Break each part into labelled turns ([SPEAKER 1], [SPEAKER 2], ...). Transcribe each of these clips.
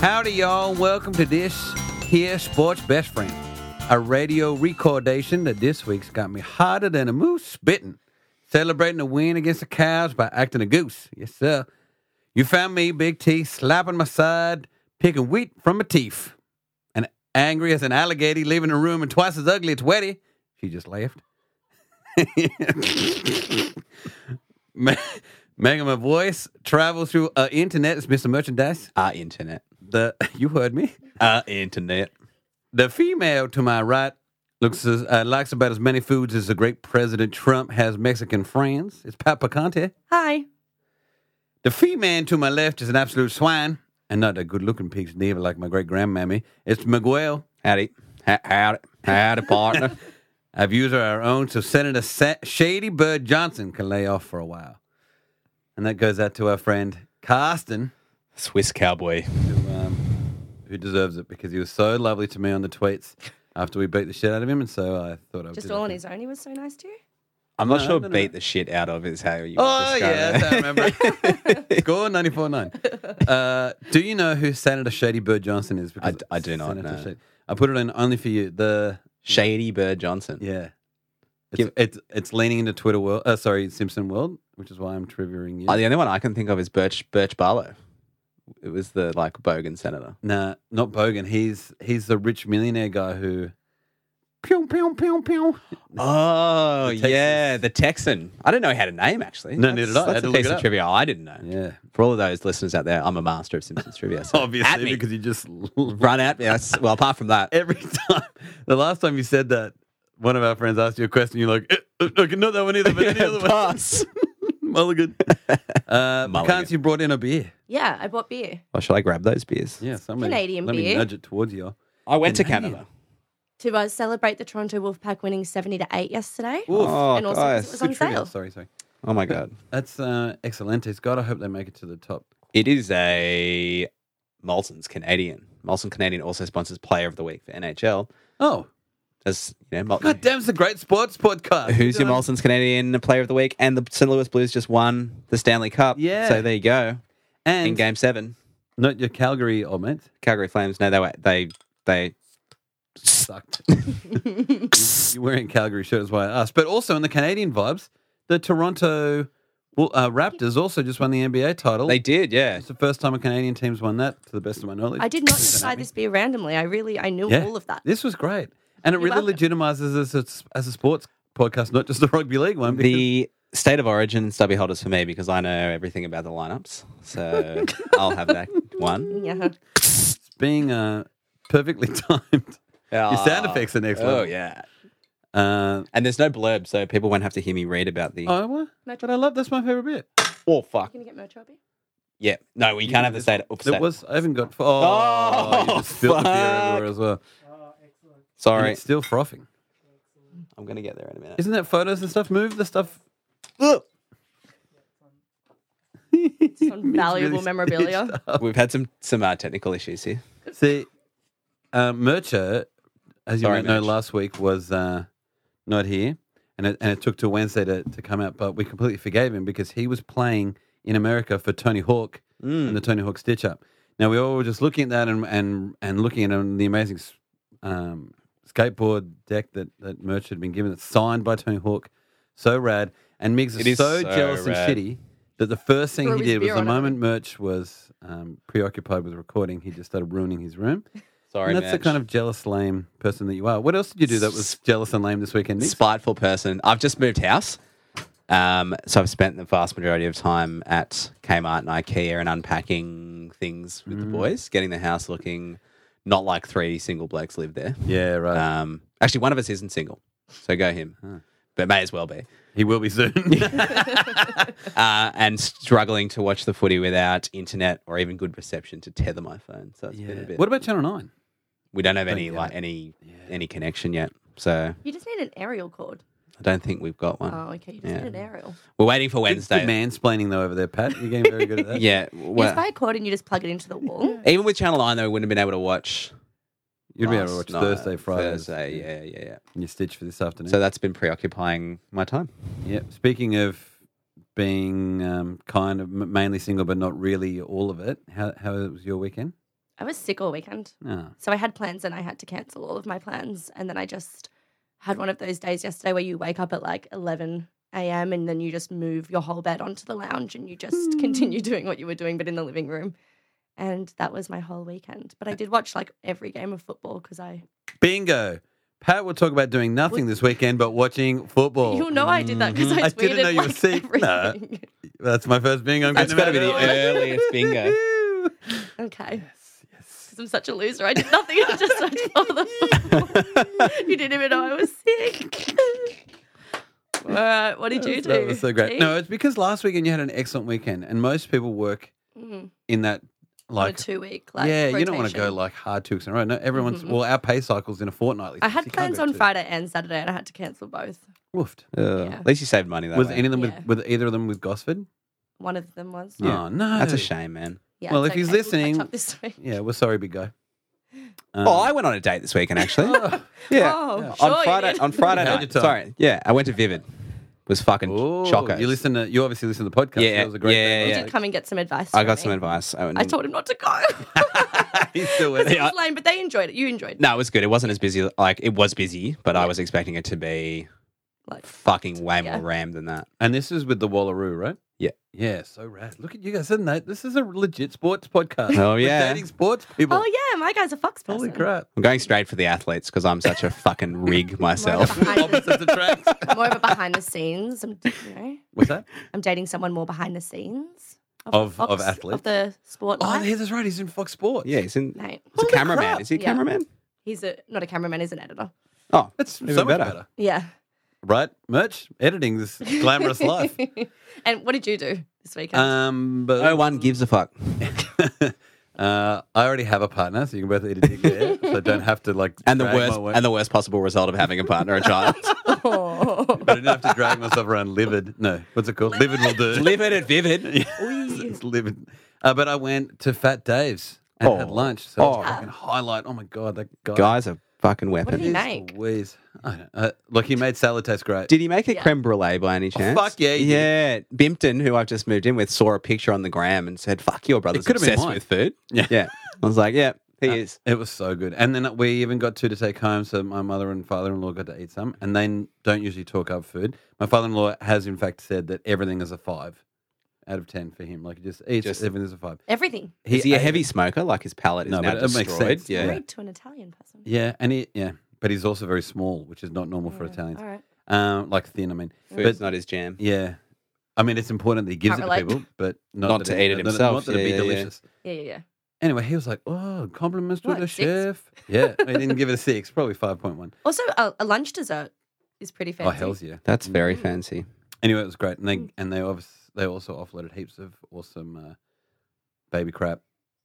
[SPEAKER 1] Howdy, y'all. Welcome to this here Sports Best Friend, a radio recordation that this week's got me hotter than a moose spitting, celebrating a win against the Cows by acting a goose. Yes, sir. You found me, Big T, slapping my side, picking wheat from my teeth, and angry as an alligator leaving the room and twice as ugly as Wetty. She just laughed. Ma- Making my voice travel through uh, internet. It's Mr. Merchandise.
[SPEAKER 2] Our Ah, internet.
[SPEAKER 1] The you heard me.
[SPEAKER 2] Our internet.
[SPEAKER 1] The female to my right looks as, uh, likes about as many foods as the great President Trump has Mexican friends. It's Pat Picante.
[SPEAKER 3] Hi.
[SPEAKER 1] The female to my left is an absolute swine, and not a good-looking pig's neither, like my great grandmammy. It's Miguel.
[SPEAKER 2] Howdy. H- Howdy. Howdy, partner.
[SPEAKER 1] I've used her our own, so Senator Sa- Shady Bird Johnson can lay off for a while. And that goes out to our friend Carsten.
[SPEAKER 2] Swiss cowboy.
[SPEAKER 1] who, um, who deserves it because he was so lovely to me on the tweets after we beat the shit out of him, and so I thought I would
[SPEAKER 3] Just
[SPEAKER 1] do
[SPEAKER 3] all
[SPEAKER 1] that.
[SPEAKER 3] on his own. He was so nice to you.
[SPEAKER 2] I'm not
[SPEAKER 1] No,
[SPEAKER 2] sure
[SPEAKER 1] no, no,
[SPEAKER 2] beat
[SPEAKER 1] no.
[SPEAKER 2] the shit out of is how you
[SPEAKER 1] Oh
[SPEAKER 2] describe
[SPEAKER 1] yeah,
[SPEAKER 2] it.
[SPEAKER 1] I remember. Score ninety four nine. Uh, do you know who Senator Shady Bird Johnson is?
[SPEAKER 2] I d- I do not
[SPEAKER 1] Senator
[SPEAKER 2] know.
[SPEAKER 1] I put it in only for you. The
[SPEAKER 2] Shady Bird Johnson.
[SPEAKER 1] yeah, it's
[SPEAKER 2] Give-
[SPEAKER 1] it's, it's leaning into Twitter world. Uh, sorry, Simpson world, which is why I'm triggering you.
[SPEAKER 2] Oh, the only one I can think of is Birch Birch Barlow. It was the like Bogan senator.
[SPEAKER 1] Nah, not Bogan. He's he's the rich millionaire guy who. Pew pew pew pew.
[SPEAKER 2] Oh
[SPEAKER 1] Texas.
[SPEAKER 2] yeah, the Texan. I didn't know he had a name actually.
[SPEAKER 1] No, neither did
[SPEAKER 2] That's-
[SPEAKER 1] I. I had
[SPEAKER 2] That's
[SPEAKER 1] to
[SPEAKER 2] a
[SPEAKER 1] look
[SPEAKER 2] piece
[SPEAKER 1] it
[SPEAKER 2] of
[SPEAKER 1] up.
[SPEAKER 2] trivia I didn't know.
[SPEAKER 1] Yeah,
[SPEAKER 2] For all of those listeners out there, I'm a master of Simpsons trivia. So at
[SPEAKER 1] obviously
[SPEAKER 2] me.
[SPEAKER 1] because he just
[SPEAKER 2] run at me. That's, well, apart from that,
[SPEAKER 1] every time. The last time you said that, one of our friends asked you a question. You're like, eh, eh, okay, not that one either, but any other one.
[SPEAKER 2] pass.
[SPEAKER 1] Mulligan. Uh, Mulligan.
[SPEAKER 2] Mulligan.
[SPEAKER 1] you brought in a beer.
[SPEAKER 3] Yeah, I bought beer
[SPEAKER 2] Well, Oh, should I grab those beers?
[SPEAKER 1] Yeah, somebody.
[SPEAKER 3] Canadian
[SPEAKER 1] let me
[SPEAKER 3] beer.
[SPEAKER 1] nudge it towards you.
[SPEAKER 2] I went to
[SPEAKER 1] Canadian.
[SPEAKER 2] Canada.
[SPEAKER 3] to uh, celebrate the Toronto Wolfpack winning 70 to 8 yesterday.
[SPEAKER 2] Oh,
[SPEAKER 3] and also 'cause it
[SPEAKER 2] guys.
[SPEAKER 3] was on
[SPEAKER 1] Trivia.
[SPEAKER 3] sale.
[SPEAKER 1] Sorry, sorry.
[SPEAKER 2] Oh my god.
[SPEAKER 1] That's uh, Excelentes. God, I hope they make it to the top.
[SPEAKER 2] It is a Molson's Canadian. Molson Canadian also sponsors Player of the Week for NHL.
[SPEAKER 1] Oh,
[SPEAKER 2] As you know, Mol-
[SPEAKER 1] God damn, it's a great sports podcast.
[SPEAKER 2] who's your
[SPEAKER 1] Did I-
[SPEAKER 2] Molson's Canadian Player of the Week? And the St. Louis Blues just won the Stanley Cup.
[SPEAKER 1] Yeah.
[SPEAKER 2] So there you go.
[SPEAKER 1] And
[SPEAKER 2] In Game Seven,
[SPEAKER 1] not your Calgary or mate.
[SPEAKER 2] Calgary Flames. No, they were, they they
[SPEAKER 1] Sucked. you, you were in Calgary shirt, that's why I asked. But also in the Canadian vibes, the Toronto well, uh, Raptors also just won the NBA title.
[SPEAKER 2] they did. Yeah.
[SPEAKER 1] It's the first time a Canadian team's won that, to the best of my knowledge.
[SPEAKER 3] I did not decide this beer randomly. I really, I knew
[SPEAKER 1] Yeah.
[SPEAKER 3] all of that.
[SPEAKER 1] This was great. And it
[SPEAKER 3] You're
[SPEAKER 1] really
[SPEAKER 3] welcome.
[SPEAKER 1] legitimizes us as, as a sports podcast, not just the rugby league one. Because
[SPEAKER 2] The state of origin stubby holders for me because I know everything about the lineups. So I'll have that one.
[SPEAKER 3] Yeah.
[SPEAKER 1] it's being uh, perfectly timed. Your sound effects are next
[SPEAKER 2] Oh
[SPEAKER 1] level.
[SPEAKER 2] yeah.
[SPEAKER 1] Uh,
[SPEAKER 2] And there's no blurb, so people won't have to hear me read about the.
[SPEAKER 1] oh, what?
[SPEAKER 3] Merch-
[SPEAKER 1] But I love that's my favorite bit.
[SPEAKER 2] oh fuck.
[SPEAKER 3] Can you get merch, Robbie?
[SPEAKER 2] Yeah. No, we can't have the state. Oops,
[SPEAKER 1] That
[SPEAKER 2] state-
[SPEAKER 1] was I haven't got. Oh, you
[SPEAKER 2] Oh,
[SPEAKER 1] just spilled the beer
[SPEAKER 2] fuck.
[SPEAKER 1] everywhere as well. And
[SPEAKER 2] Sorry.
[SPEAKER 1] it's still frothing.
[SPEAKER 2] I'm going to get there in a minute.
[SPEAKER 1] Isn't that photos and stuff? Move the stuff.
[SPEAKER 2] Ugh.
[SPEAKER 3] Some valuable
[SPEAKER 1] really
[SPEAKER 3] memorabilia.
[SPEAKER 1] Oh.
[SPEAKER 2] We've had some some uh, technical issues here.
[SPEAKER 1] See, uh, Mercher, as you
[SPEAKER 2] Sorry,
[SPEAKER 1] might know,
[SPEAKER 2] Merch.
[SPEAKER 1] last week was uh, not here, and it, and it took till Wednesday to, to come out. But we completely forgave him because he was playing in America for Tony Hawk and
[SPEAKER 2] Mm.
[SPEAKER 1] the Tony Hawk Stitch Up. Now we all were just looking at that and and, and looking at um, the amazing s- um, skateboard deck that that Merch had been given. It's signed by Tony Hawk, so rad. And Migs
[SPEAKER 2] It
[SPEAKER 1] is
[SPEAKER 2] is
[SPEAKER 1] so,
[SPEAKER 2] so
[SPEAKER 1] jealous
[SPEAKER 2] rad.
[SPEAKER 1] and shitty that the first thing
[SPEAKER 3] Threw
[SPEAKER 1] he
[SPEAKER 3] his
[SPEAKER 1] did was
[SPEAKER 3] beer
[SPEAKER 1] the
[SPEAKER 3] on it.
[SPEAKER 1] moment Merch was um, preoccupied with recording, he just started ruining his room.
[SPEAKER 2] Sorry,
[SPEAKER 1] And that's the
[SPEAKER 2] Mitch.
[SPEAKER 1] kind of jealous, lame person that you are. What else did you do that was jealous and lame this weekend? Nick?
[SPEAKER 2] spiteful person. I've just moved house. Um, so I've spent the vast majority of time at Kmart and IKEA and unpacking things with
[SPEAKER 1] Mm.
[SPEAKER 2] the boys, getting the house looking not like three single blokes live there.
[SPEAKER 1] Yeah, right.
[SPEAKER 2] Um, actually, one of us isn't single, so go him, but may as well be.
[SPEAKER 1] he will be soon.
[SPEAKER 2] uh, and struggling to watch the footy without internet or even good reception to tether my phone. So it's been a bit.
[SPEAKER 1] What about Channel 9?
[SPEAKER 2] we don't have
[SPEAKER 1] Don't
[SPEAKER 2] any
[SPEAKER 1] get
[SPEAKER 2] like
[SPEAKER 1] it.
[SPEAKER 2] any any connection yet, so
[SPEAKER 3] You just need an aerial cord.
[SPEAKER 2] I don't think we've got one.
[SPEAKER 3] Oh, okay. You just
[SPEAKER 2] Yeah.
[SPEAKER 3] need an aerial.
[SPEAKER 2] We're waiting for
[SPEAKER 1] Good- good
[SPEAKER 2] Wednesday.
[SPEAKER 1] mansplaining, though, over there, Pat. You're getting very good at that.
[SPEAKER 2] Yeah,
[SPEAKER 3] You
[SPEAKER 2] well,
[SPEAKER 3] just buy a cord and you just plug it into the wall.
[SPEAKER 2] even with Channel Nine though, we wouldn't have been able to watch.
[SPEAKER 1] You'd be able to
[SPEAKER 2] last
[SPEAKER 1] watch
[SPEAKER 2] night,
[SPEAKER 1] Thursday, Friday.
[SPEAKER 2] Thursday, yeah, yeah, yeah.
[SPEAKER 1] And your Stitch for this afternoon.
[SPEAKER 2] So that's been preoccupying my time.
[SPEAKER 1] Yep. Speaking of being um, kind of m- mainly single, but not really all of it, how, how was your weekend?
[SPEAKER 3] I was sick all weekend.
[SPEAKER 2] Ah,
[SPEAKER 1] No.
[SPEAKER 3] So I had plans and I had to cancel all of my plans. And then I just had one of those days yesterday where you wake up at like 11 a.m. and then you just move your whole bed onto the lounge and you
[SPEAKER 1] Hmm.
[SPEAKER 3] just continue doing what you were doing, but in the living room. And that was my whole weekend. But I did watch like every game of football because I,
[SPEAKER 1] Bingo. Pat will talk about doing nothing this weekend but watching football.
[SPEAKER 3] you'll know I did that because
[SPEAKER 1] Mhm.
[SPEAKER 3] I tweeted
[SPEAKER 1] Oh, I didn't know you were
[SPEAKER 3] like,
[SPEAKER 1] sick. Nah.
[SPEAKER 3] everything.
[SPEAKER 1] That's my first bingo. I'm
[SPEAKER 2] That's
[SPEAKER 1] getting
[SPEAKER 2] gotta be
[SPEAKER 1] about
[SPEAKER 2] the
[SPEAKER 1] it.
[SPEAKER 2] earliest bingo.
[SPEAKER 3] Okay. Because I'm such a loser. I did nothing. I just watched all the football. you didn't even know I was sick. all right. What did you do?
[SPEAKER 1] That was so great.
[SPEAKER 3] Gee.
[SPEAKER 1] No, it's because last weekend you had an excellent weekend, and most people work
[SPEAKER 3] Mm,
[SPEAKER 1] in that
[SPEAKER 3] on a
[SPEAKER 1] like
[SPEAKER 3] two week. Oh, Like,
[SPEAKER 1] yeah, you don't want to go
[SPEAKER 3] rotation.
[SPEAKER 1] like hard two weeks in a row. No, everyone's
[SPEAKER 3] Mhm.
[SPEAKER 1] well, our pay cycle's in a fortnightly.
[SPEAKER 3] I
[SPEAKER 1] so
[SPEAKER 3] had
[SPEAKER 1] you can't
[SPEAKER 3] plans
[SPEAKER 1] go
[SPEAKER 3] on
[SPEAKER 1] two.
[SPEAKER 3] Friday and Saturday, and I had to cancel both.
[SPEAKER 1] Woofed.
[SPEAKER 2] Ugh, At least you saved money that
[SPEAKER 1] Was
[SPEAKER 2] way.
[SPEAKER 1] any of them
[SPEAKER 3] Yeah.
[SPEAKER 1] with, with either of them with Gosford?
[SPEAKER 3] One of them was.
[SPEAKER 2] Yeah.
[SPEAKER 1] Oh no,
[SPEAKER 2] That's a shame, man.
[SPEAKER 3] Yeah,
[SPEAKER 1] Well,
[SPEAKER 3] it's
[SPEAKER 1] if he's
[SPEAKER 3] okay, we'll catch
[SPEAKER 1] listening-
[SPEAKER 3] up this week.
[SPEAKER 1] Yeah, we're sorry, big guy. Um,
[SPEAKER 2] oh, I went on a date this weekend actually. yeah.
[SPEAKER 3] Oh, sure
[SPEAKER 2] on
[SPEAKER 3] you
[SPEAKER 2] Friday
[SPEAKER 3] did.
[SPEAKER 2] on Friday
[SPEAKER 1] How'd you
[SPEAKER 2] night.
[SPEAKER 1] tell?
[SPEAKER 2] Sorry. Yeah, I went to Vivid. Was fucking
[SPEAKER 1] oh,
[SPEAKER 2] chocker.
[SPEAKER 1] You listen to you obviously listen to the podcast.
[SPEAKER 2] Yeah,
[SPEAKER 1] that was a great
[SPEAKER 2] yeah,
[SPEAKER 3] You
[SPEAKER 1] thing.
[SPEAKER 2] yeah.
[SPEAKER 3] did come and get some advice.
[SPEAKER 2] I
[SPEAKER 3] from
[SPEAKER 2] got
[SPEAKER 3] me.
[SPEAKER 2] some advice. I,
[SPEAKER 3] I told him not to go.
[SPEAKER 1] He's still with
[SPEAKER 3] it
[SPEAKER 1] it.
[SPEAKER 3] was lame, but they enjoyed it. You enjoyed it.
[SPEAKER 2] No, it was good. It wasn't as busy. Like it was busy, but I was expecting it to be
[SPEAKER 3] Like,
[SPEAKER 2] fucking way
[SPEAKER 3] Yeah.
[SPEAKER 2] more rammed than that.
[SPEAKER 1] And this is with the Wallaroo, right?
[SPEAKER 2] Yeah.
[SPEAKER 1] Yeah, so rad. Look at you guys, isn't that? This is a legit sports podcast.
[SPEAKER 2] Oh,
[SPEAKER 1] We're
[SPEAKER 2] yeah.
[SPEAKER 1] Dating sports people.
[SPEAKER 3] oh yeah, my guy's a fox person.
[SPEAKER 1] Holy crap.
[SPEAKER 2] I'm going straight for the athletes because I'm such a fucking rig myself.
[SPEAKER 3] Behind the-
[SPEAKER 1] Opposites attract.
[SPEAKER 3] more of a behind the scenes. I'm, you know,
[SPEAKER 1] What's that?
[SPEAKER 3] I'm dating someone more behind the scenes
[SPEAKER 1] Of- of
[SPEAKER 3] Fox-
[SPEAKER 1] athletes?
[SPEAKER 3] of the sport
[SPEAKER 1] Oh,
[SPEAKER 3] life.
[SPEAKER 1] yeah, that's right. He's in Fox Sports.
[SPEAKER 2] yeah, he's in.
[SPEAKER 3] Mate,
[SPEAKER 2] He's a
[SPEAKER 1] Holy
[SPEAKER 2] cameraman.
[SPEAKER 1] crap.
[SPEAKER 2] Is he a
[SPEAKER 3] Yeah.
[SPEAKER 2] cameraman?
[SPEAKER 3] he's a not a cameraman. He's an editor.
[SPEAKER 2] Oh,
[SPEAKER 1] That's
[SPEAKER 2] Even
[SPEAKER 1] so much
[SPEAKER 2] better.
[SPEAKER 1] better.
[SPEAKER 3] Yeah,
[SPEAKER 1] Right? Merch, editing this glamorous life.
[SPEAKER 3] and what did you do this weekend?
[SPEAKER 1] Um, but
[SPEAKER 2] no one gives a fuck.
[SPEAKER 1] uh, I already have a partner, so you can both eat a dick there. so don't have to like.
[SPEAKER 2] And the
[SPEAKER 1] drag my
[SPEAKER 2] worst.
[SPEAKER 1] way-
[SPEAKER 2] And the worst possible result of having a partner, a child.
[SPEAKER 1] Uh,
[SPEAKER 3] Oh.
[SPEAKER 1] I didn't have to drag myself around livid. No, what's it called? Livid will do.
[SPEAKER 2] Livid at Vivid.
[SPEAKER 1] it's, it's livid. Uh, but I went to Fat Dave's and had
[SPEAKER 2] Oh.
[SPEAKER 1] lunch. So it's
[SPEAKER 2] Oh.
[SPEAKER 1] fucking highlight. Oh my god, that guy.
[SPEAKER 2] Guys are fucking
[SPEAKER 3] What
[SPEAKER 2] weapons.
[SPEAKER 3] did he make?
[SPEAKER 1] Louise. I don't, uh, look, he made salad taste great.
[SPEAKER 2] Did he make a
[SPEAKER 3] Yeah.
[SPEAKER 2] creme brulee by any chance?
[SPEAKER 1] Oh, fuck yeah, he
[SPEAKER 2] yeah. Bimpton, who I've just moved in with, saw a picture on the gram and said, "Fuck your brother's
[SPEAKER 1] could've been
[SPEAKER 2] obsessed
[SPEAKER 1] mine."
[SPEAKER 2] with food."
[SPEAKER 1] Yeah.
[SPEAKER 2] yeah. I was like, "Yeah, he is."
[SPEAKER 1] It was so good. And then we even got two to take home. So my mother and father in law got to eat some. And they n- don't usually talk up food. My father in law has, in fact, said that everything is a five out of 10 for him. Like, he just eats,
[SPEAKER 2] Just-
[SPEAKER 1] everything is a five.
[SPEAKER 3] Everything.
[SPEAKER 2] Is he a
[SPEAKER 1] ate-
[SPEAKER 2] heavy smoker? Like his palate is
[SPEAKER 1] No,
[SPEAKER 2] now
[SPEAKER 1] but it makes
[SPEAKER 2] destroyed.
[SPEAKER 1] sense.
[SPEAKER 2] Yeah.
[SPEAKER 3] Married to an Italian person.
[SPEAKER 1] Yeah. And he, yeah. But he's also very small, which is not normal for Italians.
[SPEAKER 3] All right.
[SPEAKER 1] Um, like thin, I mean.
[SPEAKER 2] Food's not his jam.
[SPEAKER 1] Yeah. I mean, it's important that he gives
[SPEAKER 3] Can't
[SPEAKER 1] it
[SPEAKER 3] relate.
[SPEAKER 1] to people, but not,
[SPEAKER 2] Not
[SPEAKER 1] that
[SPEAKER 2] to eat it
[SPEAKER 1] not that
[SPEAKER 2] himself.
[SPEAKER 1] Not that
[SPEAKER 2] Yeah,
[SPEAKER 1] it'd
[SPEAKER 2] yeah,
[SPEAKER 1] be
[SPEAKER 2] yeah.
[SPEAKER 1] delicious.
[SPEAKER 3] Yeah, yeah, yeah.
[SPEAKER 1] Anyway, he was like, "Oh, compliments to
[SPEAKER 3] What,
[SPEAKER 1] the
[SPEAKER 3] six?
[SPEAKER 1] chef." Yeah, he didn't give it a six, probably five point one.
[SPEAKER 3] Also, a, a lunch dessert is pretty
[SPEAKER 1] Oh,
[SPEAKER 3] fancy.
[SPEAKER 1] hell's yeah!
[SPEAKER 2] That's very
[SPEAKER 3] Mm.
[SPEAKER 2] fancy.
[SPEAKER 1] Anyway, it was great, and they and they obviously they also offloaded heaps of awesome uh, baby crap. uh,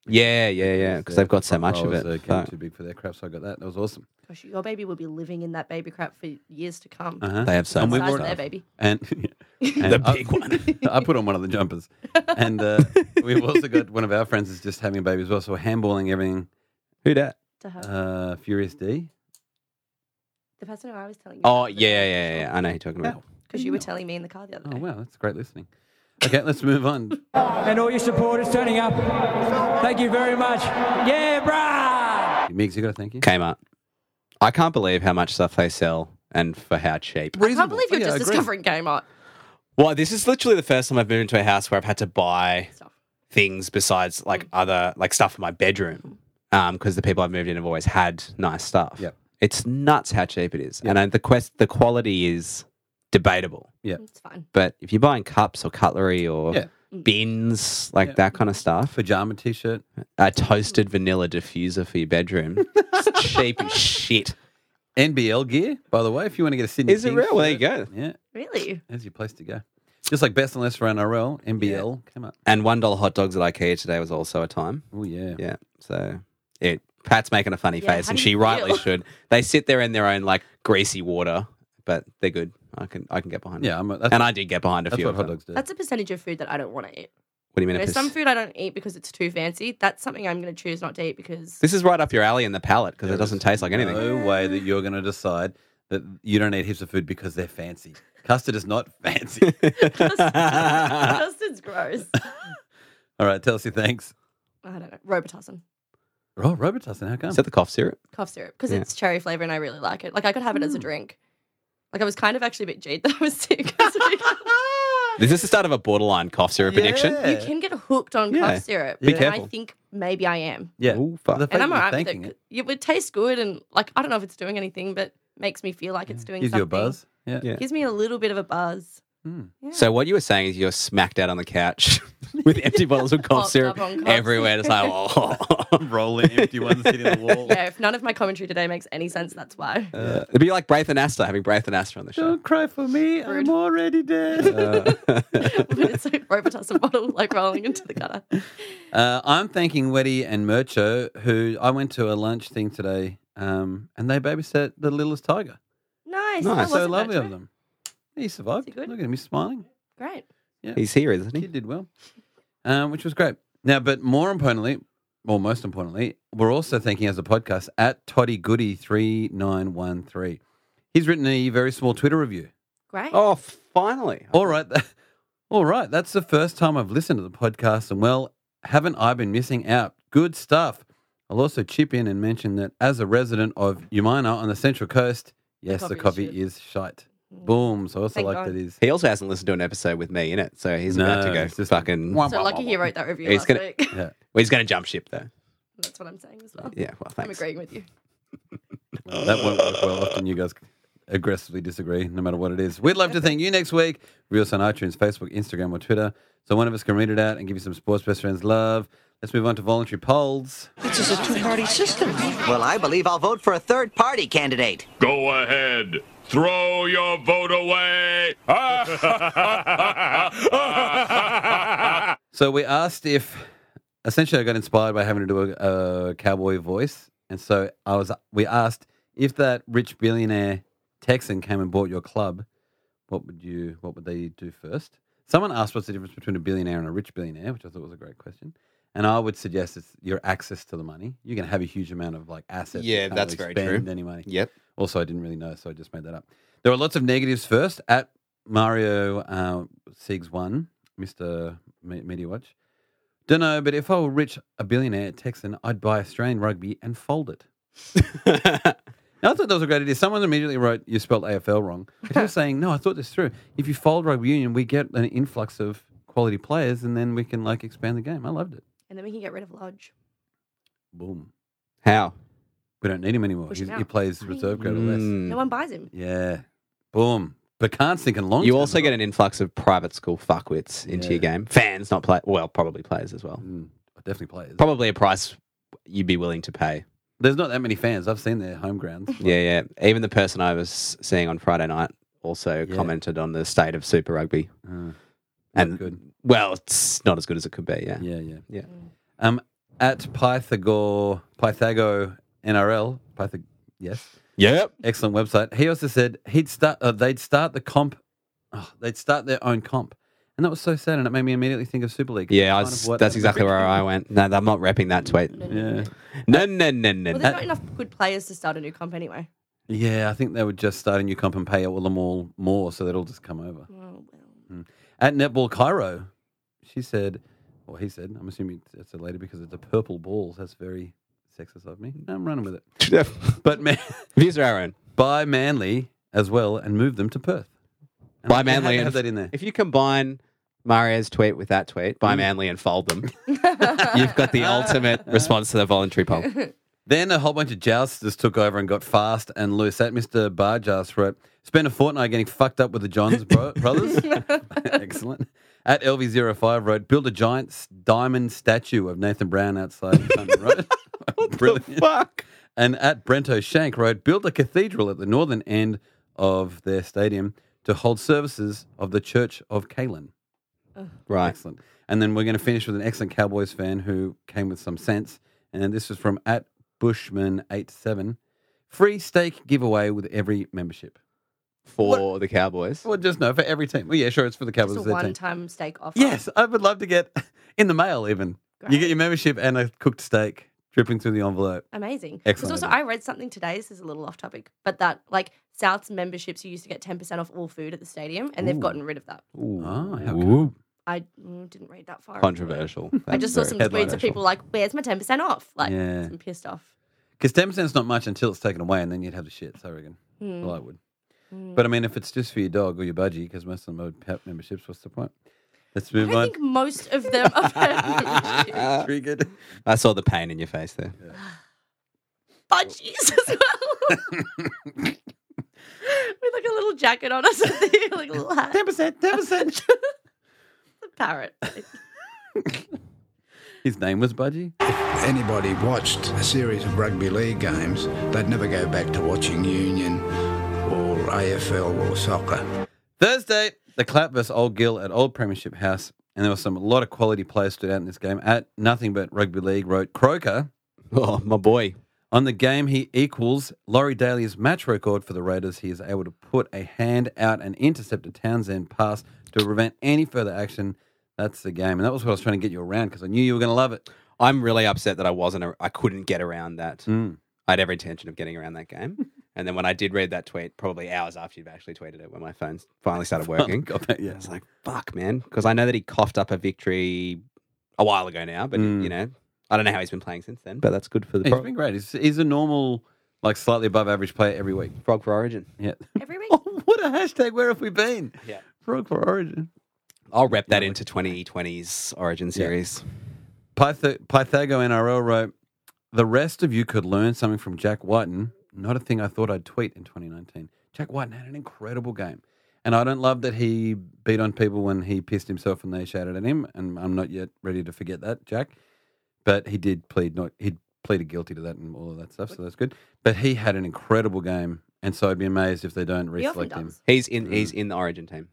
[SPEAKER 2] Yeah, yeah, yeah. Because they've got so much of it.
[SPEAKER 1] Came
[SPEAKER 2] Fuck.
[SPEAKER 1] too big for their crap, so I got that. That was awesome.
[SPEAKER 3] Gosh, your baby will be living in that baby crap for years to come.
[SPEAKER 1] Uh-huh.
[SPEAKER 2] They have so
[SPEAKER 1] And
[SPEAKER 2] much.
[SPEAKER 1] we've
[SPEAKER 3] Size of
[SPEAKER 1] already-
[SPEAKER 3] their
[SPEAKER 2] Stuff.
[SPEAKER 3] baby.
[SPEAKER 1] And,
[SPEAKER 2] The
[SPEAKER 1] I-
[SPEAKER 2] big one.
[SPEAKER 1] I put on one of the jumpers, and uh, we've also got one of our friends is just having a baby as well. So we're handballing everything.
[SPEAKER 2] Who that?
[SPEAKER 3] To have
[SPEAKER 1] Uh, Furious D.
[SPEAKER 3] the person who I was telling you.
[SPEAKER 2] Oh, yeah, yeah, yeah. I know who you're talking about.
[SPEAKER 3] Because you were telling me in the car the other day.
[SPEAKER 1] Oh wow, that's great listening. Okay, let's move on.
[SPEAKER 4] and all your supporters turning up. Thank you very much. Yeah, brah!
[SPEAKER 1] Migs, you got to thank you.
[SPEAKER 2] Kmart. I can't believe how much stuff they sell and for how cheap.
[SPEAKER 3] I can't
[SPEAKER 1] Oh,
[SPEAKER 3] believe you're just discovering Kmart
[SPEAKER 2] Well, this is literally the first time I've moved into a house where I've had to buy
[SPEAKER 3] stuff.
[SPEAKER 2] things besides like other like stuff for my bedroom because the people I've moved in have always had nice stuff.
[SPEAKER 1] Yep.
[SPEAKER 2] It's nuts how cheap it is, and I, the quest the quality is debatable.
[SPEAKER 3] It's fine.
[SPEAKER 2] But if you're buying cups or cutlery or
[SPEAKER 1] Yeah.
[SPEAKER 2] bins like
[SPEAKER 1] Yeah.
[SPEAKER 2] that kind of stuff,
[SPEAKER 1] Pajama t-shirt.
[SPEAKER 2] a toasted vanilla diffuser for your bedroom, it's cheap as shit.
[SPEAKER 1] NBL gear, by the way, if you want to get a Sydney.
[SPEAKER 2] Is it
[SPEAKER 1] Kings
[SPEAKER 2] real? Well, there you
[SPEAKER 1] shirt,
[SPEAKER 2] go.
[SPEAKER 1] Yeah,
[SPEAKER 3] Really?
[SPEAKER 1] there's your place to go. Just like Best and Less for NRL, NBL came up.
[SPEAKER 2] And one dollar hot dogs at IKEA today was also a time.
[SPEAKER 1] Oh yeah.
[SPEAKER 2] Yeah. So it Pat's making a funny
[SPEAKER 3] Yeah,
[SPEAKER 2] face
[SPEAKER 3] how
[SPEAKER 2] and
[SPEAKER 3] do
[SPEAKER 2] she
[SPEAKER 3] you
[SPEAKER 2] rightly
[SPEAKER 3] feel?
[SPEAKER 2] should. They sit there in their own like greasy water, but they're good. I can I can get behind them.
[SPEAKER 1] Yeah, I'm a, that's,
[SPEAKER 2] And I did get behind a
[SPEAKER 1] that's
[SPEAKER 2] few
[SPEAKER 1] what
[SPEAKER 2] of
[SPEAKER 1] hot
[SPEAKER 2] them.
[SPEAKER 1] dogs do.
[SPEAKER 3] That's a percentage of food that I don't want to eat.
[SPEAKER 2] What do you mean? a
[SPEAKER 3] There's some
[SPEAKER 2] piss-
[SPEAKER 3] food I don't eat because it's too fancy. That's something I'm going to choose not to eat because
[SPEAKER 2] This is right up your alley in the palate because it
[SPEAKER 1] There
[SPEAKER 2] doesn't
[SPEAKER 1] is
[SPEAKER 2] taste like anything.
[SPEAKER 1] No way that you're going to decide that you don't eat heaps of food because they're fancy. Custard is not fancy.
[SPEAKER 3] custard's gross.
[SPEAKER 1] All right, tell us your thanks.
[SPEAKER 3] I don't know. Robitussin.
[SPEAKER 1] Oh, Robert Tussin, how come?
[SPEAKER 2] Is that the cough syrup?
[SPEAKER 3] cough syrup because
[SPEAKER 2] Yeah. Hmm.
[SPEAKER 3] it's cherry flavor and I really like it. Like I could have it as a drink. Like I was kind of actually a bit jaded that I was sick.
[SPEAKER 2] Is this the start of a borderline cough syrup addiction?
[SPEAKER 1] Yeah.
[SPEAKER 3] you can get hooked on
[SPEAKER 2] Yeah.
[SPEAKER 3] cough syrup.
[SPEAKER 1] Be
[SPEAKER 3] and
[SPEAKER 2] careful.
[SPEAKER 3] I think maybe I am.
[SPEAKER 1] yeah.
[SPEAKER 2] Ooh, fuck.
[SPEAKER 1] The fact
[SPEAKER 3] And I'm
[SPEAKER 1] you're
[SPEAKER 3] alright with
[SPEAKER 1] thinking
[SPEAKER 3] it.
[SPEAKER 1] it
[SPEAKER 3] It would taste good and like I don't know if it's doing anything, but makes me feel like it's doing
[SPEAKER 1] gives
[SPEAKER 3] something.
[SPEAKER 1] you a buzz. Yeah.
[SPEAKER 2] Yeah.
[SPEAKER 3] Gives me a little bit of a buzz.
[SPEAKER 1] Mm.
[SPEAKER 3] Yeah.
[SPEAKER 2] So what you were saying is you're smacked out on the couch with empty bottles of cough
[SPEAKER 3] Popped
[SPEAKER 2] syrup
[SPEAKER 3] up on cough
[SPEAKER 2] everywhere. Just like, oh.
[SPEAKER 1] Rolling empty ones hitting the wall.
[SPEAKER 3] yeah, if none of my commentary today makes any sense, that's why.
[SPEAKER 2] Uh, it'd be like Braith and Astor having Braith and Astor on the show.
[SPEAKER 1] Don't cry for me.
[SPEAKER 3] Rude.
[SPEAKER 1] I'm already dead.
[SPEAKER 3] but it's like Robitussin bottle like rolling into the gutter.
[SPEAKER 1] Uh, I'm thanking Weddy and Murcho, who I went to a lunch thing today, um, and they babysat the littlest tiger.
[SPEAKER 3] Nice.
[SPEAKER 2] Nice.
[SPEAKER 3] that
[SPEAKER 1] so
[SPEAKER 3] wasn't bad
[SPEAKER 1] lovely
[SPEAKER 3] trip.
[SPEAKER 1] of them. He survived.
[SPEAKER 3] Is he good?
[SPEAKER 1] Look at him, he's smiling.
[SPEAKER 3] Great.
[SPEAKER 2] He's here, isn't
[SPEAKER 1] He
[SPEAKER 2] he?
[SPEAKER 1] did well, um, which was great. Now, but more importantly, or most importantly, we're also thanking as a podcast at Toddy Goody three nine one three. He's written a very small Twitter review.
[SPEAKER 3] Great.
[SPEAKER 2] Oh, finally.
[SPEAKER 1] All right, all right. That's the first time I've listened to the podcast, and well, haven't I been missing out? Good stuff. I'll also chip in and mention that as a resident of Umina on the Central Coast, yes, the coffee
[SPEAKER 3] coffee
[SPEAKER 1] is Mm-hmm. shite. Boom. So I also
[SPEAKER 3] Thank
[SPEAKER 1] like
[SPEAKER 3] God.
[SPEAKER 1] that he's
[SPEAKER 2] He also hasn't listened to an episode with me in it, so he's about to
[SPEAKER 1] No,
[SPEAKER 2] go
[SPEAKER 1] it's just-
[SPEAKER 2] fucking.
[SPEAKER 1] Womp.
[SPEAKER 3] so lucky he wrote that review
[SPEAKER 2] He's
[SPEAKER 3] last
[SPEAKER 2] gonna-
[SPEAKER 3] week.
[SPEAKER 1] yeah.
[SPEAKER 2] Well, he's going to jump ship though.
[SPEAKER 3] That's what I'm saying as well.
[SPEAKER 2] Yeah, well,
[SPEAKER 3] I'm
[SPEAKER 2] thanks.
[SPEAKER 3] agreeing with you.
[SPEAKER 1] Well, that won't work well. Often you guys aggressively disagree, no matter what it is. We'd love to thank you next week. Review us on iTunes, Facebook, Instagram, or Twitter, so one of us can read it out and give you some sports best friends love. Let's move on to voluntary polls.
[SPEAKER 5] Well, I believe I'll vote for a third party candidate.
[SPEAKER 6] Go ahead. Throw your vote away.
[SPEAKER 1] So we asked if, essentially, I got inspired by having to do a, a cowboy voice, and so I was. We asked if that rich billionaire Texan came and bought your club, what would you? What would they do first? Someone asked what's the difference between a billionaire and a rich billionaire, which I thought was a great question. And I would suggest it's your access to the money. You can have a huge amount of like assets. you
[SPEAKER 2] Yeah,
[SPEAKER 1] can't
[SPEAKER 2] that's
[SPEAKER 1] really
[SPEAKER 2] very true.
[SPEAKER 1] spend Any money.
[SPEAKER 2] Yep.
[SPEAKER 1] Also, I didn't really know, so I just made that up. There were lots of negatives first. At Mario uh, Siegs one, Mister Me- Media Watch. Don't know, but if I were rich, a billionaire Texan, I'd buy Australian rugby and fold it. Now, I thought that was a great idea. Someone immediately wrote, "You spelled AFL wrong." But he was saying, "No, I thought this through. If you fold rugby union, we get an influx of quality players, and then we can like expand the game." I loved it.
[SPEAKER 3] And then we can get rid of Lodge.
[SPEAKER 1] Boom.
[SPEAKER 2] How?
[SPEAKER 1] We don't need him anymore.
[SPEAKER 3] Push
[SPEAKER 1] He's,
[SPEAKER 3] him
[SPEAKER 1] he
[SPEAKER 3] out.
[SPEAKER 1] plays reserve grade or less.
[SPEAKER 2] Mm.
[SPEAKER 3] No one buys him.
[SPEAKER 1] Yeah. Boom. But can't think in long.
[SPEAKER 2] You
[SPEAKER 1] term
[SPEAKER 2] also
[SPEAKER 1] at
[SPEAKER 2] get an influx of private school fuckwits into
[SPEAKER 1] Yeah.
[SPEAKER 2] your game. Fans, not play. Well, probably players as well.
[SPEAKER 1] all. Mm, definitely players.
[SPEAKER 2] Probably a price you'd be willing to pay.
[SPEAKER 1] There's not that many fans. I've seen their home grounds.
[SPEAKER 2] Yeah, yeah. Even the person I was seeing on Friday night also
[SPEAKER 1] Yeah.
[SPEAKER 2] commented on the state of Super Rugby.
[SPEAKER 1] Uh,
[SPEAKER 2] And
[SPEAKER 1] good.
[SPEAKER 2] well, it's not as good as it could be. Yeah.
[SPEAKER 1] Yeah, yeah,
[SPEAKER 2] Yeah.
[SPEAKER 1] Um, at Pythagore Pythago NRL Pythag, yes,
[SPEAKER 2] Yep.
[SPEAKER 1] excellent website. He also said he'd start. Uh, they'd start the comp. oh, they'd start their own comp, and that was so sad, and it made me immediately think of Super League.
[SPEAKER 2] Yeah, I
[SPEAKER 1] Kind of
[SPEAKER 2] was,
[SPEAKER 1] what-
[SPEAKER 2] that's exactly where I went. No, I'm not repping that tweet.
[SPEAKER 1] Yeah,
[SPEAKER 2] No, no, no, no.
[SPEAKER 3] Well, there's not enough good players to start a new comp anyway.
[SPEAKER 1] yeah. I think they would just start a new comp and pay all them all more, so they'd all just come over.
[SPEAKER 3] Oh, well.
[SPEAKER 1] At Netball Cairo, she said, or he said, I'm assuming it's a lady because it's a purple balls. That's very sexist of me. I'm running with it.
[SPEAKER 2] no.
[SPEAKER 1] But man,
[SPEAKER 2] Views are our own.
[SPEAKER 1] buy Manly as well and move them to Perth. And
[SPEAKER 2] Buy
[SPEAKER 1] I had to
[SPEAKER 2] Manly and
[SPEAKER 1] have that in there. Mm.
[SPEAKER 2] If you combine Mario's tweet with that tweet, by Manly and fold them, you've got the ultimate response to the voluntary poll.
[SPEAKER 1] Then a whole bunch of jousters took over and got fast and loose. That Mr. Barjas wrote, spent a fortnight getting fucked up with the Johns bro- brothers. Excellent. At LV05 wrote, build a giant s- diamond statue of Nathan Brown outside the Sunday Road. Brilliant.
[SPEAKER 2] Fuck.
[SPEAKER 1] And at Brento Shank Road, build a cathedral at the northern end of their stadium to hold services of the Church of Kalen.
[SPEAKER 2] Right.
[SPEAKER 1] Excellent. And then we're going to finish with an excellent Cowboys fan who came with some sense. And this is from at Bushman87. Free steak giveaway with every membership.
[SPEAKER 2] For the Cowboys.
[SPEAKER 1] Well, just no, for every team. Well, yeah, sure, it's for the Cowboys.
[SPEAKER 3] Just a
[SPEAKER 1] it's their team.
[SPEAKER 3] one time steak offer.
[SPEAKER 1] Yes, I would love to get in the mail even. You
[SPEAKER 3] Great.
[SPEAKER 1] get your membership and a cooked steak dripping through the envelope.
[SPEAKER 3] Amazing. 'Cause
[SPEAKER 1] Excellent
[SPEAKER 3] also,
[SPEAKER 1] idea.
[SPEAKER 3] I read something today. This is a little off topic, but that like South's memberships, you used to get 10% off all food at the stadium, and they've gotten rid of that.
[SPEAKER 1] Oh, how
[SPEAKER 2] Ooh.
[SPEAKER 1] good.
[SPEAKER 3] I mm, didn't read that far. into it.
[SPEAKER 2] Controversial.
[SPEAKER 3] I just saw some tweets
[SPEAKER 2] Headline.
[SPEAKER 3] of people like, "Where's my ten percent off?" Like,
[SPEAKER 1] Yeah.
[SPEAKER 3] I'm pissed off.
[SPEAKER 1] Because ten percent's not much until it's taken away, and then you'd have the shits. I reckon.
[SPEAKER 3] Hmm.
[SPEAKER 1] Well, I would. But I mean, if it's just for your dog or your budgie, because most of them are pet memberships, what's the point? Let's
[SPEAKER 3] I
[SPEAKER 1] move
[SPEAKER 3] don't
[SPEAKER 1] on.
[SPEAKER 3] think most of them are
[SPEAKER 1] Triggered.
[SPEAKER 2] I saw the pain in your face there.
[SPEAKER 3] budgies as well. With like a little jacket on or something, like a little hat.
[SPEAKER 1] Ten percent. Ten percent.
[SPEAKER 3] Parrot.
[SPEAKER 1] His name was Budgie.
[SPEAKER 7] anybody watched a series of rugby league games, they'd never go back to watching Union or AFL or soccer.
[SPEAKER 1] Thursday, the clap versus Old Gill at Old Premiership House, and there was some a lot of quality players stood out in this game. At nothing but rugby league, wrote Croker
[SPEAKER 2] Oh, my boy.
[SPEAKER 1] on the game. He equals Laurie Daly's match record for the Raiders. He is able to put a hand out and intercept a Townsend pass to prevent any further action. That's the game, and that was what I was trying to get you around because I knew you were going to love it.
[SPEAKER 2] I'm really upset that I wasn't. A, I couldn't get around that.
[SPEAKER 1] Mm.
[SPEAKER 2] I had every intention of getting around that game. And then when I did read that tweet, probably hours after you've actually tweeted it, when my phone finally started working,
[SPEAKER 1] Got that,
[SPEAKER 2] I
[SPEAKER 1] yes.
[SPEAKER 2] was like, "Fuck, man!" Because I know that he coughed up a victory a while ago now, but
[SPEAKER 1] Mm.
[SPEAKER 2] you know, I don't know how he's been playing since then. But that's good for the
[SPEAKER 1] He's
[SPEAKER 2] frog,
[SPEAKER 1] been great. He's, he's a normal, like slightly above average player every week.
[SPEAKER 2] frog for Origin.
[SPEAKER 1] Yeah.
[SPEAKER 3] Every week.
[SPEAKER 1] Oh, what a hashtag. Where have we been?
[SPEAKER 2] Yeah.
[SPEAKER 1] Frog for Origin.
[SPEAKER 2] I'll rep that
[SPEAKER 1] Yeah,
[SPEAKER 2] into 2020's Origin series.
[SPEAKER 1] Pyth- Pythago NRL wrote, The rest of you could learn something from Jack Whiten. Not a thing I thought I'd tweet in 2019. Jack Whiten had an incredible game. And I don't love that he beat on people when he pissed himself and they shouted at him. And I'm not yet ready to forget that, Jack. But he did plead not he pleaded guilty to that and all of that stuff, so that's good. But he had an incredible game, and so I'd be amazed if they don't
[SPEAKER 3] He often
[SPEAKER 1] reselect him.
[SPEAKER 3] does.
[SPEAKER 2] He's in. He's in the Origin team.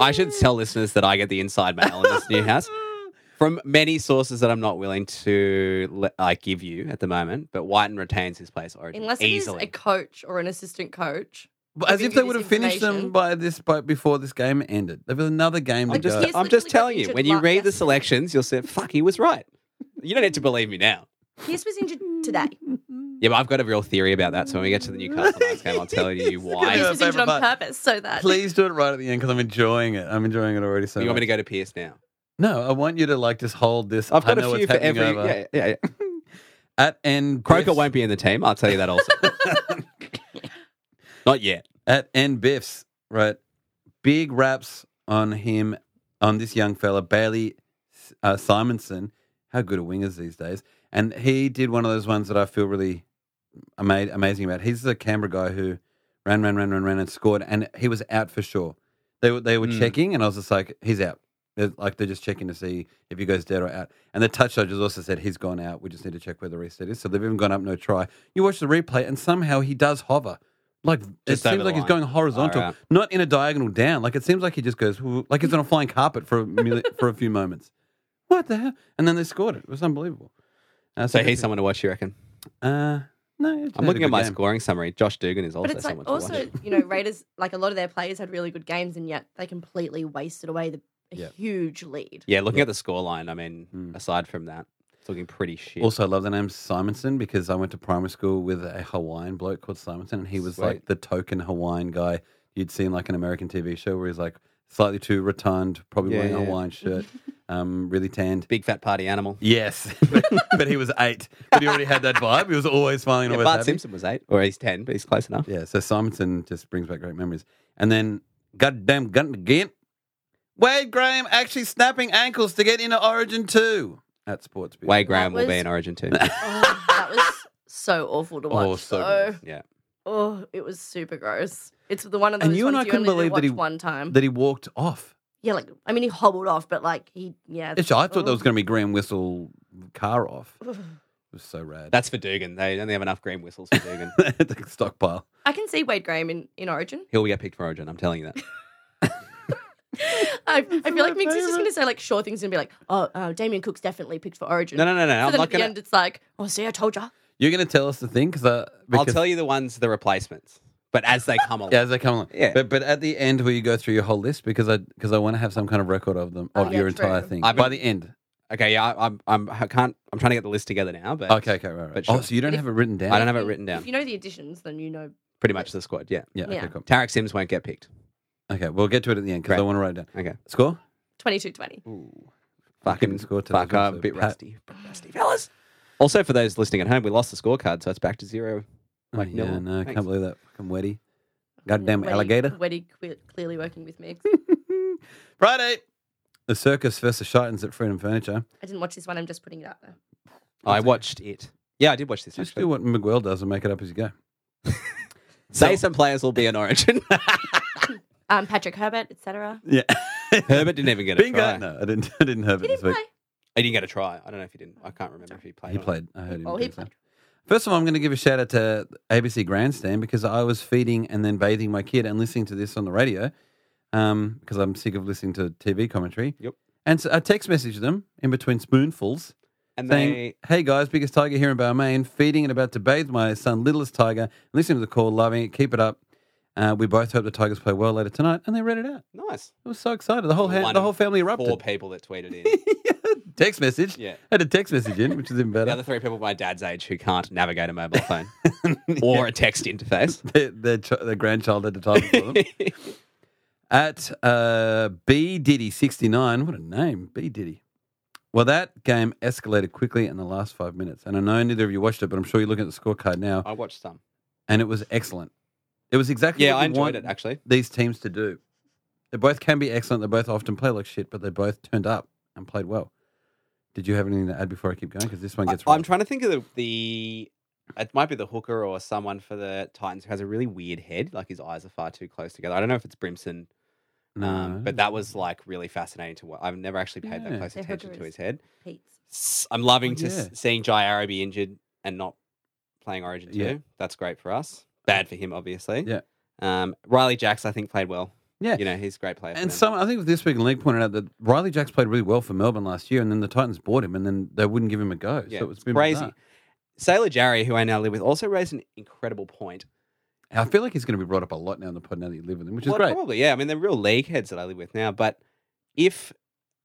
[SPEAKER 2] I should tell listeners that I get the inside mail in this new house from many sources that I'm not willing to let, like give you at the moment. But Whiten retains his place at Origin
[SPEAKER 3] Unless it is
[SPEAKER 2] easily.
[SPEAKER 3] a coach or an assistant coach.
[SPEAKER 1] But as
[SPEAKER 3] giving
[SPEAKER 1] if
[SPEAKER 3] you
[SPEAKER 1] they would
[SPEAKER 3] this
[SPEAKER 1] have finished them
[SPEAKER 3] information.
[SPEAKER 1] by this by before this game ended. There was another game to
[SPEAKER 3] Like,
[SPEAKER 1] go.
[SPEAKER 3] here's-
[SPEAKER 2] I'm
[SPEAKER 3] literally
[SPEAKER 2] just
[SPEAKER 3] got
[SPEAKER 2] telling you.
[SPEAKER 3] injured
[SPEAKER 2] When you
[SPEAKER 3] like
[SPEAKER 2] read the
[SPEAKER 3] yesterday.
[SPEAKER 2] selections, you'll say, "Fuck, he was right." You don't need to believe me now.
[SPEAKER 3] Pierce was injured today.
[SPEAKER 2] Yeah, but I've got a real theory about that. So when we get to the Newcastle Knights game, I'll tell you why.
[SPEAKER 1] Yeah,
[SPEAKER 3] Pierce was
[SPEAKER 2] You
[SPEAKER 3] injured
[SPEAKER 1] favourite
[SPEAKER 3] on
[SPEAKER 1] part.
[SPEAKER 3] purpose so that
[SPEAKER 1] Please do it right at the end because I'm enjoying it. I'm enjoying it already. So
[SPEAKER 2] Uh, want me to
[SPEAKER 1] much.
[SPEAKER 2] go to Pierce now?
[SPEAKER 1] No, I want you to like just hold this.
[SPEAKER 2] I've got
[SPEAKER 1] I know
[SPEAKER 2] a few
[SPEAKER 1] what's
[SPEAKER 2] for
[SPEAKER 1] happening
[SPEAKER 2] every.
[SPEAKER 1] over.
[SPEAKER 2] Yeah, yeah, yeah.
[SPEAKER 1] At N
[SPEAKER 2] Croker
[SPEAKER 1] Biffs-
[SPEAKER 2] won't be in the team. I'll tell you that also. Not yet.
[SPEAKER 1] at N Biff's right. Big raps on him on this young fella Bailey uh, Simonson. How good are wingers these days? And he did one of those ones that I feel really ama- amazing about. He's the Canberra guy who ran, ran, ran, ran, ran, and scored, and he was out for sure. They were they were
[SPEAKER 2] Mm.
[SPEAKER 1] checking, and I was just like, he's out. They're, like they're just checking to see if he goes dead or out. And the touch judges also said he's gone out. We just need to check where the reset is. So they've even gone up no try. You watch the replay, and somehow he does hover. Like
[SPEAKER 2] Just
[SPEAKER 1] it
[SPEAKER 2] over
[SPEAKER 1] seems
[SPEAKER 2] the
[SPEAKER 1] like he's
[SPEAKER 2] line.
[SPEAKER 1] going horizontal,
[SPEAKER 2] Alright.
[SPEAKER 1] not in a diagonal down. Like it seems like he just goes "Whoo," like he's on a flying carpet for a mili- for a few moments. What the hell? And then they scored it. It was unbelievable. Uh,
[SPEAKER 2] So
[SPEAKER 1] good
[SPEAKER 2] he's
[SPEAKER 1] for-
[SPEAKER 2] someone to watch. You reckon?
[SPEAKER 1] Uh, no,
[SPEAKER 2] I'm looking at my scoring summary. Josh Dugan is also
[SPEAKER 3] But it's like
[SPEAKER 2] someone to
[SPEAKER 3] also,
[SPEAKER 2] watch.
[SPEAKER 3] you know, Raiders like a lot of their players had really good games and yet they completely wasted away the a
[SPEAKER 1] Yeah.
[SPEAKER 3] huge lead.
[SPEAKER 2] Yeah, looking at the scoreline, I mean,
[SPEAKER 1] Mm.
[SPEAKER 2] aside from that, it's looking pretty shit.
[SPEAKER 1] Also, I love the name Simonson because I went to primary school with a Hawaiian bloke called Simonson, and he was like
[SPEAKER 2] Sweet.
[SPEAKER 1] the token Hawaiian guy you'd see in like an American TV show where he's like slightly too rotund, probably
[SPEAKER 2] Yeah,
[SPEAKER 1] wearing a
[SPEAKER 2] yeah.
[SPEAKER 1] Hawaiian shirt, um, really tanned.
[SPEAKER 2] big fat party animal.
[SPEAKER 1] Yes, but, but he was eight, but he already had that vibe. He was always smiling and
[SPEAKER 2] Yeah,
[SPEAKER 1] always
[SPEAKER 2] Bart
[SPEAKER 1] happy.
[SPEAKER 2] Simpson was eight, or he's ten, but he's close enough.
[SPEAKER 1] Yeah, so Simonson just brings back great memories. And then, goddamn Gunton again. Wade Graham actually snapping ankles to get into Origin 2 at Sports Beat.
[SPEAKER 2] Wade Graham will be
[SPEAKER 3] was-
[SPEAKER 2] in Origin too.
[SPEAKER 3] Oh, that was so awful to watch.
[SPEAKER 1] Oh, so
[SPEAKER 3] though.
[SPEAKER 2] yeah,
[SPEAKER 3] Oh, it was super gross. It's the one of those
[SPEAKER 1] And you and
[SPEAKER 3] ones
[SPEAKER 1] I
[SPEAKER 3] you
[SPEAKER 1] couldn't
[SPEAKER 3] only
[SPEAKER 1] believe
[SPEAKER 3] watch
[SPEAKER 1] that he-
[SPEAKER 3] one time.
[SPEAKER 1] That he walked off.
[SPEAKER 3] yeah, like I mean, he hobbled off, but like he, yeah.
[SPEAKER 1] Actually, I thought that was going to be Graham Whistle car off. It was so rad.
[SPEAKER 2] that's for Dugan. They only have enough green whistles for Dugan.
[SPEAKER 1] the stockpile.
[SPEAKER 3] I can see Wade Graham in, in Origin.
[SPEAKER 2] He'll get picked for Origin. I'm telling you that.
[SPEAKER 3] I, I feel like Mix is just going to say like sure things and be like, oh, uh, Damien Cook's definitely picked for Origin.
[SPEAKER 2] No, no, no, no.
[SPEAKER 3] So
[SPEAKER 2] I'm
[SPEAKER 3] then
[SPEAKER 2] not
[SPEAKER 3] at the
[SPEAKER 2] gonna.
[SPEAKER 3] end, it's like, oh, see, I told ya.
[SPEAKER 1] You're going to tell us the thing? Cause, uh,
[SPEAKER 2] I'll
[SPEAKER 1] because-
[SPEAKER 2] tell you the ones, the replacements, but as they come along.
[SPEAKER 1] Yeah, as they come along.
[SPEAKER 2] Yeah.
[SPEAKER 1] But, but at the end, where you go through your whole list, because I because I want to have some kind of record of them, of
[SPEAKER 3] yeah,
[SPEAKER 1] your
[SPEAKER 3] true.
[SPEAKER 1] entire thing.
[SPEAKER 2] I've
[SPEAKER 1] By
[SPEAKER 2] been-
[SPEAKER 1] the end.
[SPEAKER 2] Okay, yeah, I, I'm, I'm, I can't. I'm trying to get the list together now, but
[SPEAKER 1] Okay, okay, right, right.
[SPEAKER 2] but sure.
[SPEAKER 1] Oh, so you don't
[SPEAKER 3] But if-
[SPEAKER 1] have it written down?
[SPEAKER 2] I don't have it written
[SPEAKER 3] If
[SPEAKER 2] down.
[SPEAKER 3] you know the additions, then you know.
[SPEAKER 2] Pretty much the squad. Yeah,
[SPEAKER 1] Yeah, okay,
[SPEAKER 3] Yeah.
[SPEAKER 1] cool.
[SPEAKER 2] Tarek Sims won't get picked.
[SPEAKER 1] Okay, we'll get to it at the end because I
[SPEAKER 2] Right.
[SPEAKER 1] want to write it down.
[SPEAKER 2] Okay.
[SPEAKER 1] Score?
[SPEAKER 3] 22 20.
[SPEAKER 1] Fucking score to
[SPEAKER 2] fuck
[SPEAKER 1] those
[SPEAKER 2] up.
[SPEAKER 1] also.
[SPEAKER 2] A bit
[SPEAKER 1] Pat-
[SPEAKER 2] rusty. Bit rusty, fellas. Also, for those listening at home, we lost the scorecard, so it's back to zero. Like,
[SPEAKER 1] oh, yeah,
[SPEAKER 2] nil.
[SPEAKER 1] no, I
[SPEAKER 2] Thanks.
[SPEAKER 1] can't believe that. Fucking Weddy. Goddamn alligator.
[SPEAKER 3] Weddy cle- clearly working with me.
[SPEAKER 1] Friday. The circus versus Shitans at Freedom Furniture.
[SPEAKER 3] I didn't watch this one. I'm just putting it up there.
[SPEAKER 2] I watched it. Yeah, I did watch this.
[SPEAKER 1] Just
[SPEAKER 2] actually.
[SPEAKER 1] do what Miguel does and make it up as you go.
[SPEAKER 2] Say some players will be an origin.
[SPEAKER 3] Um, Patrick Herbert, etc.
[SPEAKER 1] Yeah.
[SPEAKER 2] Herbert didn't even get a
[SPEAKER 1] Bingo.
[SPEAKER 2] try.
[SPEAKER 1] No, I didn't. I didn't have it
[SPEAKER 3] Did he
[SPEAKER 1] this
[SPEAKER 3] play?
[SPEAKER 1] week.
[SPEAKER 2] He didn't get a try. I don't know if he didn't. I can't remember if he played.
[SPEAKER 1] He
[SPEAKER 2] or not.
[SPEAKER 1] played. I heard him.
[SPEAKER 3] Oh,
[SPEAKER 1] do
[SPEAKER 3] he
[SPEAKER 1] so.
[SPEAKER 3] played.
[SPEAKER 1] First of all, I'm going to give a shout out to ABC Grandstand because I was feeding and then bathing my kid and listening to this on the radio um, because I'm sick of listening to TV commentary.
[SPEAKER 2] Yep.
[SPEAKER 1] And so I text messaged them in between spoonfuls
[SPEAKER 2] And
[SPEAKER 1] saying,
[SPEAKER 2] they
[SPEAKER 1] Hey guys, biggest tiger here in Balmain, feeding and about to bathe my son, littlest tiger. Listening to the call, loving it. Keep it up. Uh, we both hope the Tigers play well later tonight. And they read it out.
[SPEAKER 2] nice.
[SPEAKER 1] I was so excited. The whole, ha-
[SPEAKER 2] One
[SPEAKER 1] the
[SPEAKER 2] of
[SPEAKER 1] whole family
[SPEAKER 2] Four
[SPEAKER 1] erupted.
[SPEAKER 2] people that tweeted in.
[SPEAKER 1] text message.
[SPEAKER 2] Yeah.
[SPEAKER 1] Had a text message in, which is even better.
[SPEAKER 2] the other three people my dad's age who can't navigate a mobile phone or a text interface.
[SPEAKER 1] their, their, ch- their grandchild had to type it for them. At uh, B Diddy sixty nine, what a name, B Diddy. Well, that game escalated quickly in the last five minutes, and I know neither of you watched it, but I'm sure you're looking at the scorecard now,
[SPEAKER 2] I watched some.
[SPEAKER 1] and it was excellent. It was exactly
[SPEAKER 2] Yeah,
[SPEAKER 1] what
[SPEAKER 2] I
[SPEAKER 1] you
[SPEAKER 2] enjoyed
[SPEAKER 1] want
[SPEAKER 2] it actually.
[SPEAKER 1] these teams to do. They both can be excellent. They both often play like shit, but they both turned up and played well. Did you have anything to add before I keep going? Because this one gets.
[SPEAKER 2] I, am
[SPEAKER 1] rough.
[SPEAKER 2] trying to think of the, the. It might be the hooker or someone for the Titans who has a really weird head. Like his eyes are far too close together. I don't know if it's Brimson, um, but that was like really fascinating to watch. I've never actually paid
[SPEAKER 1] Yeah.
[SPEAKER 2] that close
[SPEAKER 3] The
[SPEAKER 2] attention
[SPEAKER 3] hooker
[SPEAKER 2] to
[SPEAKER 3] is-
[SPEAKER 2] his head.
[SPEAKER 3] Pete's.
[SPEAKER 2] S- I'm loving
[SPEAKER 1] Oh,
[SPEAKER 2] to s-
[SPEAKER 1] yeah.
[SPEAKER 2] seeing Jai Arrow be injured and not playing Origin two.
[SPEAKER 1] Yeah.
[SPEAKER 2] That's great for us. Bad for him, obviously.
[SPEAKER 1] Yeah.
[SPEAKER 2] Um, Riley Jacks, I think, played well.
[SPEAKER 1] yeah,
[SPEAKER 2] You know, he's a great player. for
[SPEAKER 1] And
[SPEAKER 2] them.
[SPEAKER 1] some, I think this week in league pointed out that Riley Jacks played really well for Melbourne last year, and then the Titans bought him, and then they wouldn't give him a go.
[SPEAKER 2] Yeah,
[SPEAKER 1] so it's
[SPEAKER 2] it's
[SPEAKER 1] been
[SPEAKER 2] crazy.
[SPEAKER 1] bizarre.
[SPEAKER 2] Sailor Jarry, who I now live with, also raised an incredible point.
[SPEAKER 1] I feel like he's going to be brought up a lot now in the pod now that you live with him, which is
[SPEAKER 2] Well,
[SPEAKER 1] great.
[SPEAKER 2] Probably, yeah. I mean, they're real league heads that I live with now. But if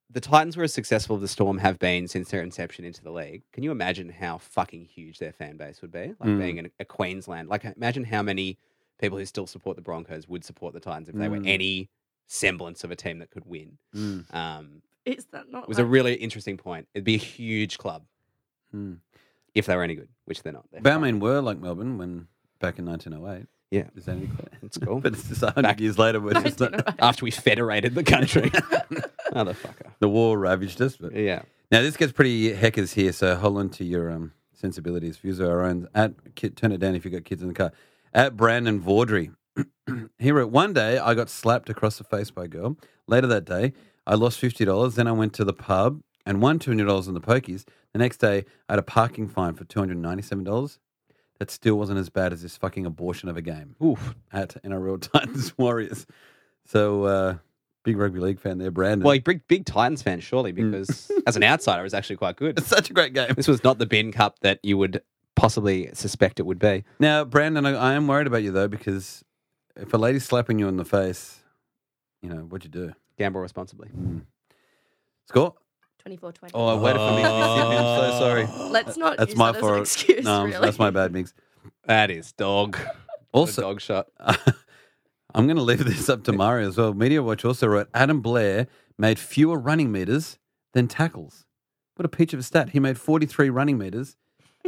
[SPEAKER 2] the Titans were as successful as the Storm have been since their inception into the league, can you imagine how fucking huge their fan base would be? Like
[SPEAKER 1] Mm.
[SPEAKER 2] being in a Queensland. Like, imagine how many people who still support the Broncos would support the Titans if they were
[SPEAKER 1] Mm.
[SPEAKER 2] any semblance of a team that could win.
[SPEAKER 1] Mm,
[SPEAKER 2] Um,
[SPEAKER 3] Is that not?
[SPEAKER 2] it was a
[SPEAKER 3] like-
[SPEAKER 2] really interesting point. It'd be a huge club
[SPEAKER 1] mm.
[SPEAKER 2] if they were any good, which they're not. They're
[SPEAKER 1] Balmain were like Melbourne when back in 1908.
[SPEAKER 2] Yeah.
[SPEAKER 1] Is that any clear?
[SPEAKER 2] It's cool.
[SPEAKER 1] but it's just 100
[SPEAKER 2] Back-
[SPEAKER 1] years later. We're just
[SPEAKER 3] don't
[SPEAKER 1] not-
[SPEAKER 3] know.
[SPEAKER 2] after we federated the country. Motherfucker.
[SPEAKER 1] the war ravaged us. But.
[SPEAKER 2] Yeah.
[SPEAKER 1] Now, this gets pretty heckers here, so hold on to your um, sensibilities. Views are our own. At, kid, turn it down if you've got kids in the car. At Brandon Vaudry. he wrote, One day I got slapped across the face by a girl. Later that day, I lost $50. Then I went to the pub and won $200 in the pokies. The next day, I had a parking fine for $297. That still wasn't as bad as this fucking abortion of a game. Oof. At NRL Titans Warriors. So, uh, big rugby league fan there, Brandon.
[SPEAKER 2] Well, big, big Titans fan, surely, because as an outsider, it was actually quite good.
[SPEAKER 1] it's such a great game.
[SPEAKER 2] This was not the bin cup that you would possibly suspect it would be.
[SPEAKER 1] Now, Brandon, I, I am worried about you though because if a lady's slapping you in the face, you know what'd you do?
[SPEAKER 2] Gamble responsibly.
[SPEAKER 1] Score?
[SPEAKER 3] 24 20.
[SPEAKER 1] Oh, I waited for me to be sipping. I'm so sorry.
[SPEAKER 3] Let's not
[SPEAKER 1] Uh, That's
[SPEAKER 3] use
[SPEAKER 1] my
[SPEAKER 3] that as
[SPEAKER 1] fault.
[SPEAKER 3] an excuse,
[SPEAKER 1] no,
[SPEAKER 3] really.
[SPEAKER 1] that's my bad, Migs.
[SPEAKER 2] That is dog.
[SPEAKER 1] Also-
[SPEAKER 2] Also, dog shot.
[SPEAKER 1] I'm going to leave this up to Mario as well. Media Watch also wrote Adam Blair made fewer running meters than tackles. What a peach of a stat! He made 43 running meters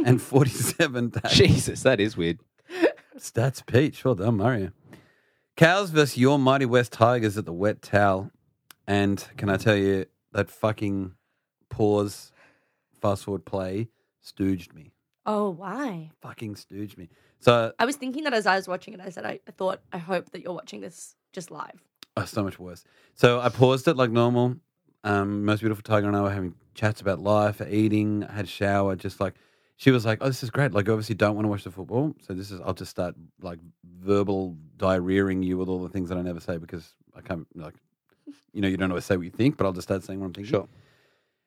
[SPEAKER 1] and 47 tackles.
[SPEAKER 2] Jesus, that is weird.
[SPEAKER 1] Stats Peach. Well done, Mario. Cows versus your mighty West Tigers at the wet towel. And can I tell you, that fucking pause, fast forward play stooged me.
[SPEAKER 3] Oh, why?
[SPEAKER 1] Fucking stooged me. So,
[SPEAKER 3] I was thinking that as I was watching it, I said, I, I thought, I hope that you're watching this just live.
[SPEAKER 1] oh, so much worse. So I paused it like normal. Um, most beautiful tiger and I were having chats about life, eating, I had a shower, just like she was like, Oh, this is great. Like obviously don't want to watch the football. So this is I'll just start like verbal diarrheaing you with all the things that I never say because I can't like you know, you don't always say what you think, but I'll just start saying what I'm thinking.
[SPEAKER 2] Sure.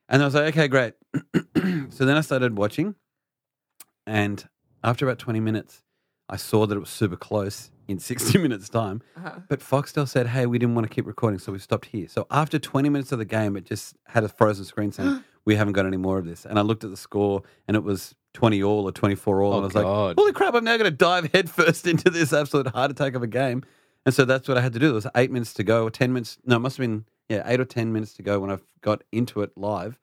[SPEAKER 1] And I was like, okay, great. so then I started watching. And after about 20 minutes, I saw that it was super close in 60 minutes' time.
[SPEAKER 2] Uh-huh.
[SPEAKER 1] But Foxtel said, hey, we didn't want to keep recording, so we stopped here. So after 20 minutes of the game, it just had a frozen screen saying, we haven't got any more of this. And I looked at the score, and it was 20 all or 24 all.
[SPEAKER 2] Oh,
[SPEAKER 1] and I was
[SPEAKER 2] God.
[SPEAKER 1] like, holy crap, I'm now going to dive headfirst into this absolute heart attack of a game. And so that's what I had to do. There was eight minutes to go, or 10 minutes. No, it must have been, yeah, eight or 10 minutes to go when I got into it live.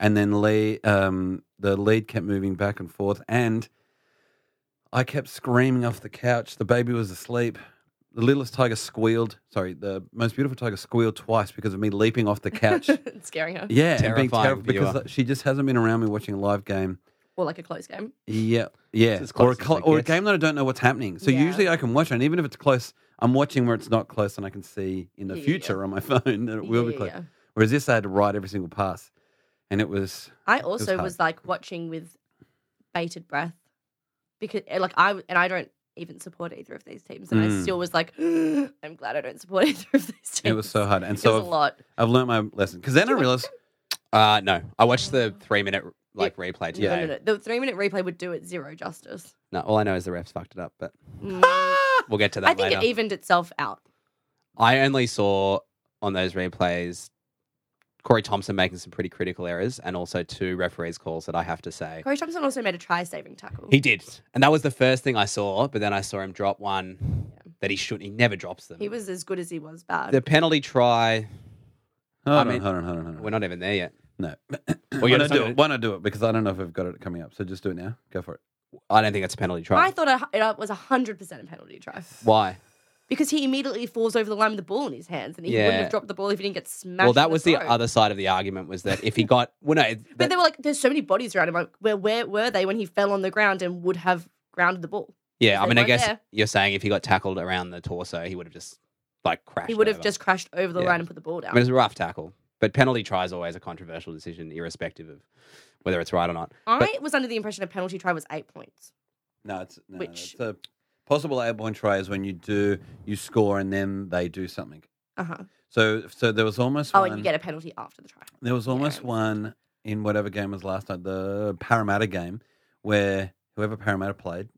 [SPEAKER 1] And then Lee, um, the lead kept moving back and forth. And I kept screaming off the couch. The baby was asleep. The littlest tiger squealed. Sorry, the most beautiful tiger squealed twice because of me leaping off the couch.
[SPEAKER 3] It's scaring her.
[SPEAKER 1] yeah, and being
[SPEAKER 2] Terrifying
[SPEAKER 1] terrified because
[SPEAKER 2] viewer.
[SPEAKER 1] like, she just hasn't been around me watching a live game.
[SPEAKER 3] Or like a close game.
[SPEAKER 1] Yeah, yeah,
[SPEAKER 2] as
[SPEAKER 1] or a
[SPEAKER 2] close as
[SPEAKER 1] cl-
[SPEAKER 2] I
[SPEAKER 1] or a
[SPEAKER 2] guess.
[SPEAKER 1] game that I don't know what's happening. So
[SPEAKER 3] Yeah.
[SPEAKER 1] usually I can watch it, and even if it's close, I'm watching where it's not close, and I can see in the
[SPEAKER 3] Yeah, yeah,
[SPEAKER 1] future on my phone that it will be
[SPEAKER 3] Yeah,
[SPEAKER 1] close.
[SPEAKER 3] yeah.
[SPEAKER 1] Whereas this, I had to write every single pass, and it was
[SPEAKER 3] I also
[SPEAKER 1] hard.
[SPEAKER 3] was like watching with bated breath because eh, like I and I don't even support either of these teams and I
[SPEAKER 1] Mm.
[SPEAKER 3] still was like I'm glad I don't support either of these teams.
[SPEAKER 1] it was so hard, and
[SPEAKER 3] It was
[SPEAKER 1] so
[SPEAKER 3] a
[SPEAKER 1] I've,
[SPEAKER 3] lot.
[SPEAKER 1] I've learned my lesson because then I realized
[SPEAKER 2] Uh, no, I watched the three minute like replay
[SPEAKER 3] No, no,
[SPEAKER 2] today.
[SPEAKER 3] no. The three minute replay would do it zero justice.
[SPEAKER 2] No, all I know is the refs fucked it up, but
[SPEAKER 3] Mm.
[SPEAKER 2] we'll get to that
[SPEAKER 3] I think
[SPEAKER 2] later.
[SPEAKER 3] it evened itself out.
[SPEAKER 2] I only saw on those replays Corey Thompson making some pretty critical errors, and also two referees' calls that I have to say
[SPEAKER 3] Corey Thompson also made a try saving tackle.
[SPEAKER 2] he did, and that was the first thing I saw. But then I saw him drop one that he should. He never drops them.
[SPEAKER 3] He was as good as he was bad.
[SPEAKER 2] the penalty try.
[SPEAKER 1] hold
[SPEAKER 2] I
[SPEAKER 1] on,
[SPEAKER 2] mean-
[SPEAKER 1] hold on, hold on, hold on.
[SPEAKER 2] We're not even there yet.
[SPEAKER 1] No,
[SPEAKER 2] Well,
[SPEAKER 1] why
[SPEAKER 2] you're
[SPEAKER 1] not
[SPEAKER 2] just
[SPEAKER 1] do
[SPEAKER 2] not
[SPEAKER 1] it? Why not do it? Because I don't know if I've got it coming up. So just do it now. Go for it.
[SPEAKER 2] I don't think it's a penalty try.
[SPEAKER 3] I thought it- it was 100% a penalty try
[SPEAKER 2] Why?
[SPEAKER 3] because he immediately falls over the line with the ball in his hands and he
[SPEAKER 2] Yeah.
[SPEAKER 3] wouldn't have dropped the ball if he didn't get smashed.
[SPEAKER 2] Well, that
[SPEAKER 3] in
[SPEAKER 2] was the
[SPEAKER 3] throat.
[SPEAKER 2] other side of the argument was that if he got well, no, it-
[SPEAKER 3] But they were like, there's so many bodies around him. Like, where where were they when he fell on the ground and would have grounded the ball?
[SPEAKER 2] yeah. I
[SPEAKER 3] they
[SPEAKER 2] mean, I
[SPEAKER 3] weren't
[SPEAKER 2] guess
[SPEAKER 3] there.
[SPEAKER 2] you're saying if he got tackled around the torso, he would have just like crashed.
[SPEAKER 3] He would have
[SPEAKER 2] over.
[SPEAKER 3] just crashed over the
[SPEAKER 2] Yeah.
[SPEAKER 3] line and put the ball
[SPEAKER 2] I
[SPEAKER 3] down.
[SPEAKER 2] mean, it's a rough tackle, but penalty try is always a controversial decision, irrespective of whether it's right or not.
[SPEAKER 3] I
[SPEAKER 2] but-
[SPEAKER 3] was under the impression a penalty try was eight points.
[SPEAKER 1] No, it's no,
[SPEAKER 3] Which-
[SPEAKER 1] it's a possible airborne try is when you do you score and then they do something.
[SPEAKER 3] Uh huh.
[SPEAKER 1] So so there was almost
[SPEAKER 3] Oh,
[SPEAKER 1] one-
[SPEAKER 3] and you get a penalty after the try.
[SPEAKER 1] There was almost
[SPEAKER 3] Yeah.
[SPEAKER 1] one in whatever game was last night, the Parramatta game, where whoever Parramatta played,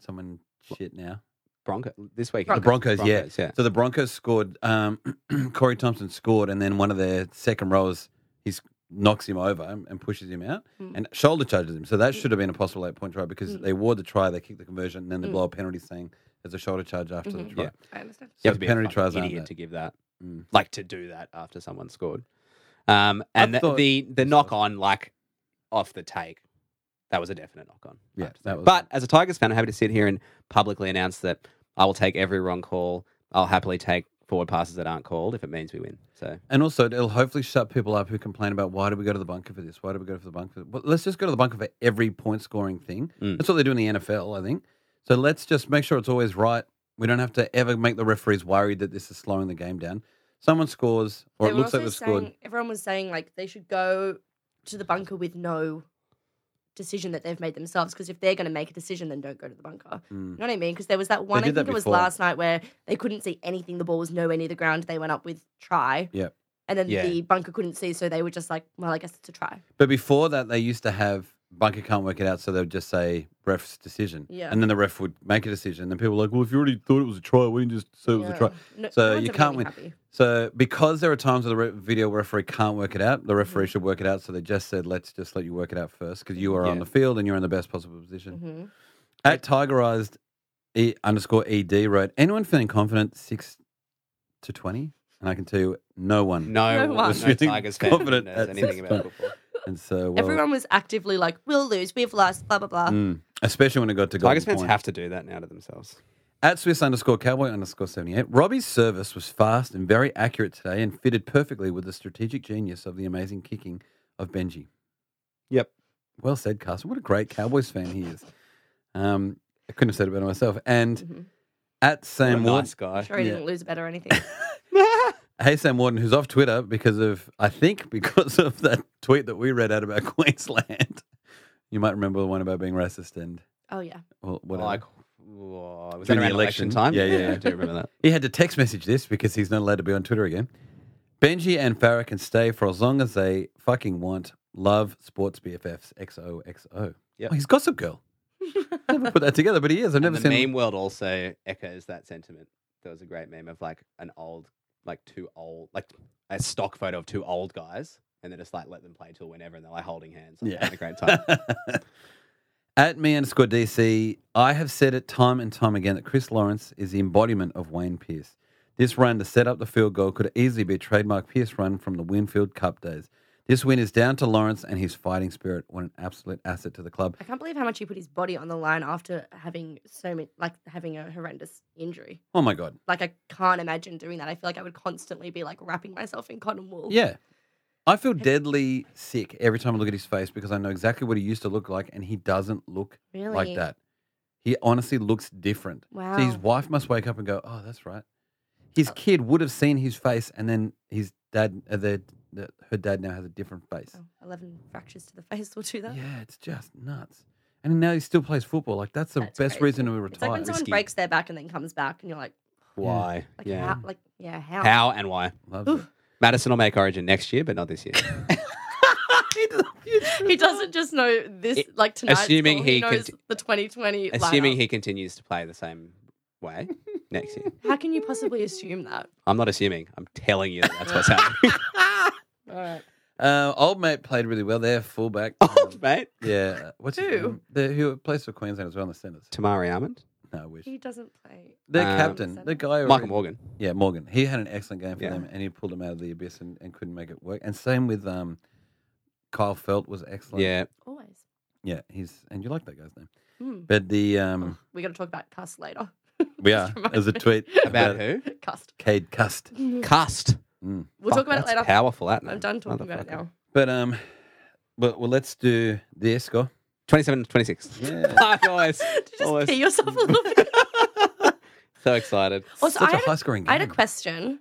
[SPEAKER 1] someone shit now.
[SPEAKER 2] Bronco this week.
[SPEAKER 1] The Broncos,
[SPEAKER 2] Broncos,
[SPEAKER 1] yeah.
[SPEAKER 2] yeah.
[SPEAKER 1] So the Broncos scored. Um, Corey Thompson scored, and then one of their second rows, he s- knocks him over and and pushes him out
[SPEAKER 3] Mm.
[SPEAKER 1] and shoulder charges him. So that should have been a possible eight point try because
[SPEAKER 3] Mm.
[SPEAKER 1] they award the try, they kick the conversion, and then they
[SPEAKER 3] Mm.
[SPEAKER 1] blow a penalty saying there's a shoulder charge after the
[SPEAKER 3] Mhm.
[SPEAKER 1] try.
[SPEAKER 2] Yeah.
[SPEAKER 3] I understand.
[SPEAKER 2] You
[SPEAKER 1] So
[SPEAKER 2] have to be
[SPEAKER 1] penalty
[SPEAKER 2] a
[SPEAKER 1] tries
[SPEAKER 2] fucking
[SPEAKER 1] aren't
[SPEAKER 2] idiot
[SPEAKER 1] that.
[SPEAKER 2] to give that,
[SPEAKER 1] Mm.
[SPEAKER 2] like to do that after someone scored. Um, and the,
[SPEAKER 1] thought-
[SPEAKER 2] the the knock on, like off the take, that was a definite knock on.
[SPEAKER 1] Yeah,
[SPEAKER 2] I have to
[SPEAKER 1] that
[SPEAKER 2] say.
[SPEAKER 1] was-
[SPEAKER 2] But as a Tigers fan, I'm happy to sit here and publicly announce that I will take every wrong call. I'll happily take forward passes that aren't called if it means we win. So
[SPEAKER 1] And also, it'll hopefully shut people up who complain about why do we go to the bunker for this? Why do we go to the bunker? For well, let's just go to the bunker for every point scoring thing.
[SPEAKER 2] Mm.
[SPEAKER 1] That's what they do in the NFL, I think. So let's just make sure it's always right. We don't have to ever make the referees worried that this is slowing the game down. Someone scores, or
[SPEAKER 3] They
[SPEAKER 1] it
[SPEAKER 3] were
[SPEAKER 1] looks like
[SPEAKER 3] also
[SPEAKER 1] they've
[SPEAKER 3] saying,
[SPEAKER 1] scored.
[SPEAKER 3] Everyone was saying like they should go to the bunker with no decision that they've made themselves because if they're going to make a decision, then don't go to the bunker. You
[SPEAKER 1] Mm.
[SPEAKER 3] know what I mean? Because there was that one. I
[SPEAKER 1] did
[SPEAKER 3] think
[SPEAKER 1] that
[SPEAKER 3] it was
[SPEAKER 1] before.
[SPEAKER 3] last night where they couldn't see anything. The ball was nowhere near the ground. They went up with try.
[SPEAKER 1] Yep.
[SPEAKER 3] And then
[SPEAKER 2] Yeah.
[SPEAKER 3] the bunker couldn't see, so they were just like, "Well, I guess it's a try."
[SPEAKER 1] But before that, they used to have bunker can't work it out, so they would just say ref's decision.
[SPEAKER 3] Yeah.
[SPEAKER 1] And then the ref would make a decision. And then people were like, well, if you already thought it was a try, why didn't you just say it was a try?
[SPEAKER 3] No-
[SPEAKER 1] So
[SPEAKER 3] no one's
[SPEAKER 1] you
[SPEAKER 3] ever
[SPEAKER 1] can't
[SPEAKER 3] really
[SPEAKER 1] win.
[SPEAKER 3] happy.
[SPEAKER 1] So, because there are times where the re- video referee can't work it out, the
[SPEAKER 2] Mm-hmm.
[SPEAKER 1] referee should work it out. So they just said, "Let's just let you work it out first, because you are on
[SPEAKER 2] Yeah. Mm-hmm.
[SPEAKER 1] the field and you're in the best possible position."
[SPEAKER 3] Mhm.
[SPEAKER 1] At Tigerized e, underscore ed wrote, "Anyone feeling confident six to 20? And I can tell you, no one.
[SPEAKER 2] no,
[SPEAKER 3] No
[SPEAKER 2] one,
[SPEAKER 3] one.
[SPEAKER 2] no Tigers fan
[SPEAKER 1] Confident
[SPEAKER 2] knows
[SPEAKER 1] at
[SPEAKER 2] anything
[SPEAKER 1] six
[SPEAKER 2] about
[SPEAKER 1] point.
[SPEAKER 2] football.
[SPEAKER 1] And so, well,
[SPEAKER 3] Everyone was actively like, "We'll lose. We've lost." Blah blah blah.
[SPEAKER 1] mm, especially when it got to
[SPEAKER 2] Tigers
[SPEAKER 1] golden
[SPEAKER 2] fans
[SPEAKER 1] point.
[SPEAKER 2] uh, have to do that now to themselves.
[SPEAKER 1] At Swiss underscore cowboy underscore 78, Robbie's service was fast and very accurate today and fitted perfectly with the strategic genius of the amazing kicking of Benji.
[SPEAKER 2] Yep.
[SPEAKER 1] Well said, Carson. What a great Cowboys fan he is. Um, I couldn't have said it better myself. And at Sam
[SPEAKER 2] what a
[SPEAKER 1] Ward,
[SPEAKER 2] nice guy.
[SPEAKER 3] Sure, he
[SPEAKER 1] Yeah.
[SPEAKER 3] didn't lose bet or anything.
[SPEAKER 1] hey Sam Warden, who's off Twitter because of, I think, because of that tweet that we read out about Queensland. You might remember the one about being racist and
[SPEAKER 3] oh yeah.
[SPEAKER 1] well, whatever.
[SPEAKER 2] Like, whoa, was that
[SPEAKER 1] During the
[SPEAKER 2] around election
[SPEAKER 1] election.
[SPEAKER 2] time?
[SPEAKER 1] Yeah, yeah, yeah.
[SPEAKER 2] I do remember that.
[SPEAKER 1] He had to text message this because he's not allowed to be on Twitter again. Benji and Farah can stay for as long as they fucking want. Love sports BFFs. XOXO.
[SPEAKER 2] Yep.
[SPEAKER 1] Oh, he's Gossip Girl. I never put that together, but he is. I've never
[SPEAKER 2] and the
[SPEAKER 1] seen.
[SPEAKER 2] meme world also echoes that sentiment. There was a great meme of like an old, like two old, like a stock photo of two old guys, and they just like let them play till whenever, and they're like holding hands. Like,
[SPEAKER 1] Yeah.
[SPEAKER 2] having a great time.
[SPEAKER 1] At me underscore DC, I have said it time and time again that Chris Lawrence is the embodiment of Wayne Pierce. This run to set up the field goal could easily be a trademark Pierce run from the Winfield Cup days. This win is down to Lawrence and his fighting spirit. What an absolute asset to the club.
[SPEAKER 3] I can't believe how much he put his body on the line after having so many, like having a horrendous injury.
[SPEAKER 1] Oh my God.
[SPEAKER 3] Like I can't imagine doing that. I feel like I would constantly be like wrapping myself in cotton wool.
[SPEAKER 1] Yeah. I feel deadly sick every time I look at his face because I know exactly what he used to look like and he doesn't look
[SPEAKER 3] Really?
[SPEAKER 1] like that. He honestly looks different. So his
[SPEAKER 3] Wow. Oh.
[SPEAKER 1] wife must wake up and go, "Oh, that's right." His kid would have seen his face, and then his dad, uh, their, the, her dad now has a different face.
[SPEAKER 3] Oh, Eleven fractures to the face will do that.
[SPEAKER 1] Yeah, it's just nuts. And now he still plays football. Like that's the
[SPEAKER 3] That's
[SPEAKER 1] best
[SPEAKER 3] crazy.
[SPEAKER 1] reason to
[SPEAKER 3] It's like
[SPEAKER 1] retire.
[SPEAKER 3] when someone
[SPEAKER 2] risky.
[SPEAKER 3] breaks their back and then comes back, and you're like,
[SPEAKER 2] Why?
[SPEAKER 3] like
[SPEAKER 2] Yeah.
[SPEAKER 3] how, like yeah, how?
[SPEAKER 2] How and why?
[SPEAKER 1] Loves it.
[SPEAKER 2] Madison will make Origin next year, but not this year.
[SPEAKER 3] He doesn't just know this
[SPEAKER 2] It-
[SPEAKER 3] like tonight.
[SPEAKER 2] assuming he could-
[SPEAKER 3] knows the 2020.
[SPEAKER 2] Assuming
[SPEAKER 3] lineup.
[SPEAKER 2] he continues to play the same way next year.
[SPEAKER 3] How can you possibly assume that?
[SPEAKER 2] I'm not assuming. I'm telling you that that's what's happening.
[SPEAKER 1] Uh, old mate played really well there, fullback.
[SPEAKER 2] oh,
[SPEAKER 1] Um,
[SPEAKER 2] mate.
[SPEAKER 1] yeah, what's his
[SPEAKER 3] Who?
[SPEAKER 1] name? The, who plays for Queensland as well in the centres?
[SPEAKER 2] Tamari Armand.
[SPEAKER 1] No, I wish.
[SPEAKER 3] He doesn't play.
[SPEAKER 1] Their
[SPEAKER 2] Um,
[SPEAKER 1] captain, the guy.
[SPEAKER 2] Michael
[SPEAKER 1] already-
[SPEAKER 2] Morgan.
[SPEAKER 1] Yeah, Morgan. He had an excellent game for
[SPEAKER 2] Yeah.
[SPEAKER 1] them, and he pulled them out of the abyss and, and couldn't make it work. And same with um, Kyle Felt was excellent.
[SPEAKER 2] Yeah.
[SPEAKER 3] Always.
[SPEAKER 1] yeah. He's and you like that guy's name,
[SPEAKER 3] Hmm.
[SPEAKER 1] but the um,
[SPEAKER 3] We got to talk about cuss later.
[SPEAKER 1] we are as a tweet
[SPEAKER 2] About who?
[SPEAKER 3] Cust.
[SPEAKER 1] Cade Cust.
[SPEAKER 3] Hmm.
[SPEAKER 2] Cust.
[SPEAKER 3] Mm-hmm. We'll talk about it later.
[SPEAKER 2] Powerful, that
[SPEAKER 3] I'm done talking about it now.
[SPEAKER 1] But um, but well, let's do this. Go.
[SPEAKER 2] 27 26. Bye, guys.
[SPEAKER 3] Just
[SPEAKER 2] Always
[SPEAKER 3] pee yourself a little bit.
[SPEAKER 2] so excited.
[SPEAKER 3] Also,
[SPEAKER 1] Such
[SPEAKER 3] I
[SPEAKER 1] a
[SPEAKER 3] had a-
[SPEAKER 1] high scoring game.
[SPEAKER 3] I had a question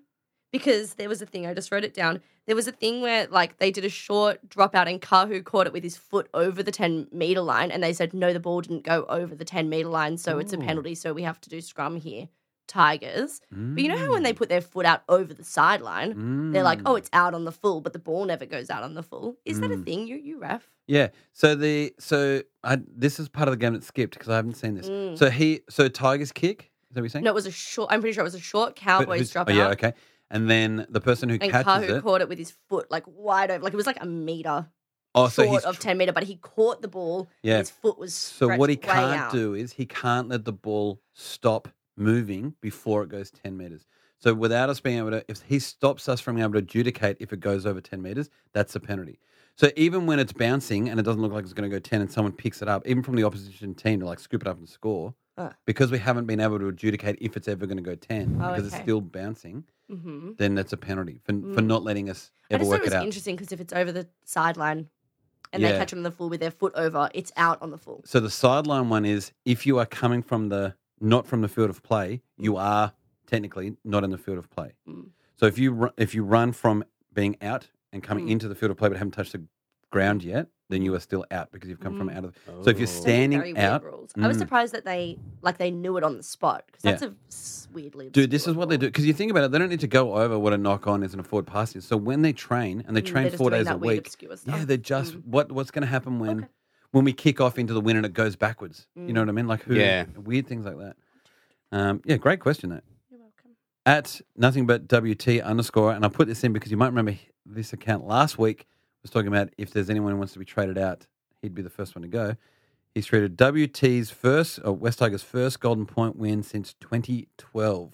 [SPEAKER 3] because there was a thing, I just wrote it down. There was a thing where like they did a short dropout and Kahu caught it with his foot over the 10 meter line and they said, no, the ball didn't go over the 10 meter line, so it's a penalty, so we have to do scrum here. Tigers. But you know how when
[SPEAKER 1] Mm.
[SPEAKER 3] they put their foot out over the sideline,
[SPEAKER 1] Mm-hmm.
[SPEAKER 3] they're like, oh, it's out on the full, but the ball never goes out on the full. Is that a
[SPEAKER 1] Mm.
[SPEAKER 3] thing? You you ref?
[SPEAKER 1] Yeah. So the so I this is part of the game that skipped because I haven't seen this.
[SPEAKER 3] Mm.
[SPEAKER 1] So he so Tigers kick. Is that what you're saying?
[SPEAKER 3] No, it was a short I'm pretty sure it was a short
[SPEAKER 1] But
[SPEAKER 3] cowboys
[SPEAKER 1] who's-
[SPEAKER 3] dropout.
[SPEAKER 1] Oh, yeah. Okay. And then the person who
[SPEAKER 3] And
[SPEAKER 1] catches
[SPEAKER 3] Kahu
[SPEAKER 1] it.
[SPEAKER 3] caught it with his foot like wide over, like it was like a meter
[SPEAKER 1] Oh, so
[SPEAKER 3] short
[SPEAKER 1] he's
[SPEAKER 3] of ten meter, but he caught the ball.
[SPEAKER 1] Yeah.
[SPEAKER 3] his foot was
[SPEAKER 1] So what he
[SPEAKER 3] stretched way
[SPEAKER 1] can't
[SPEAKER 3] out.
[SPEAKER 1] do is he can't let the ball stop moving before it goes 10 meters. So without us being able to, if he stops us from being able to adjudicate if it goes over 10 meters, that's a penalty. So even when it's bouncing and it doesn't look like it's going to go 10 and someone picks it up, even from the opposition team to like scoop it up and score,
[SPEAKER 3] Ah.
[SPEAKER 1] because we haven't been able to adjudicate if it's ever going to go 10
[SPEAKER 3] Oh,
[SPEAKER 1] because it's
[SPEAKER 3] okay.
[SPEAKER 1] still bouncing,
[SPEAKER 3] Mm-hmm.
[SPEAKER 1] then that's a penalty for, for not letting us
[SPEAKER 3] I
[SPEAKER 1] ever
[SPEAKER 3] just thought it
[SPEAKER 1] work
[SPEAKER 3] was
[SPEAKER 1] it out.
[SPEAKER 3] interesting because if it's over the sideline and
[SPEAKER 1] Yeah.
[SPEAKER 3] they catch it on the full with their foot over, it's out on the full.
[SPEAKER 1] So the sideline one is if you are coming from the not from the field of play, you are technically not in the field of play.
[SPEAKER 3] Mm.
[SPEAKER 1] So if you ru- if you run from being out and coming
[SPEAKER 3] Mm.
[SPEAKER 1] into the field of play but haven't touched the ground yet, then you are still out because you've come from
[SPEAKER 3] Mm.
[SPEAKER 1] out of. So if you're
[SPEAKER 2] Oh.
[SPEAKER 1] standing
[SPEAKER 3] Very weird
[SPEAKER 1] out,
[SPEAKER 3] rules. I was
[SPEAKER 1] Mm.
[SPEAKER 3] surprised that they like they knew it on the spot because
[SPEAKER 1] Yeah.
[SPEAKER 3] that's a s- weirdly
[SPEAKER 1] Dude, this
[SPEAKER 3] obscure
[SPEAKER 1] is what they
[SPEAKER 3] rule.
[SPEAKER 1] do. Because you think about it, they don't need to go over what a knock on is and a forward pass is. So when they train and they
[SPEAKER 3] Mm,
[SPEAKER 1] train
[SPEAKER 3] they're just
[SPEAKER 1] four
[SPEAKER 3] doing
[SPEAKER 1] days
[SPEAKER 3] that
[SPEAKER 1] a
[SPEAKER 3] weird
[SPEAKER 1] week,
[SPEAKER 3] obscure
[SPEAKER 1] yeah,
[SPEAKER 3] stuff.
[SPEAKER 1] they're just
[SPEAKER 3] Mm.
[SPEAKER 1] what what's going to happen when when we kick off into the wind and it goes backwards. You know what I mean? Like who?
[SPEAKER 3] Mm.
[SPEAKER 2] Yeah.
[SPEAKER 1] Weird things like that. Um, yeah, great question though.
[SPEAKER 3] You're welcome.
[SPEAKER 1] At nothing but WT underscore, and I put this in because you might remember h- this account last week was talking about if there's anyone who wants to be traded out, he'd be the first one to go. He's traded WT's first, or West Tigers' first Golden Point win since 2012.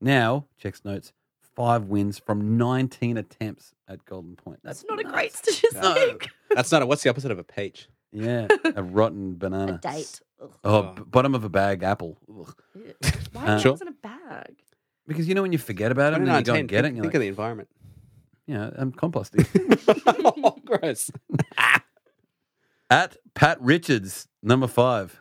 [SPEAKER 1] Now, checks notes, five wins from 19 attempts at Golden Point.
[SPEAKER 3] That's not a
[SPEAKER 1] nuts.
[SPEAKER 3] great statistic.
[SPEAKER 2] That's not a, what's the opposite of a peach?
[SPEAKER 1] Yeah, a rotten banana.
[SPEAKER 3] A date. Ugh.
[SPEAKER 1] Oh, b- bottom of a bag apple. Ugh.
[SPEAKER 3] Ew. Why
[SPEAKER 1] Uh,
[SPEAKER 3] is
[SPEAKER 2] Sure.
[SPEAKER 3] it in a bag?
[SPEAKER 1] Because you know when you forget about it and then you go and
[SPEAKER 2] 2019,
[SPEAKER 1] get it, and
[SPEAKER 2] think,
[SPEAKER 1] you're
[SPEAKER 2] think
[SPEAKER 1] like,
[SPEAKER 2] of the environment.
[SPEAKER 1] yeah, I'm composting.
[SPEAKER 2] oh, gross.
[SPEAKER 1] At Pat Richards, number five.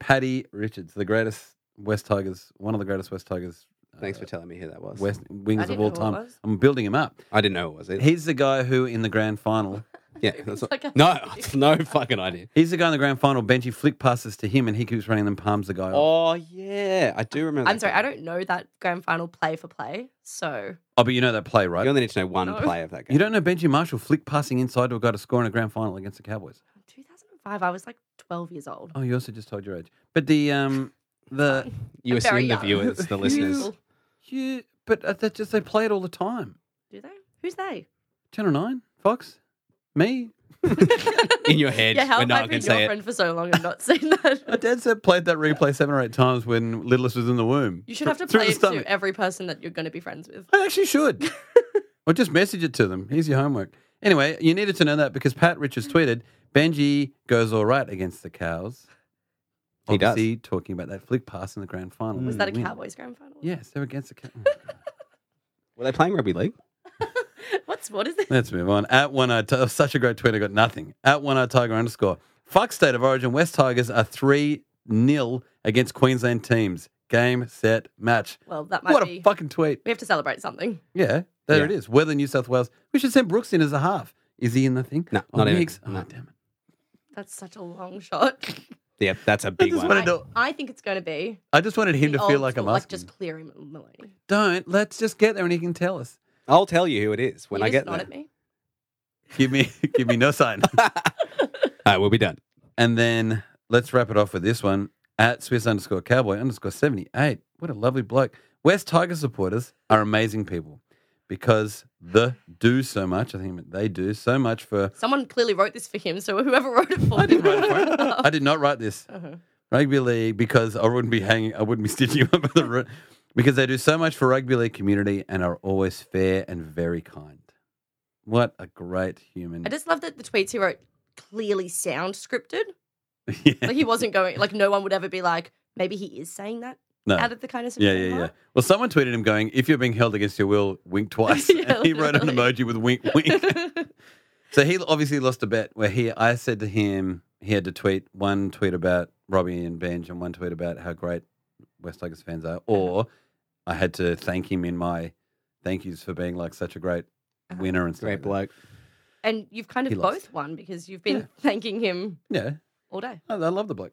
[SPEAKER 1] Patty Richards, the greatest West Tigers, one of the greatest West Tigers
[SPEAKER 2] Thanks for telling me who that was.
[SPEAKER 1] West wingers of
[SPEAKER 3] didn't
[SPEAKER 1] all
[SPEAKER 3] know who it
[SPEAKER 1] time.
[SPEAKER 3] was.
[SPEAKER 1] I'm building him up.
[SPEAKER 2] I didn't know it was either.
[SPEAKER 1] He's the guy who, in the grand final,
[SPEAKER 2] yeah, that's not,
[SPEAKER 3] like a-
[SPEAKER 2] no, no fucking idea.
[SPEAKER 1] he's the guy in the grand final. Benji flick passes to him, and he keeps running them palms the guy. off.
[SPEAKER 2] Oh yeah, I do remember.
[SPEAKER 3] I'm
[SPEAKER 2] that
[SPEAKER 3] sorry,
[SPEAKER 2] guy.
[SPEAKER 3] I don't know that grand final play for play. So
[SPEAKER 1] Oh, but you know that play, right?
[SPEAKER 2] You only need to know one
[SPEAKER 3] No.
[SPEAKER 2] player of that game.
[SPEAKER 1] You don't know Benji Marshall flick passing inside to a guy to score in a grand final against the Cowboys.
[SPEAKER 3] 2005, I was like 12 years old.
[SPEAKER 1] Oh, you also just told your age. But the um the
[SPEAKER 2] You
[SPEAKER 3] I'm very
[SPEAKER 2] assume the
[SPEAKER 3] young.
[SPEAKER 2] viewers, the listeners.
[SPEAKER 1] You- you but uh, that just they play it all the time.
[SPEAKER 3] Do they? Who's they?
[SPEAKER 1] Channel Nine, Fox, me,
[SPEAKER 2] in your head.
[SPEAKER 3] Yeah, how have
[SPEAKER 2] we're
[SPEAKER 3] I
[SPEAKER 2] not
[SPEAKER 3] been
[SPEAKER 2] going to
[SPEAKER 3] your
[SPEAKER 2] say
[SPEAKER 3] friend
[SPEAKER 2] it.
[SPEAKER 3] for so long and not seen that?
[SPEAKER 1] My dad said played that replay seven or eight times when Littlest was in the womb.
[SPEAKER 3] You should have to
[SPEAKER 1] Through
[SPEAKER 3] play
[SPEAKER 1] the
[SPEAKER 3] it
[SPEAKER 1] stomach. Hmm,
[SPEAKER 3] to every person that you're going to be friends with.
[SPEAKER 1] I actually should. or just message it to them. Here's your homework. Anyway, you needed to know that because Pat Richards tweeted, Benji goes all right against the cows.
[SPEAKER 2] He does.
[SPEAKER 1] Obviously, talking about that flick pass in the grand final.
[SPEAKER 3] Was
[SPEAKER 1] and
[SPEAKER 3] that a
[SPEAKER 1] the win.
[SPEAKER 3] Cowboys grand final?
[SPEAKER 1] Yes, they're against the cows.
[SPEAKER 2] Were they playing rugby league?
[SPEAKER 3] What's what is it?
[SPEAKER 1] Let's move on. At one I t- such a great tweet, I got nothing. At one I tiger underscore. Fuck state of origin. West Tigers are three 0 against Queensland teams. Game, set, match.
[SPEAKER 3] Well, that might
[SPEAKER 1] What
[SPEAKER 3] be.
[SPEAKER 1] a fucking tweet.
[SPEAKER 3] we have to celebrate something.
[SPEAKER 1] Yeah, there
[SPEAKER 2] Yeah.
[SPEAKER 1] it is. Weather New South Wales. We should send Brooks in as a half. Is he in the thing?
[SPEAKER 2] No,
[SPEAKER 1] Oh,
[SPEAKER 2] not even.
[SPEAKER 1] Higgs. Oh,
[SPEAKER 2] No.
[SPEAKER 1] damn it.
[SPEAKER 3] That's such a long shot.
[SPEAKER 2] Yeah, that's a big
[SPEAKER 1] just
[SPEAKER 2] one.
[SPEAKER 1] wanted-
[SPEAKER 3] I,
[SPEAKER 1] don't-
[SPEAKER 3] I think it's going to be.
[SPEAKER 1] I just wanted him
[SPEAKER 3] the
[SPEAKER 1] to feel
[SPEAKER 3] old
[SPEAKER 1] like
[SPEAKER 3] school,
[SPEAKER 1] I'm asking.
[SPEAKER 3] just clearing Maloney.
[SPEAKER 1] Don't. Let's just get there and he can tell us.
[SPEAKER 2] I'll tell you who it is when
[SPEAKER 3] you
[SPEAKER 2] I
[SPEAKER 3] just
[SPEAKER 2] get
[SPEAKER 3] nod
[SPEAKER 2] there.
[SPEAKER 3] at me.
[SPEAKER 1] Give me, give me no sign.
[SPEAKER 2] All right, we'll be done.
[SPEAKER 1] And then let's wrap it off with this one at Swiss underscore cowboy underscore 78. What a lovely bloke. West Tiger supporters are amazing people because the do so much. I think they do so much for.
[SPEAKER 3] Someone clearly wrote this for him, so whoever wrote it for him.
[SPEAKER 1] I did not write this.
[SPEAKER 3] Uh-huh.
[SPEAKER 1] Rugby league because I wouldn't be hanging, I wouldn't be stitching up at the root because they do so much for rugby league community and are always fair and very kind. What a great human.
[SPEAKER 3] I just love that the tweets he wrote clearly sound scripted.
[SPEAKER 1] Yeah.
[SPEAKER 3] Like he wasn't going. Like no one would ever be like, maybe he is saying that
[SPEAKER 1] No.
[SPEAKER 3] out of the kindness of
[SPEAKER 1] Yeah,
[SPEAKER 3] his own
[SPEAKER 1] yeah, yeah.
[SPEAKER 3] heart.
[SPEAKER 1] Well, someone tweeted him going, "If you're being held against your will, wink twice."
[SPEAKER 3] Yeah,
[SPEAKER 1] and he wrote an
[SPEAKER 3] literally.
[SPEAKER 1] emoji with wink, wink. so he obviously lost a bet where he, I said to him, he had to tweet one tweet about Robbie and Benj and one tweet about how great West Tigers fans are, or I had to thank him in my thank yous for being like such a great winner and stuff.
[SPEAKER 2] Great
[SPEAKER 1] like
[SPEAKER 2] bloke.
[SPEAKER 3] And you've kind
[SPEAKER 1] He
[SPEAKER 3] of
[SPEAKER 1] lost.
[SPEAKER 3] both won because you've been thanking him
[SPEAKER 1] that. Yeah,
[SPEAKER 3] all day
[SPEAKER 1] I, I love the bloke,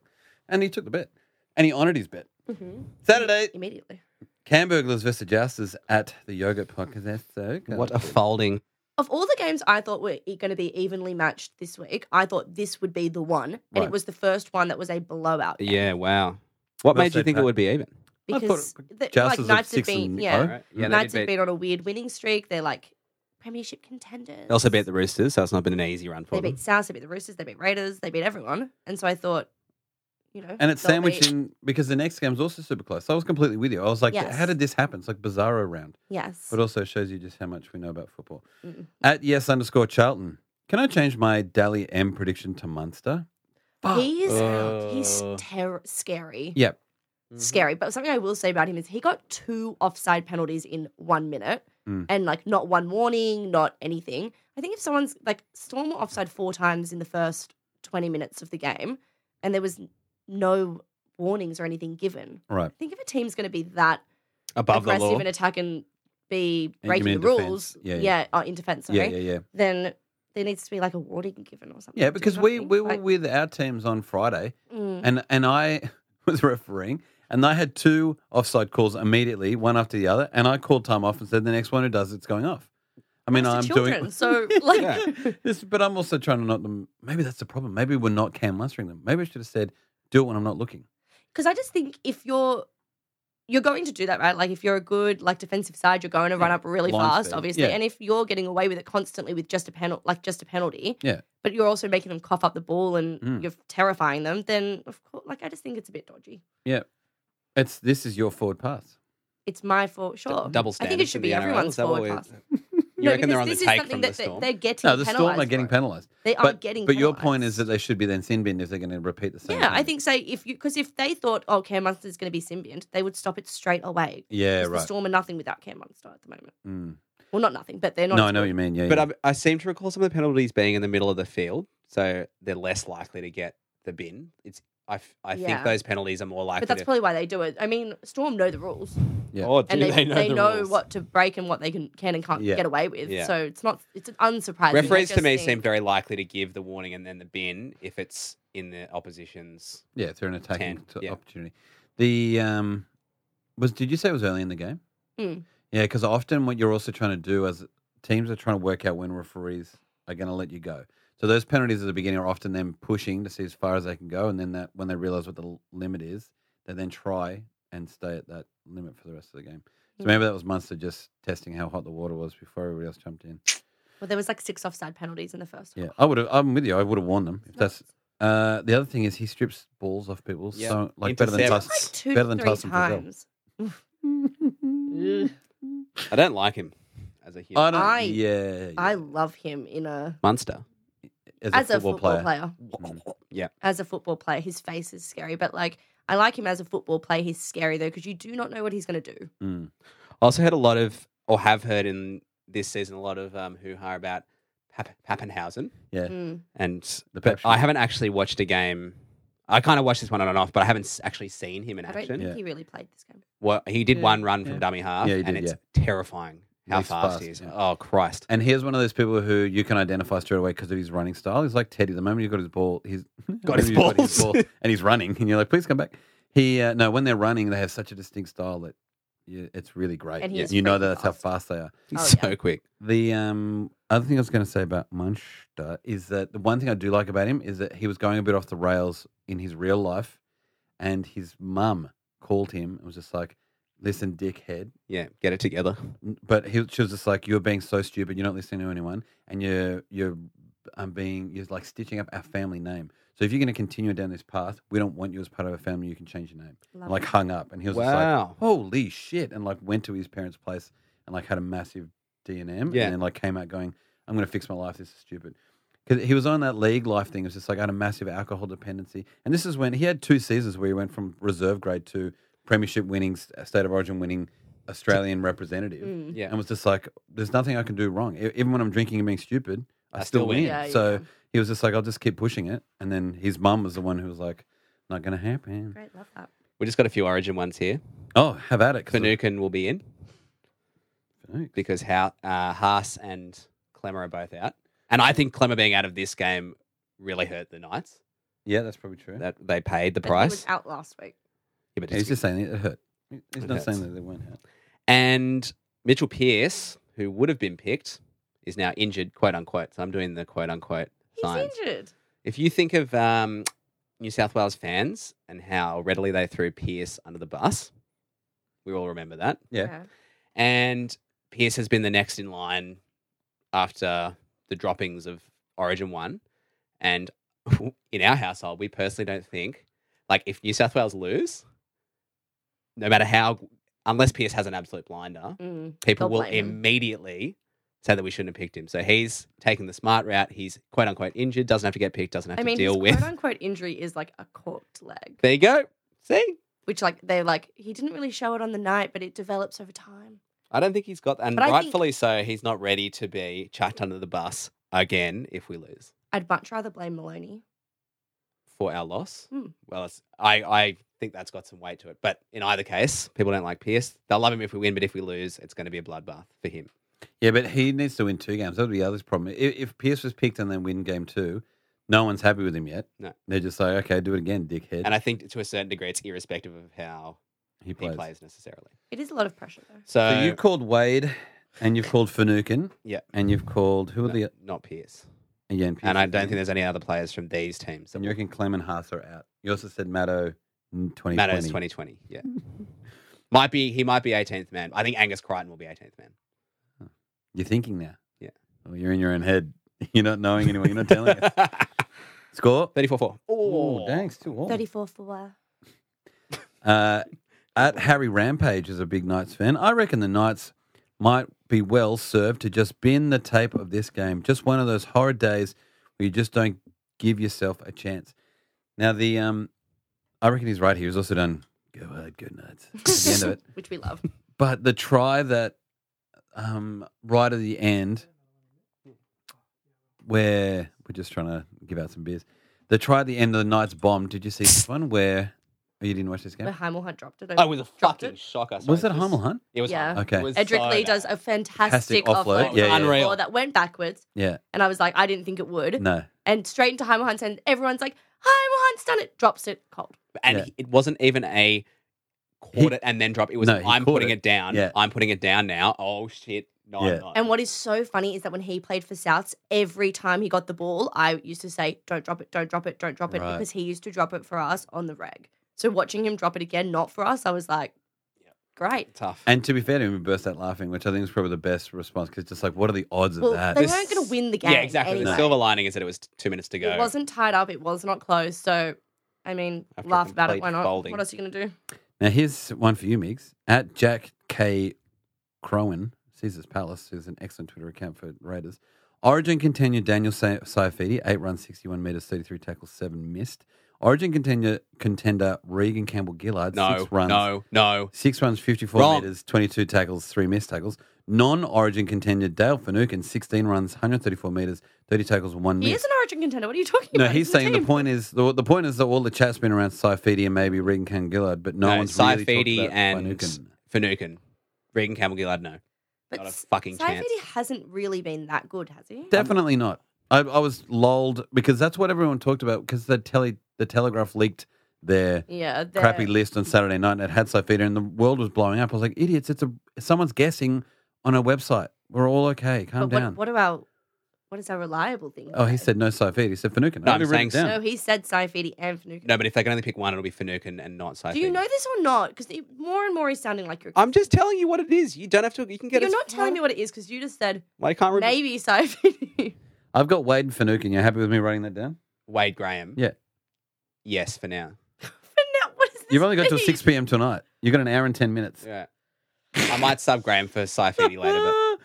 [SPEAKER 1] and he took the bet, and he honoured his bet. Saturday,
[SPEAKER 3] immediately.
[SPEAKER 1] Camburglers versus Jousters at the Yogurt Podcast. That's so good.
[SPEAKER 2] What a folding.
[SPEAKER 3] Of all the games I thought were going to be evenly matched this week, I thought this would be the one, and
[SPEAKER 1] Right.
[SPEAKER 3] it was the first one that was a blowout. game
[SPEAKER 2] Yeah, wow. What
[SPEAKER 1] Well
[SPEAKER 2] made you
[SPEAKER 1] said,
[SPEAKER 2] think
[SPEAKER 1] Pat.
[SPEAKER 2] it would be even?
[SPEAKER 1] I thought
[SPEAKER 3] because
[SPEAKER 1] it-
[SPEAKER 3] the, like
[SPEAKER 1] Jousters of
[SPEAKER 3] Knights have
[SPEAKER 1] six
[SPEAKER 3] been,
[SPEAKER 1] and
[SPEAKER 3] yeah,
[SPEAKER 1] oh. Right.
[SPEAKER 2] Yeah,
[SPEAKER 3] Knights
[SPEAKER 2] they
[SPEAKER 3] have
[SPEAKER 2] did beat,
[SPEAKER 3] been on a weird winning streak. They're like premiership contenders.
[SPEAKER 2] they also beat the Roosters, so it's not been an easy run
[SPEAKER 3] They
[SPEAKER 2] for them.
[SPEAKER 3] beat South. They beat the Roosters. They beat Raiders. They beat everyone. And so I thought, you know,
[SPEAKER 1] And it's
[SPEAKER 3] they'll
[SPEAKER 1] sandwiched
[SPEAKER 3] be-
[SPEAKER 1] in because the next game's also super close. So I was completely with you. I was like,
[SPEAKER 3] Yes.
[SPEAKER 1] how did this happen? It's like bizarro round.
[SPEAKER 3] Yes.
[SPEAKER 1] But also shows you just how much we know about football.
[SPEAKER 3] Mm.
[SPEAKER 1] At yes underscore Charlton. Can I change my Dally M prediction to Munster?
[SPEAKER 3] He is
[SPEAKER 2] Oh.
[SPEAKER 3] he's
[SPEAKER 1] Uh.
[SPEAKER 3] ter- scary.
[SPEAKER 1] Yep.
[SPEAKER 3] Scary. But something I will say about him is he got two offside penalties in one minute
[SPEAKER 1] Mm.
[SPEAKER 3] and like not one warning, not anything. I think if someone's like Storm were offside four times in the first 20 minutes of the game and there was no warnings or anything given,
[SPEAKER 1] Right.
[SPEAKER 3] I think if a team's going to be that
[SPEAKER 2] Above the
[SPEAKER 3] aggressive
[SPEAKER 2] law.
[SPEAKER 3] and attack and be
[SPEAKER 1] you
[SPEAKER 3] breaking the
[SPEAKER 1] mean defense.
[SPEAKER 3] rules,
[SPEAKER 1] Yeah, yeah.
[SPEAKER 3] uh, in defense, sorry,
[SPEAKER 1] Yeah, yeah, yeah.
[SPEAKER 3] then there needs to be like a warning given or something.
[SPEAKER 1] Yeah,
[SPEAKER 3] Do
[SPEAKER 1] because we,
[SPEAKER 3] something,
[SPEAKER 1] we were
[SPEAKER 3] like-
[SPEAKER 1] with our teams on Friday
[SPEAKER 3] Mm.
[SPEAKER 1] and, and I was refereeing and they had two offside calls immediately, one after the other, and I called time off and said the next one who does it's going off. I mean,
[SPEAKER 3] It's the
[SPEAKER 1] I'm
[SPEAKER 3] children,
[SPEAKER 1] doing
[SPEAKER 3] so like
[SPEAKER 1] This, but I'm also trying to not them. Maybe that's the problem. Maybe we're not Cam Mustering them. Maybe I should have said, do it when I'm not looking.
[SPEAKER 3] because I just think if you're you're going to do that, right? Like if you're a good like defensive side, you're going to run up really
[SPEAKER 1] Line
[SPEAKER 3] fast,
[SPEAKER 1] speed,
[SPEAKER 3] obviously.
[SPEAKER 1] yeah.
[SPEAKER 3] And if you're getting away with it constantly with just a penalty, like just a penalty,
[SPEAKER 1] Yeah.
[SPEAKER 3] But you're also making them cough up the ball and
[SPEAKER 1] Mm.
[SPEAKER 3] you're terrifying them. Then of course, like I just think it's a bit dodgy.
[SPEAKER 1] Yeah. It's this is your forward pass.
[SPEAKER 3] It's my fault, sure.
[SPEAKER 2] Double
[SPEAKER 3] I
[SPEAKER 2] standard.
[SPEAKER 3] think it should be everyone's forward pass.
[SPEAKER 2] You reckon they're on the take from the
[SPEAKER 3] that they-
[SPEAKER 2] storm?
[SPEAKER 3] they're getting.
[SPEAKER 1] No, the Storm
[SPEAKER 3] penalised
[SPEAKER 1] are getting
[SPEAKER 3] for it.
[SPEAKER 1] penalised.
[SPEAKER 3] They are
[SPEAKER 1] But,
[SPEAKER 3] getting.
[SPEAKER 1] but your point
[SPEAKER 3] penalised.
[SPEAKER 1] is that they should be then sin binned if they're going to repeat the same.
[SPEAKER 3] Yeah, I
[SPEAKER 1] thing.
[SPEAKER 3] think so. If you because if they thought, oh, Cam Munster's going to be Symbiont, they would stop it straight away.
[SPEAKER 1] Yeah,
[SPEAKER 3] 'Cause The
[SPEAKER 1] right.
[SPEAKER 3] Storm are nothing without Cam Munster at the moment.
[SPEAKER 1] Mm.
[SPEAKER 3] Well, not nothing, but they're not.
[SPEAKER 1] No,
[SPEAKER 3] as
[SPEAKER 1] I know what
[SPEAKER 3] good.
[SPEAKER 1] you mean. Yeah,
[SPEAKER 2] But
[SPEAKER 1] yeah.
[SPEAKER 2] I, I seem to recall some of the penalties being in the middle of the field, so they're less likely to get the bin. It's I, f- I think
[SPEAKER 3] Yeah.
[SPEAKER 2] those penalties are more likely.
[SPEAKER 3] But that's
[SPEAKER 2] to,
[SPEAKER 3] probably why they do it. I mean, Storm know the rules,
[SPEAKER 1] Yeah.
[SPEAKER 2] Oh, do
[SPEAKER 3] and
[SPEAKER 2] they,
[SPEAKER 3] they, they
[SPEAKER 2] know
[SPEAKER 3] know,
[SPEAKER 2] the rules?
[SPEAKER 3] what to break and what they can can and can't
[SPEAKER 1] Yeah.
[SPEAKER 3] get away with.
[SPEAKER 2] Yeah.
[SPEAKER 3] So it's not. It's unsurprising.
[SPEAKER 2] Referees
[SPEAKER 3] I
[SPEAKER 2] to
[SPEAKER 3] just
[SPEAKER 2] me
[SPEAKER 3] think-
[SPEAKER 2] seem very likely to give the warning and then the bin if it's in the opposition's.
[SPEAKER 1] yeah, they're an attacking
[SPEAKER 2] 10,
[SPEAKER 1] t-
[SPEAKER 2] yeah.
[SPEAKER 1] opportunity. The um, was did you say it was early in the game?
[SPEAKER 3] Mm.
[SPEAKER 1] Yeah, because often what you're also trying to do as teams are trying to work out when referees are going to let you go. So those penalties at the beginning are often them pushing to see as far as they can go, and then that when they realize what the l- limit is, they then try and stay at that limit for the rest of the game. So maybe that was Munster just testing how hot the water was before everybody else jumped in.
[SPEAKER 3] Well, there was like six offside penalties in the first half.
[SPEAKER 1] Yeah, I would have. I'm with you. I would have won them. If that's uh, the other thing is he strips balls off people.
[SPEAKER 2] Yeah.
[SPEAKER 1] So like better than
[SPEAKER 2] Intercepts.
[SPEAKER 1] Tyson.
[SPEAKER 3] Two
[SPEAKER 1] better than
[SPEAKER 3] three
[SPEAKER 1] Tyson Frizzell.
[SPEAKER 3] times. Ugh.
[SPEAKER 2] I don't like him as a human.
[SPEAKER 1] I don't.
[SPEAKER 3] I-
[SPEAKER 1] yeah, yeah.
[SPEAKER 3] I love him in a
[SPEAKER 2] Munster.
[SPEAKER 3] as a football, player.
[SPEAKER 2] Yeah.
[SPEAKER 3] As a football player, his face is scary, but like I like him as a football player. He's scary though because you do not know what he's going to do.
[SPEAKER 1] Mm.
[SPEAKER 2] I also heard a lot of, or have heard in this season, a lot of um, hoo ha about Pap- Pappenhausen.
[SPEAKER 1] Yeah.
[SPEAKER 3] Mm.
[SPEAKER 2] And
[SPEAKER 1] The
[SPEAKER 2] but
[SPEAKER 1] Pep
[SPEAKER 2] I
[SPEAKER 1] show.
[SPEAKER 2] haven't actually watched a game. I kind of watched this one on and off, but I haven't s- actually seen him in
[SPEAKER 3] I don't
[SPEAKER 2] action.
[SPEAKER 3] think
[SPEAKER 1] Yeah.
[SPEAKER 3] he really played this game.
[SPEAKER 2] Well, he did
[SPEAKER 1] Yeah,
[SPEAKER 2] one run from
[SPEAKER 1] yeah.
[SPEAKER 2] dummy half,
[SPEAKER 1] Yeah, he
[SPEAKER 2] and
[SPEAKER 1] did,
[SPEAKER 2] it's terrifying how
[SPEAKER 1] He's
[SPEAKER 2] fast,
[SPEAKER 1] fast,
[SPEAKER 2] he is.
[SPEAKER 1] yeah.
[SPEAKER 2] Oh Christ!
[SPEAKER 1] And here's one of those people who you can identify straight away because of his running style. He's like Teddy. The moment you got his ball, he's
[SPEAKER 2] Got his
[SPEAKER 1] the moment you've
[SPEAKER 2] balls.
[SPEAKER 1] and he's running, and you're like, please come back. He uh, no, when they're running, they have such a distinct style that you, it's really great.
[SPEAKER 3] And he's
[SPEAKER 1] you know
[SPEAKER 3] freaking
[SPEAKER 1] that that's
[SPEAKER 3] fast.
[SPEAKER 1] how fast they are.
[SPEAKER 2] He's
[SPEAKER 3] Oh,
[SPEAKER 2] so
[SPEAKER 3] yeah.
[SPEAKER 2] quick.
[SPEAKER 1] The um, other thing I was going to say about Munster is that the one thing I do like about him is that he was going a bit off the rails in his real life, and his mum called him and was just like, "Listen, dickhead."
[SPEAKER 2] Yeah, get it together.
[SPEAKER 1] N- But he, she was just like, "You're being so stupid. You're not listening to anyone, and you're you're um, being you're like stitching up our family name. So if you're going to continue down this path, we don't want you as part of our family. You can change your name." And,
[SPEAKER 3] Love
[SPEAKER 1] like
[SPEAKER 3] it.
[SPEAKER 1] hung up, and he was
[SPEAKER 2] Wow.
[SPEAKER 1] just like, "Holy shit!" And like went to his parents' place and like had a massive D and M,
[SPEAKER 2] Yeah.
[SPEAKER 1] and then like came out going, "I'm going to fix my life. This is stupid." Because he was on that league life thing. It was just like I had a massive alcohol dependency, and this is when he had two seasons where he went from reserve grade to premiership winning, s- uh, state of origin winning, Australian representative,
[SPEAKER 3] Mm.
[SPEAKER 2] Yeah.
[SPEAKER 1] and was just like, "There's nothing I can do wrong. E- Even when I'm drinking and being stupid, I,
[SPEAKER 2] I
[SPEAKER 1] still,
[SPEAKER 2] still win."
[SPEAKER 1] win."
[SPEAKER 3] Yeah,
[SPEAKER 1] so
[SPEAKER 3] yeah.
[SPEAKER 1] he was just like, "I'll just keep pushing it." And then his mum was the one who was like, "Not going to happen."
[SPEAKER 3] Great, love that.
[SPEAKER 2] We just got a few Origin ones here.
[SPEAKER 1] Oh, have at it. 'cause of-
[SPEAKER 2] Fanukin will be in
[SPEAKER 1] Fanuc.
[SPEAKER 2] because how uh, Haas and Clemmer are both out, and I think Clemmer being out of this game really hurt the Knights.
[SPEAKER 1] Yeah, that's probably true.
[SPEAKER 2] That they paid the
[SPEAKER 3] But he was
[SPEAKER 2] price.
[SPEAKER 3] out last week.
[SPEAKER 2] Yeah, but
[SPEAKER 1] Yeah, he's just saying it hurt. He's
[SPEAKER 2] It
[SPEAKER 1] not saying
[SPEAKER 2] hurts.
[SPEAKER 1] that they weren't hurt.
[SPEAKER 2] And Mitchell Pearce, who would have been picked, is now injured, quote unquote. So I'm doing the quote unquote
[SPEAKER 3] He's
[SPEAKER 2] signs.
[SPEAKER 3] injured.
[SPEAKER 2] If you think of um, New South Wales fans and how readily they threw Pearce under the bus, we all remember that.
[SPEAKER 1] Yeah.
[SPEAKER 2] And Pearce has been the next in line after the droppings of Origin 1. And in our household, we personally don't think, like, if New South Wales lose, no matter how, unless Pearce has an absolute blinder,
[SPEAKER 3] Mm.
[SPEAKER 2] people
[SPEAKER 3] They'll
[SPEAKER 2] will
[SPEAKER 3] blame him.
[SPEAKER 2] immediately say that we shouldn't have picked him. So he's taking the smart route. He's quote unquote injured, doesn't have to get picked, doesn't have
[SPEAKER 3] I
[SPEAKER 2] to
[SPEAKER 3] mean,
[SPEAKER 2] deal
[SPEAKER 3] his
[SPEAKER 2] with.
[SPEAKER 3] quote-unquote injury is like a corked leg,
[SPEAKER 2] There you go. See,
[SPEAKER 3] which like they're like he didn't really show it on the night, but it develops over time.
[SPEAKER 2] I don't think he's got, and
[SPEAKER 3] But I think-
[SPEAKER 2] rightfully so, he's not ready to be chucked under the bus again if we lose
[SPEAKER 3] I'd much rather blame Maloney.
[SPEAKER 2] for our loss.
[SPEAKER 3] Hmm.
[SPEAKER 2] Well, it's, I I think that's got some weight to it. But in either case, people don't like Pierce. They'll love him if we win, but if we lose, it's going to be a bloodbath for him.
[SPEAKER 1] Yeah, but he needs to win two games. That would be the other problem. If, if Pierce was picked and then win game two, no one's happy with him yet.
[SPEAKER 2] No.
[SPEAKER 1] They're just like, okay, do it again, dickhead.
[SPEAKER 2] And I think to a certain degree, it's irrespective of how
[SPEAKER 1] he
[SPEAKER 2] he
[SPEAKER 1] plays.
[SPEAKER 2] plays necessarily.
[SPEAKER 3] It is a lot of pressure though.
[SPEAKER 2] So,
[SPEAKER 1] So you called Wade and you've called Fanukin
[SPEAKER 2] yeah,
[SPEAKER 1] and you've called, who are
[SPEAKER 2] no,
[SPEAKER 1] the,
[SPEAKER 2] not Pierce.
[SPEAKER 1] again, Pierce
[SPEAKER 2] And I
[SPEAKER 1] is
[SPEAKER 2] don't
[SPEAKER 1] in.
[SPEAKER 2] think there's any other players from these teams. That
[SPEAKER 1] And you reckon Clem and Haas are out. You also said Matto in 2020.
[SPEAKER 2] Matters 2020. Yeah. might be he might be 18th man. I think Angus Crichton will be 18th man.
[SPEAKER 1] You're thinking now.
[SPEAKER 2] Yeah.
[SPEAKER 1] Well, you're in your own head. You're not knowing anyone. You're not telling us. Score?
[SPEAKER 2] 34-4.
[SPEAKER 1] Oh, dang, it's too warm.
[SPEAKER 3] Thirty-four for
[SPEAKER 1] Uh, at Harry Rampage is a big Knights fan. I reckon the Knights might be well served to just bin the tape of this game. Just one of those horrid days where you just don't give yourself a chance. Now the um, I reckon he's right here. He's also done go hard, good Knights at the end of it.
[SPEAKER 3] which we love.
[SPEAKER 1] But the try that um, right at the end, where we're just trying to give out some beers, the try at the end of the Knights bomb. Did you see this one? Where oh, you didn't watch this game?
[SPEAKER 3] Where Heimel Hunt dropped it.
[SPEAKER 2] I was a
[SPEAKER 3] Dropped
[SPEAKER 2] fucking
[SPEAKER 3] it.
[SPEAKER 2] shocker.
[SPEAKER 1] Was
[SPEAKER 2] Sorry,
[SPEAKER 1] it
[SPEAKER 2] it
[SPEAKER 1] Hummel Hunt?
[SPEAKER 2] It was
[SPEAKER 3] Yeah.
[SPEAKER 2] Hunt.
[SPEAKER 1] Okay.
[SPEAKER 2] It was
[SPEAKER 3] Edric
[SPEAKER 2] so
[SPEAKER 3] Lee
[SPEAKER 2] bad.
[SPEAKER 3] does a fantastic,
[SPEAKER 1] offload.
[SPEAKER 3] offload,
[SPEAKER 1] Yeah, yeah, yeah.
[SPEAKER 2] Unreal.
[SPEAKER 3] that went backwards,
[SPEAKER 1] Yeah.
[SPEAKER 3] and I was like, I didn't think it would,
[SPEAKER 1] No.
[SPEAKER 3] and straight into Heimel Hunt's, and everyone's like, Heimel Hunt's done it, drops it cold.
[SPEAKER 2] and
[SPEAKER 1] Yeah.
[SPEAKER 2] he- it wasn't even a
[SPEAKER 1] He-
[SPEAKER 2] caught it and then drop. It was
[SPEAKER 1] No, he
[SPEAKER 2] I'm
[SPEAKER 1] caught
[SPEAKER 2] putting
[SPEAKER 1] it.
[SPEAKER 2] it, down.
[SPEAKER 1] Yeah.
[SPEAKER 2] I'm putting it down now. Oh shit. No,
[SPEAKER 1] Yeah.
[SPEAKER 2] I'm not.
[SPEAKER 3] And what is so funny is that when he played for Souths, every time he got the ball, I used to say, "Don't drop it, don't drop it, don't drop it,"
[SPEAKER 1] Right.
[SPEAKER 3] because he used to drop it for us on the reg. So watching him drop it again, not for us, I was like, great.
[SPEAKER 2] Tough.
[SPEAKER 1] And to be fair to him, he burst out laughing, which I think is probably the best response because just like, what are the odds
[SPEAKER 3] Well,
[SPEAKER 1] of that?
[SPEAKER 3] they weren't going to win the game.
[SPEAKER 2] yeah, exactly.
[SPEAKER 3] Anyway.
[SPEAKER 2] The silver lining is that it was t- two minutes to go.
[SPEAKER 3] It wasn't tied up. It was not close. So, I mean,
[SPEAKER 2] After
[SPEAKER 3] laugh about it. Why
[SPEAKER 2] complete
[SPEAKER 3] not?
[SPEAKER 2] folding.
[SPEAKER 3] What else are you going to do?
[SPEAKER 1] Now here's one for you, Migs. At Jack K. Crowan, Caesar's Palace, who's an excellent Twitter account for Raiders. Origin contender Daniel Sa- Saifidi, eight runs, sixty-one meters, thirty-three tackles, seven missed. Origin contender contender Regan Campbell Gillard,
[SPEAKER 2] no,
[SPEAKER 1] six runs,
[SPEAKER 2] no, no.
[SPEAKER 1] six runs, fifty-four
[SPEAKER 2] Wrong.
[SPEAKER 1] meters, twenty-two tackles, three missed tackles. Non-Origin contender Dale Finucane, sixteen runs, one hundred thirty-four meters, thirty tackles, one
[SPEAKER 3] He
[SPEAKER 1] miss.
[SPEAKER 3] is an origin contender. What are you talking
[SPEAKER 1] Mm. No,
[SPEAKER 3] about?
[SPEAKER 1] he's saying the
[SPEAKER 3] team.
[SPEAKER 1] point is the, the point is that all the chat's been around Saifidi and maybe Regan Campbell Gillard, but no,
[SPEAKER 2] No,
[SPEAKER 1] one's really
[SPEAKER 2] Saifidi
[SPEAKER 1] talked about
[SPEAKER 2] and
[SPEAKER 1] Finucane.
[SPEAKER 2] Finucane. Regan Campbell Gillard, no.
[SPEAKER 3] But
[SPEAKER 2] Not a fucking
[SPEAKER 3] Saifidi
[SPEAKER 2] chance.
[SPEAKER 3] hasn't really been that good, has he?
[SPEAKER 1] Definitely not. I, I was lulled because that's what everyone talked about because the tele the Telegraph leaked their
[SPEAKER 3] yeah, they're-
[SPEAKER 1] crappy list on Saturday night and it had Sofita and the world was blowing up. I was like, idiots! It's a someone's guessing on a website. We're all okay. Calm
[SPEAKER 3] But
[SPEAKER 1] down.
[SPEAKER 3] what, what about what is our reliable thing?
[SPEAKER 1] oh, he
[SPEAKER 3] say?
[SPEAKER 1] said no Sofita. He said Finucane.
[SPEAKER 2] No,
[SPEAKER 1] I've
[SPEAKER 2] I'm
[SPEAKER 1] already written
[SPEAKER 2] saying-
[SPEAKER 1] it
[SPEAKER 3] No,
[SPEAKER 1] down.
[SPEAKER 3] he said Saifidi and Fanuka.
[SPEAKER 2] No, but if they can only pick one, it'll be Finucane and not Saifidi.
[SPEAKER 3] Do you know this or not? Because more and more he's sounding like you're.
[SPEAKER 2] I'm just telling you what it is. You don't have to. You can get.
[SPEAKER 3] you're
[SPEAKER 2] as
[SPEAKER 3] not telling
[SPEAKER 2] far-
[SPEAKER 3] me what it is because you just said
[SPEAKER 2] Well, I can't remember.
[SPEAKER 3] maybe Saifidi.
[SPEAKER 1] I've got Wade and Finucane. You happy with me writing that down?
[SPEAKER 2] Wade Graham.
[SPEAKER 1] Yeah.
[SPEAKER 2] Yes, for now.
[SPEAKER 3] But now, what does this
[SPEAKER 1] You've only got till
[SPEAKER 3] mean?
[SPEAKER 1] six p.m. tonight. You got an hour and ten minutes.
[SPEAKER 2] Yeah. I might sub Graham for Saifidi later, but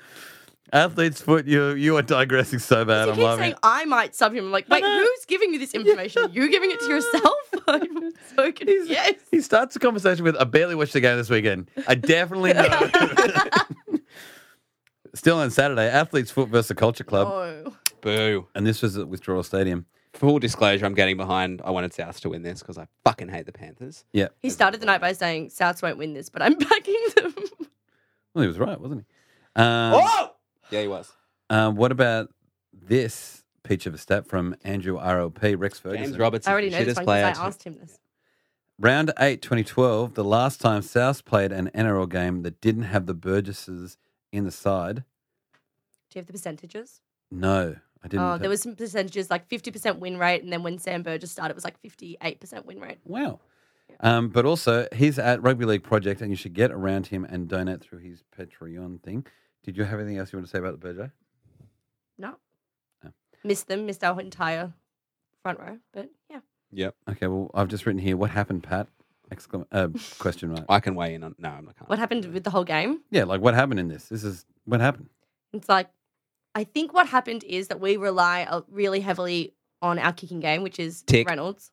[SPEAKER 1] Athlete's foot. You you are digressing so bad.
[SPEAKER 3] You
[SPEAKER 1] I'm
[SPEAKER 3] keep
[SPEAKER 1] loving
[SPEAKER 3] saying
[SPEAKER 1] it.
[SPEAKER 3] I might sub him. I'm like, wait, who's giving you this information? Are you giving it to yourself? I'm so confused. Yes.
[SPEAKER 1] He starts the conversation with, I barely watched the game this weekend. I definitely know. Still on Saturday, Athletes Foot versus the Culture Club.
[SPEAKER 3] Oh.
[SPEAKER 2] boo.
[SPEAKER 1] And this was at Withdrawal Stadium.
[SPEAKER 2] Full disclosure, I'm getting behind. I wanted South to win this because I fucking hate the Panthers.
[SPEAKER 1] Yeah.
[SPEAKER 3] He started the night by saying Souths won't win this, but I'm backing them.
[SPEAKER 1] Well, he was right, wasn't he? Um,
[SPEAKER 2] Oh! Yeah, he was.
[SPEAKER 1] uh, what about this peach of a stat from Andrew ROP, Rex Ferguson?
[SPEAKER 2] James Roberts.
[SPEAKER 3] I already know this one because I asked him this.
[SPEAKER 1] Round 8, 2012, the last time South played an NRL game that didn't have the Burgesses in the side.
[SPEAKER 3] Do you have the percentages?
[SPEAKER 1] No, I didn't.
[SPEAKER 3] Oh, there was some percentages like 50% win rate, and then when Sam Burgess started, it was like 58% win rate.
[SPEAKER 1] Wow. Um, but also, he's at Rugby League Project, and you should get around him and donate through his Patreon thing. Did you have anything else you want to say about the Burjo?
[SPEAKER 3] No. Missed them, missed our entire front row, but yeah.
[SPEAKER 2] Yep.
[SPEAKER 1] Okay, well, I've just written here, what happened, Pat? Exclam- uh, question mark.
[SPEAKER 2] I can weigh in on. No, I'm not. Can't.
[SPEAKER 3] What happened with the whole game?
[SPEAKER 1] Yeah, like, what happened in this? This is what happened.
[SPEAKER 3] It's like, I think what happened is that we rely uh, really heavily on our kicking game, which is
[SPEAKER 2] Tick.
[SPEAKER 3] Reynolds.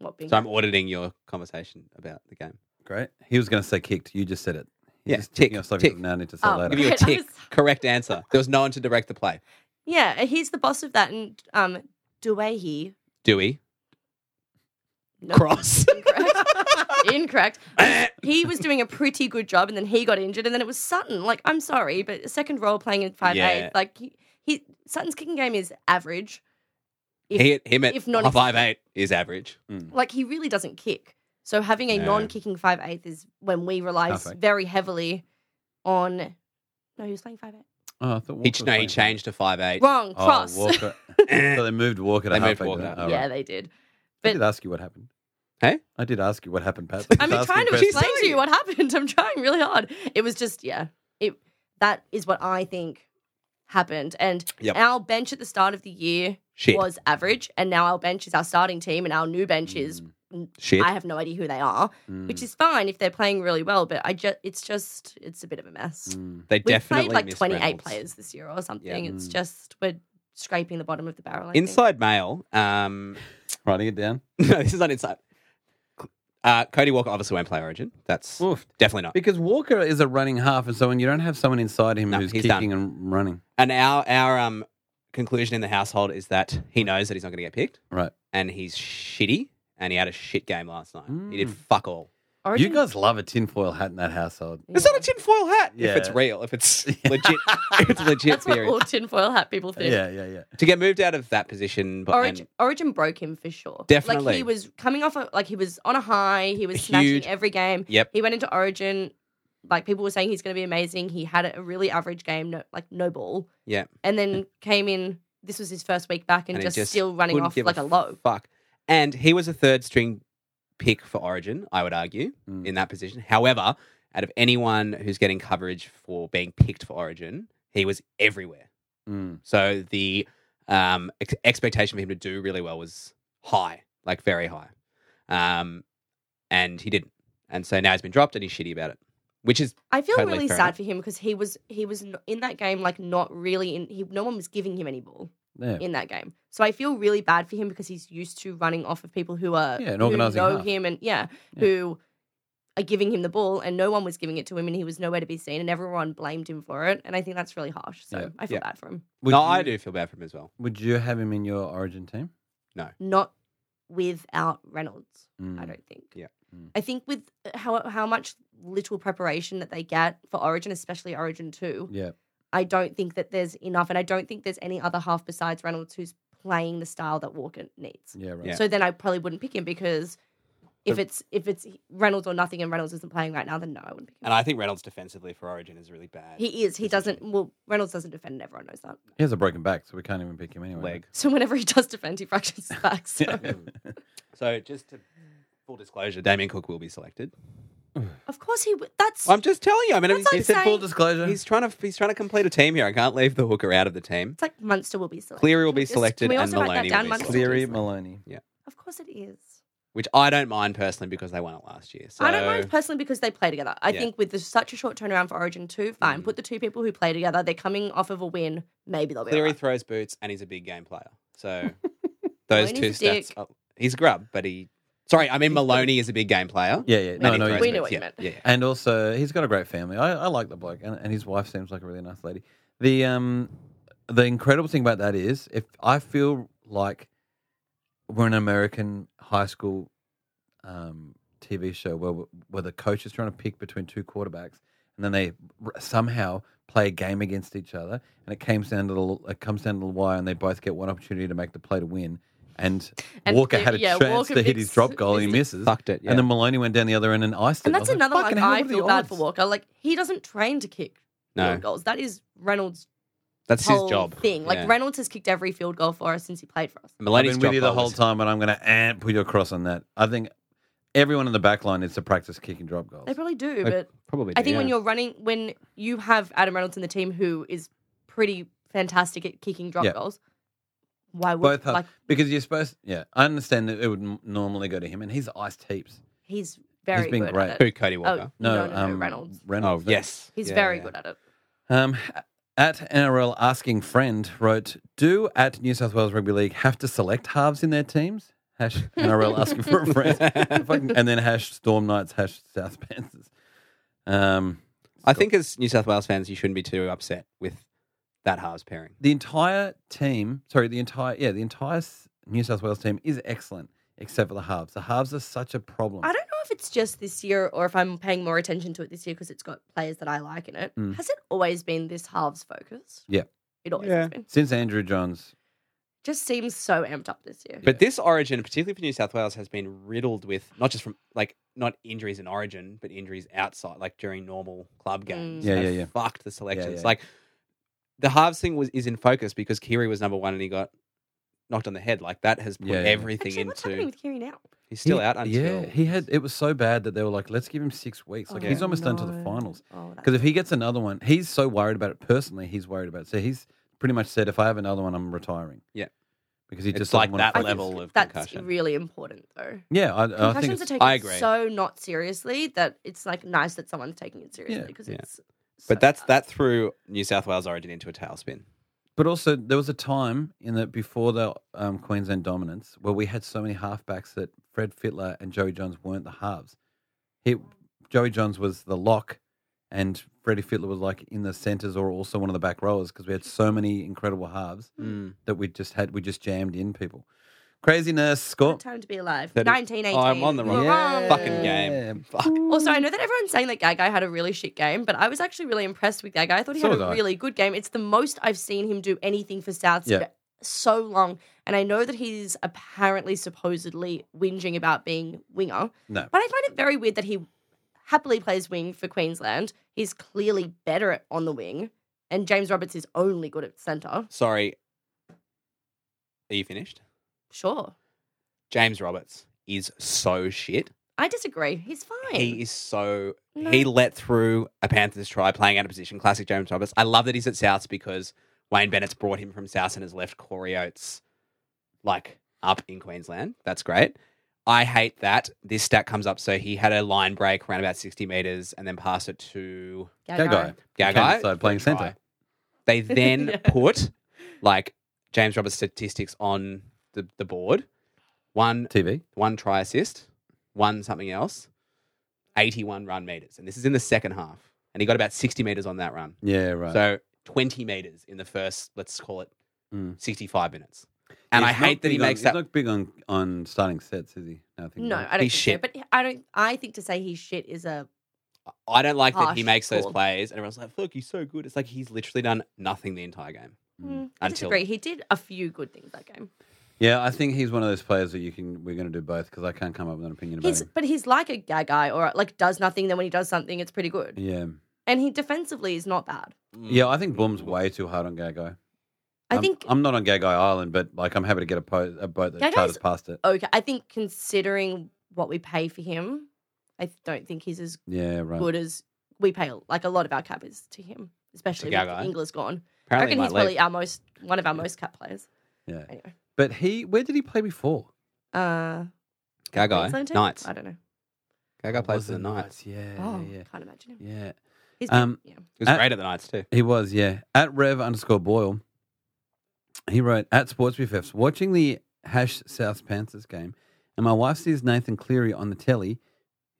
[SPEAKER 3] What being?
[SPEAKER 2] So I'm auditing your conversation about the game.
[SPEAKER 1] Great. He was going to say kicked. You just said it. He's
[SPEAKER 2] Yeah,
[SPEAKER 1] just ticking
[SPEAKER 2] tick,
[SPEAKER 1] off stuff
[SPEAKER 2] tick.
[SPEAKER 1] Now I need to say
[SPEAKER 3] Oh,
[SPEAKER 1] later.
[SPEAKER 2] Give you a
[SPEAKER 3] Right, I
[SPEAKER 2] tick.
[SPEAKER 3] was-
[SPEAKER 2] Correct answer. There was no one to direct the play.
[SPEAKER 3] yeah, he's the boss of that, and um, Duehi.
[SPEAKER 2] Dewey.
[SPEAKER 3] No,
[SPEAKER 2] Cross.
[SPEAKER 3] incorrect. incorrect. he was doing a pretty good job, and then he got injured, and then it was Sutton. Like, I'm sorry, but a second role playing in five
[SPEAKER 2] Yeah.
[SPEAKER 3] eight, like he, he Sutton's kicking game is average. If,
[SPEAKER 2] he, him at
[SPEAKER 3] if not-
[SPEAKER 2] five eight is average.
[SPEAKER 3] like he really doesn't kick. So having a
[SPEAKER 2] No.
[SPEAKER 3] non-kicking five eighth is when we rely s-
[SPEAKER 1] Perfect.
[SPEAKER 3] very heavily on. No, he was playing five eight.
[SPEAKER 1] Oh, I thought Walker
[SPEAKER 2] He,
[SPEAKER 1] was
[SPEAKER 2] no, he
[SPEAKER 1] playing.
[SPEAKER 2] changed to five eight.
[SPEAKER 3] Wrong
[SPEAKER 1] Oh,
[SPEAKER 3] cross.
[SPEAKER 1] Walker. so they moved Walker to
[SPEAKER 2] They moved
[SPEAKER 1] halfback to
[SPEAKER 2] Walker.
[SPEAKER 1] that. All
[SPEAKER 3] yeah,
[SPEAKER 1] right.
[SPEAKER 3] they did.
[SPEAKER 1] I
[SPEAKER 3] but-
[SPEAKER 1] did ask you what happened.
[SPEAKER 2] Hey?
[SPEAKER 1] I did ask you what happened, Pat.
[SPEAKER 3] I'm
[SPEAKER 1] Just
[SPEAKER 3] trying to
[SPEAKER 1] asking
[SPEAKER 3] explain to you what happened. I'm trying really hard. It was just yeah. It that is what I think happened. And
[SPEAKER 2] Yep.
[SPEAKER 3] our bench at the start of the year
[SPEAKER 2] Shit.
[SPEAKER 3] was average, and now our bench is our starting team, and our new bench is
[SPEAKER 2] Mm. Shit.
[SPEAKER 3] I have no idea who they are,
[SPEAKER 2] Mm.
[SPEAKER 3] which is fine if they're playing really well. But I just it's just it's a bit of a mess.
[SPEAKER 1] Mm.
[SPEAKER 2] they
[SPEAKER 3] We've
[SPEAKER 2] Mm. definitely
[SPEAKER 3] played like
[SPEAKER 2] missed
[SPEAKER 3] 28
[SPEAKER 2] Reynolds.
[SPEAKER 3] players this year or something.
[SPEAKER 2] Yeah. Mm.
[SPEAKER 3] It's just we're scraping the bottom of the barrel. I think.
[SPEAKER 2] Inside mail. Um,
[SPEAKER 1] Writing it down.
[SPEAKER 2] no, this is not inside. Uh, Cody Walker obviously won't play Origin. That's
[SPEAKER 1] Oof.
[SPEAKER 2] definitely not.
[SPEAKER 1] Because Walker is a running half, and so when you don't have someone inside him
[SPEAKER 2] No,
[SPEAKER 1] who's
[SPEAKER 2] he's
[SPEAKER 1] kicking and running,
[SPEAKER 2] And our our um conclusion in the household is that he knows that he's not going to get picked,
[SPEAKER 1] right?
[SPEAKER 2] and he's shitty, and he had a shit game last night. He did
[SPEAKER 1] Mm.
[SPEAKER 2] fuck all.
[SPEAKER 1] You guys love a tinfoil hat in that household.
[SPEAKER 2] It's not a tinfoil hat
[SPEAKER 1] Yeah.
[SPEAKER 2] if it's real, if it's legit, if it's legit
[SPEAKER 3] That's what
[SPEAKER 2] theory.
[SPEAKER 3] all tinfoil hat people think.
[SPEAKER 1] Yeah, yeah, yeah.
[SPEAKER 2] To get moved out of that position, but
[SPEAKER 3] Origin,
[SPEAKER 2] and
[SPEAKER 3] Origin broke him for sure. Like
[SPEAKER 2] Definitely.
[SPEAKER 3] he was coming off, a, like he was on a high. He was smashing
[SPEAKER 2] Huge.
[SPEAKER 3] every game.
[SPEAKER 2] Yep.
[SPEAKER 3] He went into Origin, like people were saying he's going to be amazing. He had a really average game, no, like no ball,
[SPEAKER 2] yeah,
[SPEAKER 3] and then came in. This was his first week back, and,
[SPEAKER 2] he
[SPEAKER 3] just, still running
[SPEAKER 2] wouldn't
[SPEAKER 3] off
[SPEAKER 2] give
[SPEAKER 3] like a low.
[SPEAKER 2] Fuck. Mm. And he was a third string pick for Origin, I would argue, in that position. However, out of anyone who's getting coverage for being picked for Origin, he was everywhere.
[SPEAKER 1] Mm.
[SPEAKER 2] So the um, ex- expectation for him to do really well was high, like very high. Um, and he didn't. And so now he's been dropped and he's shitty about it, which is
[SPEAKER 3] I feel
[SPEAKER 2] Totally
[SPEAKER 3] really
[SPEAKER 2] fair
[SPEAKER 3] sad
[SPEAKER 2] enough.
[SPEAKER 3] for him because he was he was n- in that game like not really in he no one was giving him any ball
[SPEAKER 1] Yeah.
[SPEAKER 3] in that game. So I feel really bad for him because he's used to running off of people who are
[SPEAKER 1] Yeah, an
[SPEAKER 3] who
[SPEAKER 1] organising
[SPEAKER 3] know
[SPEAKER 1] half.
[SPEAKER 3] him and yeah,
[SPEAKER 1] Yeah.
[SPEAKER 3] who are giving him the ball and no one was giving it to him and he was nowhere to be seen and everyone blamed him for it and I think that's really harsh. So
[SPEAKER 1] Yeah.
[SPEAKER 3] I feel
[SPEAKER 2] Yeah.
[SPEAKER 3] bad for him.
[SPEAKER 1] Would
[SPEAKER 2] no,
[SPEAKER 1] you,
[SPEAKER 2] I do feel bad for him as well.
[SPEAKER 1] Would you have him in your Origin team?
[SPEAKER 3] Not without Reynolds. I
[SPEAKER 1] Mm.
[SPEAKER 3] don't think.
[SPEAKER 2] Yeah.
[SPEAKER 1] Mm.
[SPEAKER 3] I think with uh, how how much little preparation that they get for Origin, especially Origin Two,
[SPEAKER 1] Yeah.
[SPEAKER 3] I don't think that there's enough, and I don't think there's any other half besides Reynolds who's playing the style that Walker needs.
[SPEAKER 1] Yeah. Right.
[SPEAKER 2] Yeah.
[SPEAKER 3] So then I probably wouldn't pick him because if it's if it's Reynolds or nothing, and Reynolds isn't playing right now, then no, I wouldn't pick him.
[SPEAKER 2] And I think Reynolds defensively for Origin is really bad.
[SPEAKER 3] He is. He doesn't. Well, Reynolds doesn't defend, and everyone knows that.
[SPEAKER 1] He has a broken back, so we can't even pick him anyway.
[SPEAKER 2] leg.
[SPEAKER 3] So whenever he does defend, he fractures his back. So
[SPEAKER 2] So just to full disclosure, Damien Cook will be selected.
[SPEAKER 3] of course he. would. That's
[SPEAKER 2] I'm just telling you. I mean,
[SPEAKER 3] That's
[SPEAKER 2] he's,
[SPEAKER 1] He
[SPEAKER 3] like
[SPEAKER 2] he's,
[SPEAKER 1] said full
[SPEAKER 3] Saying-
[SPEAKER 1] disclosure.
[SPEAKER 2] he's trying to he's trying to complete a team here. I can't leave the hooker out of the team.
[SPEAKER 3] it's like Munster will be selected.
[SPEAKER 2] Cleary will be
[SPEAKER 3] Yes,
[SPEAKER 2] selected
[SPEAKER 3] can we
[SPEAKER 2] and
[SPEAKER 3] also write that
[SPEAKER 2] Maloney
[SPEAKER 3] down?
[SPEAKER 2] will be
[SPEAKER 3] Munster-
[SPEAKER 2] selected,
[SPEAKER 1] Cleary
[SPEAKER 3] Cleary,
[SPEAKER 1] Maloney.
[SPEAKER 3] Of course it is.
[SPEAKER 2] which I don't mind personally because they won it last year. So
[SPEAKER 3] I don't mind personally because they play together. I
[SPEAKER 2] Yeah. Mm.
[SPEAKER 3] think with the, such a short turnaround for Origin 2, fine. Put the two people who play together. They're coming off of a win. Maybe they'll be
[SPEAKER 2] Cleary
[SPEAKER 3] alright.
[SPEAKER 2] throws boots and he's a big game player. So those two
[SPEAKER 3] Maloney's a
[SPEAKER 2] stats.
[SPEAKER 3] dick.
[SPEAKER 2] Are, he's a grub, but he. Sorry, I mean Maloney is a big game player.
[SPEAKER 1] Yeah. Yeah.
[SPEAKER 2] and
[SPEAKER 1] No.
[SPEAKER 2] he
[SPEAKER 1] No.
[SPEAKER 2] throws
[SPEAKER 1] he's
[SPEAKER 3] We
[SPEAKER 1] good.
[SPEAKER 3] knew what you
[SPEAKER 2] yeah,
[SPEAKER 3] meant.
[SPEAKER 2] Yeah, yeah.
[SPEAKER 1] And also, he's got a great family. I, I like the bloke, and, and his wife seems like a really nice lady. The um, the incredible thing about that is, if I feel like we're an American high school um, TV show where where the coach is trying to pick between two quarterbacks, and then they r- somehow play a game against each other, and it comes down to the it comes down to the wire, and they both get one opportunity to make the play to win. And,
[SPEAKER 3] And
[SPEAKER 1] Walker
[SPEAKER 3] the-
[SPEAKER 1] had a
[SPEAKER 3] yeah,
[SPEAKER 1] chance
[SPEAKER 3] Walker
[SPEAKER 1] to hit his
[SPEAKER 3] picks-
[SPEAKER 1] drop goal, and he misses.
[SPEAKER 2] Fucked it. Yeah.
[SPEAKER 1] And then Maloney went down the other end and iced it.
[SPEAKER 3] And
[SPEAKER 1] I
[SPEAKER 3] that's
[SPEAKER 1] was like,
[SPEAKER 3] another one
[SPEAKER 1] "Fucking hell,
[SPEAKER 3] I
[SPEAKER 1] what are the
[SPEAKER 3] feel bad for
[SPEAKER 1] odds?"
[SPEAKER 3] Walker. Like, he doesn't train to kick
[SPEAKER 2] no,
[SPEAKER 3] field goals. That is Reynolds'
[SPEAKER 2] that's his
[SPEAKER 3] whole
[SPEAKER 2] job.
[SPEAKER 3] thing. Like,
[SPEAKER 2] yeah.
[SPEAKER 3] Reynolds has kicked every field goal for us since he played for us.
[SPEAKER 1] I've
[SPEAKER 2] Maloney's
[SPEAKER 1] been with you the
[SPEAKER 2] drop goal
[SPEAKER 1] whole
[SPEAKER 2] was-
[SPEAKER 1] time, and I'm going to eh, put you across on that. I think everyone in the back line needs to practice kicking drop goals.
[SPEAKER 3] They probably do,
[SPEAKER 2] They
[SPEAKER 3] but
[SPEAKER 2] Probably.
[SPEAKER 3] I think when
[SPEAKER 2] yeah.
[SPEAKER 3] you're running, when you have Adam Reynolds in the team who is pretty fantastic at kicking drop
[SPEAKER 1] Yeah.
[SPEAKER 3] goals, why would
[SPEAKER 1] Both are,
[SPEAKER 3] like
[SPEAKER 1] because you're supposed. Yeah, I understand that it would n- normally go to him, and he's iced heaps.
[SPEAKER 3] he's very
[SPEAKER 1] been
[SPEAKER 3] good
[SPEAKER 1] great.
[SPEAKER 3] at
[SPEAKER 2] who
[SPEAKER 3] it. Oh,
[SPEAKER 2] Cody Walker.
[SPEAKER 1] No,
[SPEAKER 3] no, no,
[SPEAKER 1] um,
[SPEAKER 3] Reynolds.
[SPEAKER 1] Reynolds.
[SPEAKER 2] oh yes,
[SPEAKER 3] He's
[SPEAKER 2] Yeah,
[SPEAKER 3] very
[SPEAKER 2] yeah.
[SPEAKER 3] good at it.
[SPEAKER 1] Um, at NRL asking friend wrote, "Do at New South Wales Rugby League have to select halves in their teams?" Hash NRL asking for a friend, Fucking- and then hash Storm Knights, hash South Panthers. Um,
[SPEAKER 2] I think as New South Wales fans, you shouldn't be too upset with that halves pairing.
[SPEAKER 1] the entire team, sorry, the entire yeah, the entire s- New South Wales team is excellent except for the halves. The halves are such a problem.
[SPEAKER 3] I don't know if it's just this year or if I'm paying more attention to it this year because it's got players that I like in it.
[SPEAKER 1] Mm.
[SPEAKER 3] Has it always been this halves focused?
[SPEAKER 1] Yeah.
[SPEAKER 3] It always
[SPEAKER 2] Yeah.
[SPEAKER 3] has been.
[SPEAKER 1] Since Andrew Johns,
[SPEAKER 3] Just seems so amped up this year.
[SPEAKER 2] But this origin, particularly for New South Wales, has been riddled with not just from like not injuries in origin, but injuries outside, like during normal club games.
[SPEAKER 1] Mm. Yeah,
[SPEAKER 2] They've
[SPEAKER 1] yeah, yeah.
[SPEAKER 2] Fucked the selections.
[SPEAKER 1] yeah.
[SPEAKER 2] Like the halves thing was is in focus because Kiri was number one and he got knocked on the head. Like that has put
[SPEAKER 1] Yeah, yeah.
[SPEAKER 2] everything
[SPEAKER 3] Actually, what's happening
[SPEAKER 2] into.
[SPEAKER 3] with Kiri now?
[SPEAKER 2] He's still
[SPEAKER 1] he-
[SPEAKER 2] out until.
[SPEAKER 1] yeah, he had it was so bad that they were like, let's give him six weeks. Like
[SPEAKER 2] Oh,
[SPEAKER 1] he's almost done to the
[SPEAKER 3] no.
[SPEAKER 1] finals.
[SPEAKER 3] Oh,
[SPEAKER 1] Because
[SPEAKER 3] that's
[SPEAKER 1] if he gets another one, he's so worried about it personally. He's worried about it. So he's pretty much said, if I have another one, I'm retiring.
[SPEAKER 2] Yeah.
[SPEAKER 1] because he
[SPEAKER 2] It's
[SPEAKER 1] just
[SPEAKER 2] like
[SPEAKER 1] doesn't want
[SPEAKER 2] that
[SPEAKER 1] to-
[SPEAKER 3] I think
[SPEAKER 2] level of
[SPEAKER 3] that's
[SPEAKER 2] concussion.
[SPEAKER 3] really important though.
[SPEAKER 1] Yeah, I, I think
[SPEAKER 3] Concussions
[SPEAKER 1] it's-
[SPEAKER 3] are taken
[SPEAKER 2] I agree.
[SPEAKER 3] so not seriously that it's like nice that someone's taking it seriously
[SPEAKER 1] Yeah.
[SPEAKER 3] because
[SPEAKER 2] Yeah.
[SPEAKER 3] it's. so
[SPEAKER 2] But that's
[SPEAKER 3] bad.
[SPEAKER 2] that threw New South Wales origin into a tailspin.
[SPEAKER 1] But also, there was a time in that before the um, Queensland dominance where we had so many halfbacks that Fred Fittler and Joey Johns weren't the halves. He, Joey Johns was the lock, and Freddie Fittler was like in the centres or also one of the back rowers because we had so many incredible halves
[SPEAKER 2] Hmm.
[SPEAKER 3] Mm.
[SPEAKER 1] that we just had we just jammed in people. Craziness, Scott.
[SPEAKER 3] What time to be alive.
[SPEAKER 2] That is-
[SPEAKER 3] 1918.
[SPEAKER 2] Oh, I'm on the wrong
[SPEAKER 1] Yeah.
[SPEAKER 2] fucking game. Fuck.
[SPEAKER 3] Also, I know that everyone's saying that Gagai had a really shit game, but I was actually really impressed with Gagai. I thought he
[SPEAKER 1] So
[SPEAKER 3] had a
[SPEAKER 1] was I.
[SPEAKER 3] really good game. It's the most I've seen him do anything for South
[SPEAKER 1] Yeah.
[SPEAKER 3] for so long. And I know that he's apparently supposedly whinging about being winger,
[SPEAKER 1] No,
[SPEAKER 3] but I find it very weird that he happily plays wing for Queensland. He's clearly better at on the wing, and James Roberts is only good at centre.
[SPEAKER 2] Sorry. Are you finished?
[SPEAKER 3] Sure.
[SPEAKER 2] James Roberts is so shit.
[SPEAKER 3] I disagree. He's fine.
[SPEAKER 2] He is so he let through a Panthers try playing out of position. Classic James Roberts. I love that he's at Souths because Wayne Bennett's brought him from Souths and has left Corey Oates like up in Queensland. That's great. I hate that this stat comes up. So he had a line break around about sixty meters and then passed it to
[SPEAKER 1] That guy.
[SPEAKER 2] Gagai
[SPEAKER 1] So playing
[SPEAKER 2] Try.
[SPEAKER 1] centre.
[SPEAKER 2] They then
[SPEAKER 3] Yeah.
[SPEAKER 2] put like James Roberts statistics on the, the board. One
[SPEAKER 1] TV.
[SPEAKER 2] one try assist, one something else, 81 run meters. And this is in the second half. And he got about 60 meters on that run.
[SPEAKER 1] Yeah, right.
[SPEAKER 2] So 20 meters in the first, let's call it
[SPEAKER 1] Mm.
[SPEAKER 2] 65 minutes. And I
[SPEAKER 1] He's not
[SPEAKER 2] hate that he
[SPEAKER 1] big on-
[SPEAKER 2] makes that.
[SPEAKER 1] He's not big on, on starting sets, is he? No, I think
[SPEAKER 3] No,
[SPEAKER 1] not.
[SPEAKER 3] I don't.
[SPEAKER 2] He's
[SPEAKER 3] He's
[SPEAKER 2] shit.
[SPEAKER 3] shit. But I don't. I think to say he's shit is a
[SPEAKER 2] I don't like that he
[SPEAKER 3] harsh
[SPEAKER 2] makes those
[SPEAKER 3] call.
[SPEAKER 2] plays. And everyone's like, look, he's so good. It's like he's literally done nothing the entire game.
[SPEAKER 3] Mm, I
[SPEAKER 2] Until-
[SPEAKER 3] disagree. He did a few good things that game.
[SPEAKER 1] Yeah, I think he's one of those players that you can. We're going to do both because I can't come up with an opinion about
[SPEAKER 3] He's,
[SPEAKER 1] him.
[SPEAKER 3] but he's like a guy guy or like does nothing. Then when he does something, it's pretty good.
[SPEAKER 1] Yeah,
[SPEAKER 3] And he defensively is not bad.
[SPEAKER 1] yeah. I think Boom's way too hard on Gagai.
[SPEAKER 3] I
[SPEAKER 1] I'm-
[SPEAKER 3] think
[SPEAKER 1] I'm not on Gagai Island, but like I'm happy to get a, po- a boat that
[SPEAKER 3] Gagai's-
[SPEAKER 1] charters past it.
[SPEAKER 3] okay. I think considering what we pay for him, I don't think he's as
[SPEAKER 1] Yeah, right.
[SPEAKER 3] good as we pay. Like a lot of our cap is to him, especially
[SPEAKER 2] guy
[SPEAKER 3] with
[SPEAKER 1] eh?
[SPEAKER 2] guy.
[SPEAKER 3] Ingler's gone. I
[SPEAKER 2] Apparently,
[SPEAKER 3] reckon
[SPEAKER 2] he
[SPEAKER 3] he's
[SPEAKER 2] might leave.
[SPEAKER 3] probably our most one of our most cap players.
[SPEAKER 1] Yeah,
[SPEAKER 3] Anyway,
[SPEAKER 1] but he. Where did he play before?
[SPEAKER 3] uh, Queensland
[SPEAKER 2] Gagai,
[SPEAKER 3] team?
[SPEAKER 2] Knights.
[SPEAKER 3] I don't know.
[SPEAKER 2] Gagai plays
[SPEAKER 1] Was
[SPEAKER 2] for the
[SPEAKER 1] it
[SPEAKER 2] Knights.
[SPEAKER 1] Yeah,
[SPEAKER 3] Oh,
[SPEAKER 1] yeah,
[SPEAKER 3] can't imagine him.
[SPEAKER 1] yeah. yeah.
[SPEAKER 3] He's
[SPEAKER 1] Um,
[SPEAKER 3] yeah.
[SPEAKER 2] He was
[SPEAKER 1] Uh,
[SPEAKER 2] great at the Knights, too.
[SPEAKER 1] He was, yeah. At Rev underscore Boyle, he wrote at Sports BFFs, watching the Hash South Panthers game, and my wife sees Nathan Cleary on the telly.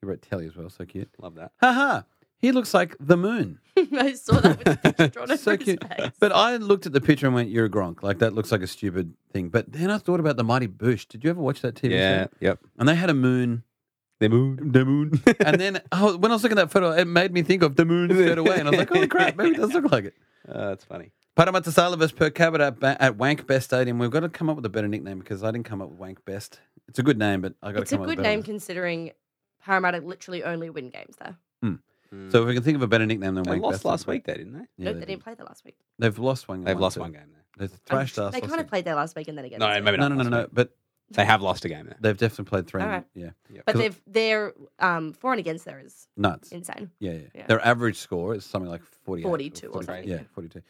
[SPEAKER 1] He wrote telly as well, so cute.
[SPEAKER 2] Love that.
[SPEAKER 1] Haha, he looks like the moon.
[SPEAKER 3] I saw that with the picture drawn over
[SPEAKER 1] so
[SPEAKER 3] his
[SPEAKER 1] cute.
[SPEAKER 3] face.
[SPEAKER 1] But I looked at the picture and went, "You're a Gronk." Like that looks like a stupid thing. But then I thought about the Mighty Bush. Did you ever watch that TV
[SPEAKER 2] Yeah,
[SPEAKER 1] show?
[SPEAKER 2] yep.
[SPEAKER 1] And they had a moon.
[SPEAKER 2] The moon. The moon.
[SPEAKER 1] And then oh, when I was looking at that photo, it made me think of the moon straight away. And I was like, "Holy crap, maybe it does look like it."
[SPEAKER 2] oh, that's funny.
[SPEAKER 1] Parramatta Salivas per capita at, ba- at Wank Best Stadium. We've got to come up with a better nickname because I didn't come up with Wank Best. It's a good name, but I got
[SPEAKER 3] it's
[SPEAKER 1] to
[SPEAKER 3] a
[SPEAKER 1] come up with
[SPEAKER 3] good
[SPEAKER 1] a better
[SPEAKER 3] name
[SPEAKER 1] one.
[SPEAKER 3] considering Parramatta literally only win games there.
[SPEAKER 1] So if we can think of a better nickname than
[SPEAKER 2] They
[SPEAKER 1] Wank
[SPEAKER 2] lost
[SPEAKER 1] Best,
[SPEAKER 2] last
[SPEAKER 1] then-
[SPEAKER 2] week, there, didn't they?
[SPEAKER 1] Yeah,
[SPEAKER 3] no, they
[SPEAKER 1] they
[SPEAKER 3] didn't play there last week.
[SPEAKER 1] have lost one.
[SPEAKER 2] They've lost
[SPEAKER 1] too.
[SPEAKER 2] one game there.
[SPEAKER 1] They've thrashed us.
[SPEAKER 3] they
[SPEAKER 1] last
[SPEAKER 3] kind of
[SPEAKER 1] week.
[SPEAKER 3] played there last week and then again.
[SPEAKER 2] No,
[SPEAKER 3] this
[SPEAKER 2] no,
[SPEAKER 3] week.
[SPEAKER 1] No,
[SPEAKER 2] maybe not.
[SPEAKER 1] no, no,
[SPEAKER 2] last
[SPEAKER 1] no.
[SPEAKER 2] week.
[SPEAKER 1] But
[SPEAKER 2] They have lost a game there.
[SPEAKER 1] they've definitely played three.
[SPEAKER 3] All right.
[SPEAKER 1] Yeah,
[SPEAKER 3] But
[SPEAKER 1] 'Cause-
[SPEAKER 3] they've their um, for and against there is
[SPEAKER 1] nuts.
[SPEAKER 3] insane.
[SPEAKER 1] Yeah, yeah,
[SPEAKER 3] Yeah.
[SPEAKER 1] Their average score is something like 48
[SPEAKER 3] 42 or
[SPEAKER 1] 40
[SPEAKER 3] something,
[SPEAKER 1] Yeah,
[SPEAKER 3] yeah.
[SPEAKER 1] 42.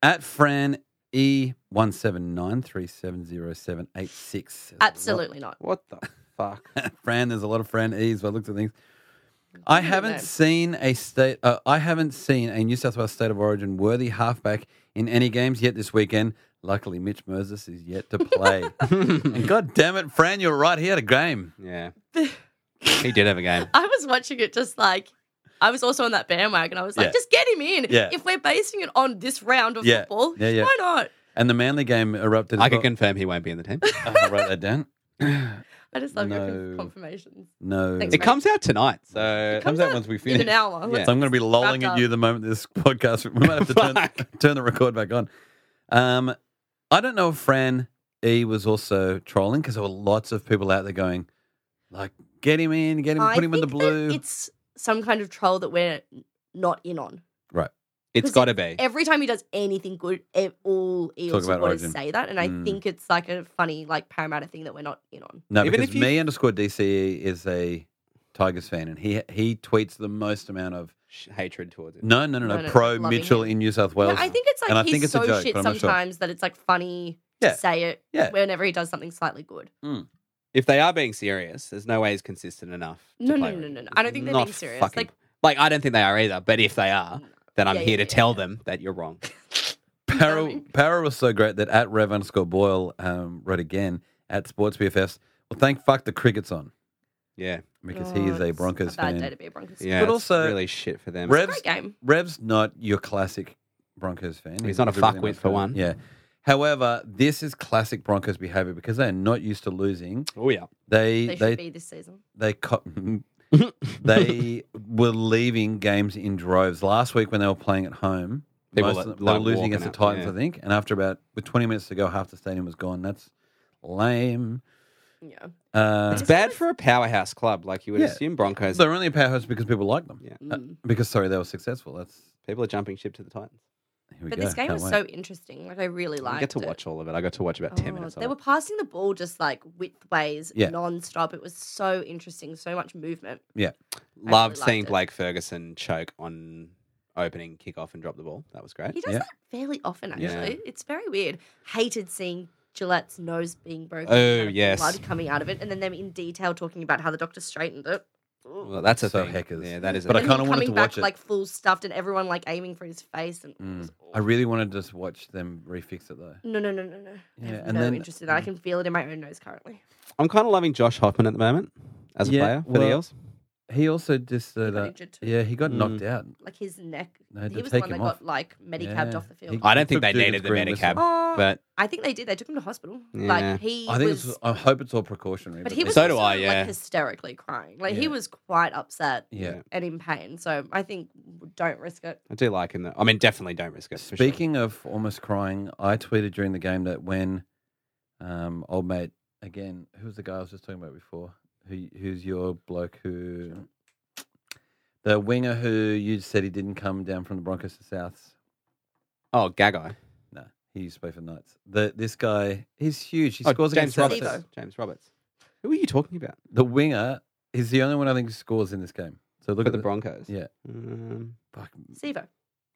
[SPEAKER 1] At Fran E one seven nine three seven zero seven eight six.
[SPEAKER 3] Absolutely not.
[SPEAKER 2] What the fuck?
[SPEAKER 1] Fran, there's a lot of Fran E's by the looks of things. I haven't
[SPEAKER 3] know.
[SPEAKER 1] seen a state. Uh, I haven't seen a New South Wales state of origin worthy halfback in any games yet this weekend. Luckily, Mitch Moses is yet to play. and God damn it, Fran, you're right. He had a game.
[SPEAKER 2] yeah. he did have a game.
[SPEAKER 3] I was watching it just like I was also on that bandwagon. I was like,
[SPEAKER 1] Yeah.
[SPEAKER 3] just get him in.
[SPEAKER 1] Yeah.
[SPEAKER 3] If we're basing it on this round of
[SPEAKER 1] Yeah.
[SPEAKER 3] football,
[SPEAKER 1] Yeah, yeah.
[SPEAKER 3] why not?
[SPEAKER 1] And the Manly game erupted. as
[SPEAKER 2] I can
[SPEAKER 1] well.
[SPEAKER 2] confirm he won't be in the team.
[SPEAKER 1] Oh, I wrote that down.
[SPEAKER 3] I just love your
[SPEAKER 1] No.
[SPEAKER 3] con- confirmations.
[SPEAKER 1] No.
[SPEAKER 3] Thanks,
[SPEAKER 2] it
[SPEAKER 3] mate.
[SPEAKER 2] comes out tonight, so
[SPEAKER 1] comes out once we finish.
[SPEAKER 3] in an hour.
[SPEAKER 2] Yeah.
[SPEAKER 1] So I'm going to be lolling
[SPEAKER 3] wrapped
[SPEAKER 1] at you
[SPEAKER 3] up.
[SPEAKER 1] the moment this podcast. We might have to turn, turn the record back on. Um, I don't know if Fran E was also trolling because there were lots of people out there going, like, get him in, get him,
[SPEAKER 3] I
[SPEAKER 1] put him in the
[SPEAKER 3] think that
[SPEAKER 1] blue.
[SPEAKER 3] It's some kind of troll that we're not in on.
[SPEAKER 2] it's got to be.
[SPEAKER 3] every time he does anything good, it, all eels
[SPEAKER 1] about
[SPEAKER 3] want
[SPEAKER 1] Origin.
[SPEAKER 3] to say that, and I
[SPEAKER 1] Mm.
[SPEAKER 3] think it's like a funny like Parramatta thing that we're not in on.
[SPEAKER 1] No,
[SPEAKER 2] Even
[SPEAKER 1] because
[SPEAKER 2] if you-
[SPEAKER 1] me underscore DCE is a Tigers fan and he he tweets the most amount of
[SPEAKER 2] Sh- Hatred towards it.
[SPEAKER 1] no, no, no, no,
[SPEAKER 3] No, no,
[SPEAKER 1] pro
[SPEAKER 3] loving
[SPEAKER 1] Mitchell
[SPEAKER 3] him.
[SPEAKER 1] in New South
[SPEAKER 3] Yeah,
[SPEAKER 1] Wales.
[SPEAKER 3] I think it's like
[SPEAKER 1] and I
[SPEAKER 3] he's
[SPEAKER 1] think it's a
[SPEAKER 3] so
[SPEAKER 1] joke,
[SPEAKER 3] shit
[SPEAKER 1] but I'm not sure.
[SPEAKER 3] sometimes that it's like funny
[SPEAKER 1] Yeah.
[SPEAKER 3] to say it
[SPEAKER 1] Yeah.
[SPEAKER 3] whenever he does something slightly good.
[SPEAKER 2] If they are being serious, there's no way he's consistent enough. to
[SPEAKER 3] No, no,
[SPEAKER 2] play
[SPEAKER 3] no, no,
[SPEAKER 2] Origin.
[SPEAKER 3] no. I don't think they're
[SPEAKER 2] Not
[SPEAKER 3] being serious.
[SPEAKER 2] fucking-
[SPEAKER 3] Like-
[SPEAKER 2] like, I don't think they are either. But if they are, then I'm
[SPEAKER 3] Yeah,
[SPEAKER 2] here
[SPEAKER 3] yeah,
[SPEAKER 2] to
[SPEAKER 3] yeah,
[SPEAKER 2] tell them that you're wrong.
[SPEAKER 1] Para, Para was so great that at Rev underscore Boyle um, wrote again at Sports BFFs. Well, thank fuck the cricket's on
[SPEAKER 2] Yeah,
[SPEAKER 1] because he is
[SPEAKER 3] Oh,
[SPEAKER 1] a
[SPEAKER 3] it's
[SPEAKER 1] Broncos
[SPEAKER 3] a bad
[SPEAKER 1] fan.
[SPEAKER 3] day to be a Broncos.
[SPEAKER 2] yeah.
[SPEAKER 1] But
[SPEAKER 2] it's
[SPEAKER 1] also-
[SPEAKER 2] really shit for them.
[SPEAKER 1] Rev's
[SPEAKER 3] Great game.
[SPEAKER 1] Rev's not your classic Broncos fan.
[SPEAKER 2] He's not a
[SPEAKER 1] really
[SPEAKER 2] fuckwit
[SPEAKER 1] nice
[SPEAKER 2] for
[SPEAKER 1] fan.
[SPEAKER 2] one.
[SPEAKER 1] Yeah. However, this is classic Broncos behavior because they are not used to losing.
[SPEAKER 2] oh yeah,
[SPEAKER 1] They
[SPEAKER 3] They should
[SPEAKER 1] they
[SPEAKER 3] be this season.
[SPEAKER 1] they co- they were leaving games in droves. Last week when they were playing at home,
[SPEAKER 2] People
[SPEAKER 1] most of
[SPEAKER 2] like-
[SPEAKER 1] them- they were
[SPEAKER 2] like
[SPEAKER 1] losing
[SPEAKER 2] walking
[SPEAKER 1] against the
[SPEAKER 2] out,
[SPEAKER 1] Titans,
[SPEAKER 2] yeah.
[SPEAKER 1] I think. And after about with 20 minutes to go, half the stadium was gone. That's lame.
[SPEAKER 3] Yeah.
[SPEAKER 1] Uh,
[SPEAKER 2] it's bad for a powerhouse club. Like you would
[SPEAKER 1] Yeah.
[SPEAKER 2] assume, Broncos.
[SPEAKER 1] they're only a powerhouse because people like them.
[SPEAKER 2] Yeah.
[SPEAKER 1] Uh, because sorry, they were successful. That's
[SPEAKER 2] People are jumping ship to the Titans.
[SPEAKER 1] Here we
[SPEAKER 3] But
[SPEAKER 1] go.
[SPEAKER 3] this game
[SPEAKER 1] Can't
[SPEAKER 3] was
[SPEAKER 1] wait.
[SPEAKER 3] so interesting. Like I really liked
[SPEAKER 2] I get to
[SPEAKER 3] it.
[SPEAKER 2] watch all of it. I got to watch about ten
[SPEAKER 3] Oh,
[SPEAKER 2] minutes.
[SPEAKER 3] They
[SPEAKER 2] of
[SPEAKER 3] were
[SPEAKER 2] it.
[SPEAKER 3] passing the ball just like width ways,
[SPEAKER 1] Yeah.
[SPEAKER 3] non-stop. It was so interesting, so much movement.
[SPEAKER 1] Yeah.
[SPEAKER 3] I
[SPEAKER 2] Loved
[SPEAKER 3] really liked
[SPEAKER 2] seeing
[SPEAKER 3] it.
[SPEAKER 2] Blake Ferguson choke on opening kickoff and drop the ball. That was great.
[SPEAKER 3] He does
[SPEAKER 1] Yeah.
[SPEAKER 3] that fairly often, actually.
[SPEAKER 2] Yeah.
[SPEAKER 3] It's very weird. Hated seeing Gillette's nose being broken.
[SPEAKER 2] Oh,
[SPEAKER 3] and the
[SPEAKER 2] yes.
[SPEAKER 3] blood coming out of it, and then them in detail talking about how the doctor straightened it. Ooh.
[SPEAKER 2] Well, that's a
[SPEAKER 1] So
[SPEAKER 2] thing.
[SPEAKER 1] heckers.
[SPEAKER 2] Yeah, that is.
[SPEAKER 1] But
[SPEAKER 2] a
[SPEAKER 1] I
[SPEAKER 3] and
[SPEAKER 2] thing.
[SPEAKER 3] him
[SPEAKER 1] kinda wanted
[SPEAKER 3] coming
[SPEAKER 1] to
[SPEAKER 3] back
[SPEAKER 1] watch it.
[SPEAKER 3] like full stuffed, and everyone like aiming for his face. And
[SPEAKER 1] Mm. I really want to just watch them refix it though.
[SPEAKER 3] no, no, no, no,
[SPEAKER 1] Yeah,
[SPEAKER 3] no. I have
[SPEAKER 1] and
[SPEAKER 3] no
[SPEAKER 1] then- Mm.
[SPEAKER 3] interest in that. I can feel it in my own nose currently.
[SPEAKER 2] I'm kind of loving Josh Hoffman at the moment as a
[SPEAKER 1] Yeah,
[SPEAKER 2] player for the
[SPEAKER 1] well,
[SPEAKER 2] Eels.
[SPEAKER 1] He also just uh,
[SPEAKER 3] got
[SPEAKER 1] that-
[SPEAKER 3] injured too.
[SPEAKER 1] yeah, he
[SPEAKER 2] Mm.
[SPEAKER 1] got knocked out.
[SPEAKER 3] Like his neck.
[SPEAKER 1] They had
[SPEAKER 3] he
[SPEAKER 1] to
[SPEAKER 3] was the
[SPEAKER 1] take
[SPEAKER 3] one that
[SPEAKER 1] him off.
[SPEAKER 3] got like medicabbed
[SPEAKER 1] Yeah.
[SPEAKER 3] off the field.
[SPEAKER 1] He-
[SPEAKER 2] I don't
[SPEAKER 1] he
[SPEAKER 2] think
[SPEAKER 1] took
[SPEAKER 2] they
[SPEAKER 1] Dugan's
[SPEAKER 2] needed the
[SPEAKER 1] green
[SPEAKER 2] medicab,
[SPEAKER 1] whistle.
[SPEAKER 3] Oh,
[SPEAKER 2] but
[SPEAKER 3] I think they did. They took him to hospital.
[SPEAKER 2] Yeah.
[SPEAKER 3] Like he
[SPEAKER 1] I think
[SPEAKER 3] was.
[SPEAKER 1] it's, I hope it's all precautionary.
[SPEAKER 3] but he was
[SPEAKER 2] So do
[SPEAKER 3] also,
[SPEAKER 2] I, yeah.
[SPEAKER 3] like hysterically crying. Like he
[SPEAKER 1] Yeah.
[SPEAKER 3] was quite upset
[SPEAKER 1] yeah.
[SPEAKER 3] and in pain. So I think don't risk it.
[SPEAKER 2] I do like him. Though. I mean, definitely don't risk it. for sure.
[SPEAKER 1] Speaking of almost crying, I tweeted during the game that when um, old mate again, who was the guy I was just talking about before? Who who's your bloke who the winger who you said he didn't come down from the Broncos to Souths?
[SPEAKER 2] oh, Gagai.
[SPEAKER 1] No, he used to play for Knights. The, this guy, he's huge. He
[SPEAKER 2] Oh,
[SPEAKER 1] scores
[SPEAKER 2] James
[SPEAKER 1] against
[SPEAKER 2] Roberts.
[SPEAKER 1] Souths.
[SPEAKER 3] Devo.
[SPEAKER 2] James Roberts. Who are you talking about?
[SPEAKER 1] The winger is the only one I think who scores in this game. So look
[SPEAKER 2] Look
[SPEAKER 1] at
[SPEAKER 2] at the Broncos.
[SPEAKER 1] Yeah,
[SPEAKER 2] Um,
[SPEAKER 1] fuck,
[SPEAKER 3] Sevo.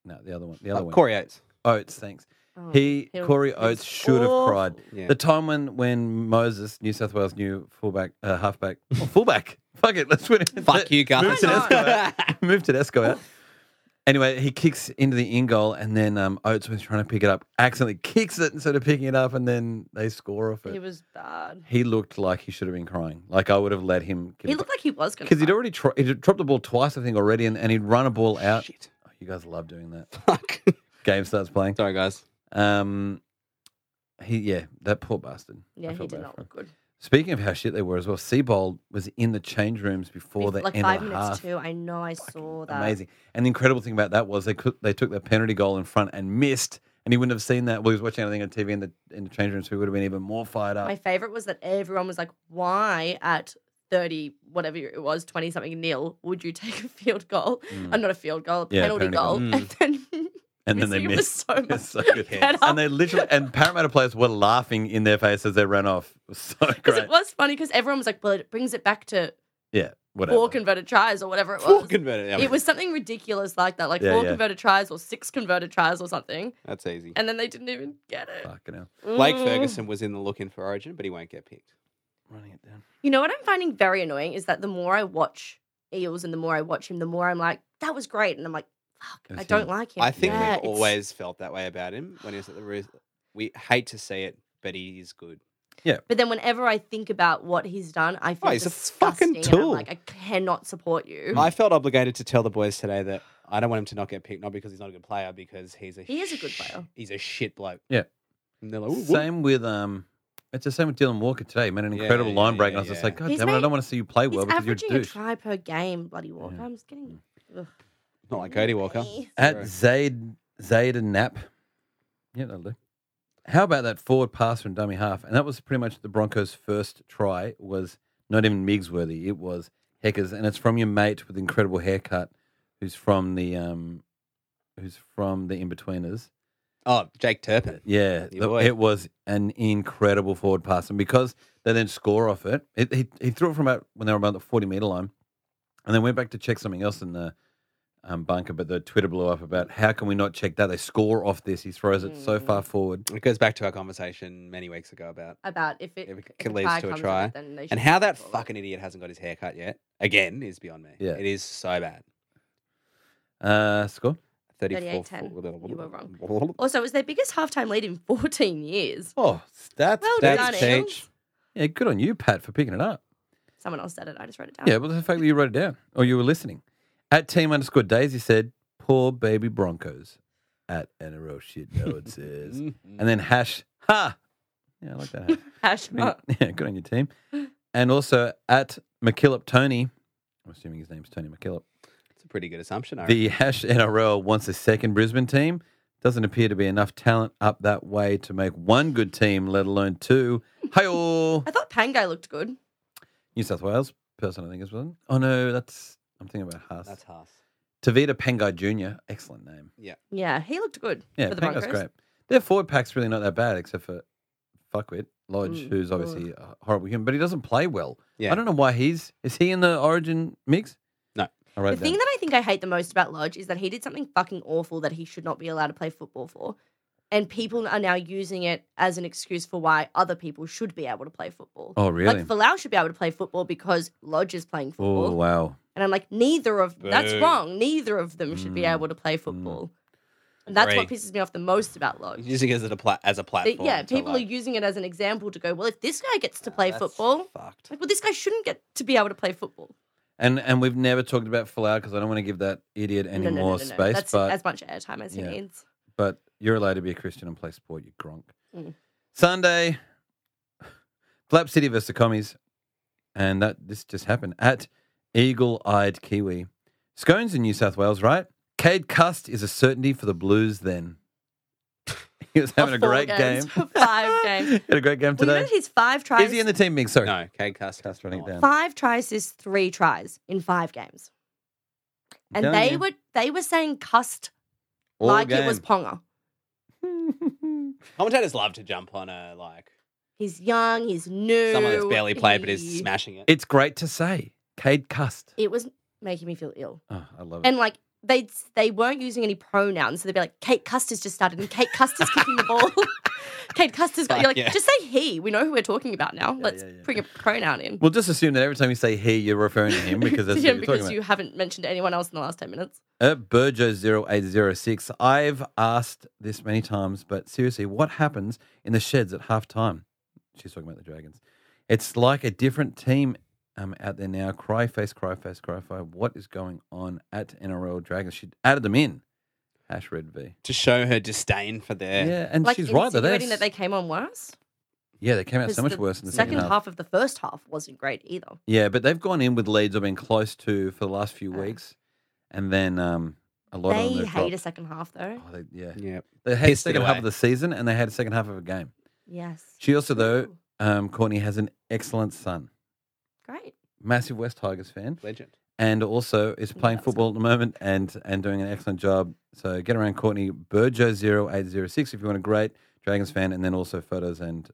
[SPEAKER 1] no, the other one, the
[SPEAKER 2] oh,
[SPEAKER 1] other one,
[SPEAKER 2] Corey Oates.
[SPEAKER 1] Oates. Thanks.
[SPEAKER 3] Oh,
[SPEAKER 1] He
[SPEAKER 3] he'll-
[SPEAKER 1] Corey
[SPEAKER 3] he's
[SPEAKER 1] Oates should have
[SPEAKER 3] awful.
[SPEAKER 1] cried.
[SPEAKER 2] Yeah.
[SPEAKER 1] The time when when Moses, New South Wales new fullback, uh, halfback, oh, fullback. Fuck it, let's win it.
[SPEAKER 2] Fuck you,
[SPEAKER 1] Move
[SPEAKER 2] Garth.
[SPEAKER 1] Tedesco out. Move Tedesco out. Anyway, he kicks into the in goal, and then um, Oates was trying to pick it up, accidentally kicks it instead of picking it up, and then they score off
[SPEAKER 3] He
[SPEAKER 1] it.
[SPEAKER 3] was bad.
[SPEAKER 1] He looked like he should have been crying. Like I would have let him. give
[SPEAKER 3] He
[SPEAKER 1] it-
[SPEAKER 3] looked like he was going to.
[SPEAKER 1] because he'd already tr- he'd dropped the ball twice, I think, already, and, and he'd run a ball out.
[SPEAKER 2] Shit.
[SPEAKER 1] Oh, you guys love doing that.
[SPEAKER 2] Fuck.
[SPEAKER 1] Game starts playing.
[SPEAKER 2] Sorry, guys.
[SPEAKER 1] Um, he yeah, that poor bastard. I
[SPEAKER 3] Yeah, he
[SPEAKER 1] felt
[SPEAKER 3] did
[SPEAKER 1] bad
[SPEAKER 3] not
[SPEAKER 1] for him.
[SPEAKER 3] look good.
[SPEAKER 1] Speaking of how shit they were as well, Seabold was in the change rooms before the
[SPEAKER 3] like
[SPEAKER 1] end
[SPEAKER 3] five
[SPEAKER 1] of the
[SPEAKER 3] minutes
[SPEAKER 1] half.
[SPEAKER 3] too. uh, I know. I saw that.
[SPEAKER 1] Amazing. And the incredible thing about that was they could, they took their penalty goal in front and missed, and he wouldn't have seen that. Well, he was watching anything on TV in the in the change room, so he would have been even more fired up.
[SPEAKER 3] My favorite was that everyone was like, "Why at thirty, whatever it was, twenty something nil, would you take a field goal? Uh, not a field goal, a
[SPEAKER 1] Mm. Yeah,
[SPEAKER 3] penalty,
[SPEAKER 1] penalty
[SPEAKER 3] goal?"
[SPEAKER 1] goal. Mm.
[SPEAKER 3] And then
[SPEAKER 1] and then they
[SPEAKER 3] missing was
[SPEAKER 1] missed.
[SPEAKER 3] so much
[SPEAKER 1] It's so good.
[SPEAKER 3] better.
[SPEAKER 1] And they literally and Parramatta players were laughing in their face as they ran off. It was so
[SPEAKER 3] Because
[SPEAKER 1] great.
[SPEAKER 3] it was funny because everyone was like, well, it brings it back to
[SPEAKER 1] yeah, whatever.
[SPEAKER 3] four converted tries or whatever it was.
[SPEAKER 2] Four converted. yeah,
[SPEAKER 3] It was something ridiculous like that, like
[SPEAKER 1] Yeah,
[SPEAKER 3] four
[SPEAKER 1] yeah.
[SPEAKER 3] converted tries or six converted tries or something.
[SPEAKER 2] That's easy.
[SPEAKER 3] And then they didn't even get it.
[SPEAKER 1] Fucking hell.
[SPEAKER 2] Blake
[SPEAKER 3] Mm.
[SPEAKER 2] Ferguson was in the look in for Origin, but he won't get picked.
[SPEAKER 1] Running it down.
[SPEAKER 3] You know what I'm finding very annoying is that the more I watch Eels and the more I watch him, the more I'm like, that was great. And I'm like, fuck,
[SPEAKER 1] It's
[SPEAKER 3] I don't
[SPEAKER 1] him.
[SPEAKER 3] like him.
[SPEAKER 2] I think
[SPEAKER 3] Yeah,
[SPEAKER 2] we've
[SPEAKER 3] it's-
[SPEAKER 2] always felt that way about him when he was at the Roos. We hate to see it, but he is good.
[SPEAKER 3] But then whenever I think about what he's done, I feel
[SPEAKER 2] Oh, he's a
[SPEAKER 3] disgusting
[SPEAKER 2] fucking
[SPEAKER 3] and I'm
[SPEAKER 2] tool.
[SPEAKER 3] like, I cannot support you.
[SPEAKER 2] I felt obligated to tell the boys today that I don't want him to not get picked, not because he's not a good player, because he's a
[SPEAKER 3] He is a
[SPEAKER 2] sh-
[SPEAKER 3] good player.
[SPEAKER 2] He's a shit bloke.
[SPEAKER 1] Yeah.
[SPEAKER 2] And they're like, "Ooh, Oh, whoop."
[SPEAKER 1] Same with um. It's the same with Dylan Walker today. He made an
[SPEAKER 2] Yeah,
[SPEAKER 1] incredible
[SPEAKER 2] yeah,
[SPEAKER 1] line
[SPEAKER 2] yeah,
[SPEAKER 1] break, and I was just
[SPEAKER 2] yeah.
[SPEAKER 1] like, God
[SPEAKER 3] He's
[SPEAKER 1] damn it, I
[SPEAKER 3] made-
[SPEAKER 1] don't want to see you play well
[SPEAKER 3] He's
[SPEAKER 1] because you're a
[SPEAKER 3] averaging a
[SPEAKER 1] douche.
[SPEAKER 3] try per game, bloody Walker. I'm just
[SPEAKER 2] Mm.
[SPEAKER 3] getting ugh.
[SPEAKER 2] not like Cody Walker.
[SPEAKER 1] At Zaid Zaid and Knapp. Yeah, that'll do. How about that forward pass from dummy half? And that was pretty much the Broncos' first try. Was not even Miggs worthy. It was Heckers, and it's from your mate with incredible haircut, who's from the um, who's from the In Betweeners.
[SPEAKER 2] Oh, Jake Turpin.
[SPEAKER 1] Yeah,
[SPEAKER 2] Your
[SPEAKER 1] the-
[SPEAKER 2] boy.
[SPEAKER 1] it was an incredible forward pass, and because they then score off it, it he, he threw it from about when they were about the forty meter line, and then went back to check something else in the um, bunker. But the Twitter blew up about how can we not check that? They score off this. He throws it so far forward.
[SPEAKER 2] It goes back to our conversation many weeks ago about
[SPEAKER 3] About if it,
[SPEAKER 2] if
[SPEAKER 3] if
[SPEAKER 2] it
[SPEAKER 3] a
[SPEAKER 2] leads
[SPEAKER 3] try
[SPEAKER 2] to a
[SPEAKER 3] comes in,
[SPEAKER 2] try.
[SPEAKER 3] then they should
[SPEAKER 2] And how that
[SPEAKER 3] score it.
[SPEAKER 2] fucking idiot hasn't got his hair cut yet, again, is beyond me.
[SPEAKER 1] Yeah.
[SPEAKER 2] It is so bad.
[SPEAKER 1] Uh, score.
[SPEAKER 2] 34
[SPEAKER 3] 38-10. You were
[SPEAKER 2] wrong.
[SPEAKER 3] Also, it was their biggest halftime lead in 14 years.
[SPEAKER 1] Oh, stats.
[SPEAKER 3] Well
[SPEAKER 2] That's
[SPEAKER 3] done,
[SPEAKER 2] peach.
[SPEAKER 3] Eels.
[SPEAKER 1] Yeah, good on you, Pat, for picking it up.
[SPEAKER 3] Someone else said it. I just wrote it down.
[SPEAKER 1] Yeah, well, the fact that you wrote it down or you were listening. At team underscore Daisy said, poor baby Broncos. At NRL shit, no, it says. and then hash, ha. Yeah, I like that hash.
[SPEAKER 3] Hash
[SPEAKER 1] I mean,
[SPEAKER 3] mark.
[SPEAKER 1] yeah, good on your team. And also at McKillop Tony, I'm assuming his name's Tony McKillop.
[SPEAKER 2] It's a pretty good assumption. I
[SPEAKER 1] The hash NRL wants a second Brisbane team. Doesn't appear to be enough talent up that way to make one good team, let alone two. Hey, all.
[SPEAKER 3] I thought Pangai looked good.
[SPEAKER 1] New South Wales person, I think, is one. Oh, no, that's, I'm thinking about Haas.
[SPEAKER 2] That's Haas.
[SPEAKER 1] Tavita Pengai Jr., excellent name.
[SPEAKER 3] Yeah, he looked good
[SPEAKER 1] Yeah,
[SPEAKER 3] for the
[SPEAKER 1] Pengai's
[SPEAKER 3] Broncos.
[SPEAKER 1] great. Their forward pack's really not that bad, except for Fuckwit Lodge,
[SPEAKER 3] Mm,
[SPEAKER 1] who's obviously a horrible human, but he doesn't play well.
[SPEAKER 2] Yeah.
[SPEAKER 1] I don't know why he's. Is he in the Origin mix?
[SPEAKER 2] No.
[SPEAKER 1] I wrote
[SPEAKER 3] The thing
[SPEAKER 1] down.
[SPEAKER 3] that I think I hate the most about Lodge is that he did something fucking awful that he should not be allowed to play football for. And people are now using it as an excuse for why other people should be able to play football.
[SPEAKER 1] Oh, really?
[SPEAKER 3] Like Falau should be able to play football because Lodge is playing football.
[SPEAKER 1] oh wow.
[SPEAKER 3] And I'm like, neither of that's
[SPEAKER 2] Boo.
[SPEAKER 3] wrong. Neither of them should
[SPEAKER 1] Mm,
[SPEAKER 3] be able to play football. And that's what
[SPEAKER 2] Agree.
[SPEAKER 3] pisses me off the most about Lodge.
[SPEAKER 2] Using it as a, pla- as a
[SPEAKER 3] That,
[SPEAKER 2] platform.
[SPEAKER 3] yeah,
[SPEAKER 2] to,
[SPEAKER 3] people
[SPEAKER 2] like,
[SPEAKER 3] are using it as an example to go, well, if this guy gets to
[SPEAKER 1] Ah,
[SPEAKER 3] play
[SPEAKER 2] that's
[SPEAKER 3] football,
[SPEAKER 2] Fucked.
[SPEAKER 3] like, well, this guy shouldn't get to be able to play football.
[SPEAKER 1] And and we've never talked about Falau because I don't want to give that idiot any
[SPEAKER 3] No, no, no,
[SPEAKER 1] more
[SPEAKER 3] no, no.
[SPEAKER 1] space.
[SPEAKER 3] That's
[SPEAKER 1] but
[SPEAKER 3] as much airtime as he
[SPEAKER 1] Yeah.
[SPEAKER 3] needs.
[SPEAKER 1] but you're allowed to be a Christian and play sport, you gronk.
[SPEAKER 3] Mm.
[SPEAKER 1] Sunday, Flap City versus the Commies, and that this just happened at Eagle Eyed Kiwi. Scones in New South Wales, right? Cade Cust is a certainty for the Blues. Then he was having a
[SPEAKER 3] Four
[SPEAKER 1] great
[SPEAKER 3] games,
[SPEAKER 1] game.
[SPEAKER 3] Five games.
[SPEAKER 1] Had a great game
[SPEAKER 3] Well, you know
[SPEAKER 1] today.
[SPEAKER 3] that he's five tries.
[SPEAKER 1] Is he in the team mix? Sorry,
[SPEAKER 2] No, oh. Cade Cast
[SPEAKER 1] Cust running it down.
[SPEAKER 3] five tries is three tries in five games. And
[SPEAKER 1] Telling
[SPEAKER 3] they
[SPEAKER 1] you.
[SPEAKER 3] were they were saying cussed
[SPEAKER 1] All
[SPEAKER 3] like it
[SPEAKER 1] game.
[SPEAKER 3] was Ponga.
[SPEAKER 2] Commentators love to jump on a like
[SPEAKER 3] He's young, he's new.
[SPEAKER 2] someone that's barely played but is
[SPEAKER 3] he-
[SPEAKER 2] smashing it.
[SPEAKER 1] It's great to say Cade Cust.
[SPEAKER 3] It was making me feel ill.
[SPEAKER 1] Oh, I love it.
[SPEAKER 3] And like they they weren't using any pronouns, so they'd be like, Kate Custer's just started and Kate Custer's kicking the ball. Kate Custer's got you're like,
[SPEAKER 2] Yeah.
[SPEAKER 3] just say he. We know who we're talking about now. Let's
[SPEAKER 1] yeah, yeah.
[SPEAKER 3] bring a pronoun in.
[SPEAKER 1] we'll just assume that every time you say he, you're referring to him because that's
[SPEAKER 3] To
[SPEAKER 1] what
[SPEAKER 3] him
[SPEAKER 1] you're talking
[SPEAKER 3] because
[SPEAKER 1] about. Uh,
[SPEAKER 3] you haven't mentioned anyone else in the last ten minutes.
[SPEAKER 1] At Burjo0806, I've asked this many times, but seriously, what happens in the sheds at half time? She's talking about the Dragons. It's like a different team um, out there now. Cry face, cry face, cry fire. What is going on at NRL Dragons? She added them in. Hash red V.
[SPEAKER 2] to show her disdain for their.
[SPEAKER 1] Yeah, and
[SPEAKER 3] Like
[SPEAKER 1] she's right that
[SPEAKER 3] insinuating that
[SPEAKER 1] they
[SPEAKER 3] they came on worse.
[SPEAKER 1] yeah they came out so
[SPEAKER 3] Because
[SPEAKER 1] much worse in the
[SPEAKER 3] second
[SPEAKER 1] second,
[SPEAKER 3] half. of the first half wasn't great either.
[SPEAKER 1] Yeah, but they've gone in with leads I've been close to for the last few weeks, and then um, a lot of them
[SPEAKER 3] Uh. They
[SPEAKER 1] have
[SPEAKER 3] hate a
[SPEAKER 1] dropped.
[SPEAKER 3] second half though.
[SPEAKER 1] Oh, they, yeah,
[SPEAKER 2] Yeah.
[SPEAKER 1] They had the
[SPEAKER 2] Pissed it
[SPEAKER 1] second half
[SPEAKER 2] away.
[SPEAKER 1] of the season and they had a second half of a game.
[SPEAKER 3] Yes.
[SPEAKER 1] She also, though,
[SPEAKER 3] Ooh,
[SPEAKER 1] um, Courtney has an excellent son,
[SPEAKER 3] great.
[SPEAKER 1] massive West Tigers fan,
[SPEAKER 2] Legend.
[SPEAKER 1] and also is playing
[SPEAKER 3] that's
[SPEAKER 1] football at the moment and and doing an excellent job. So get around Courtney Burjo0806 if you want a great Dragons fan, and then also photos and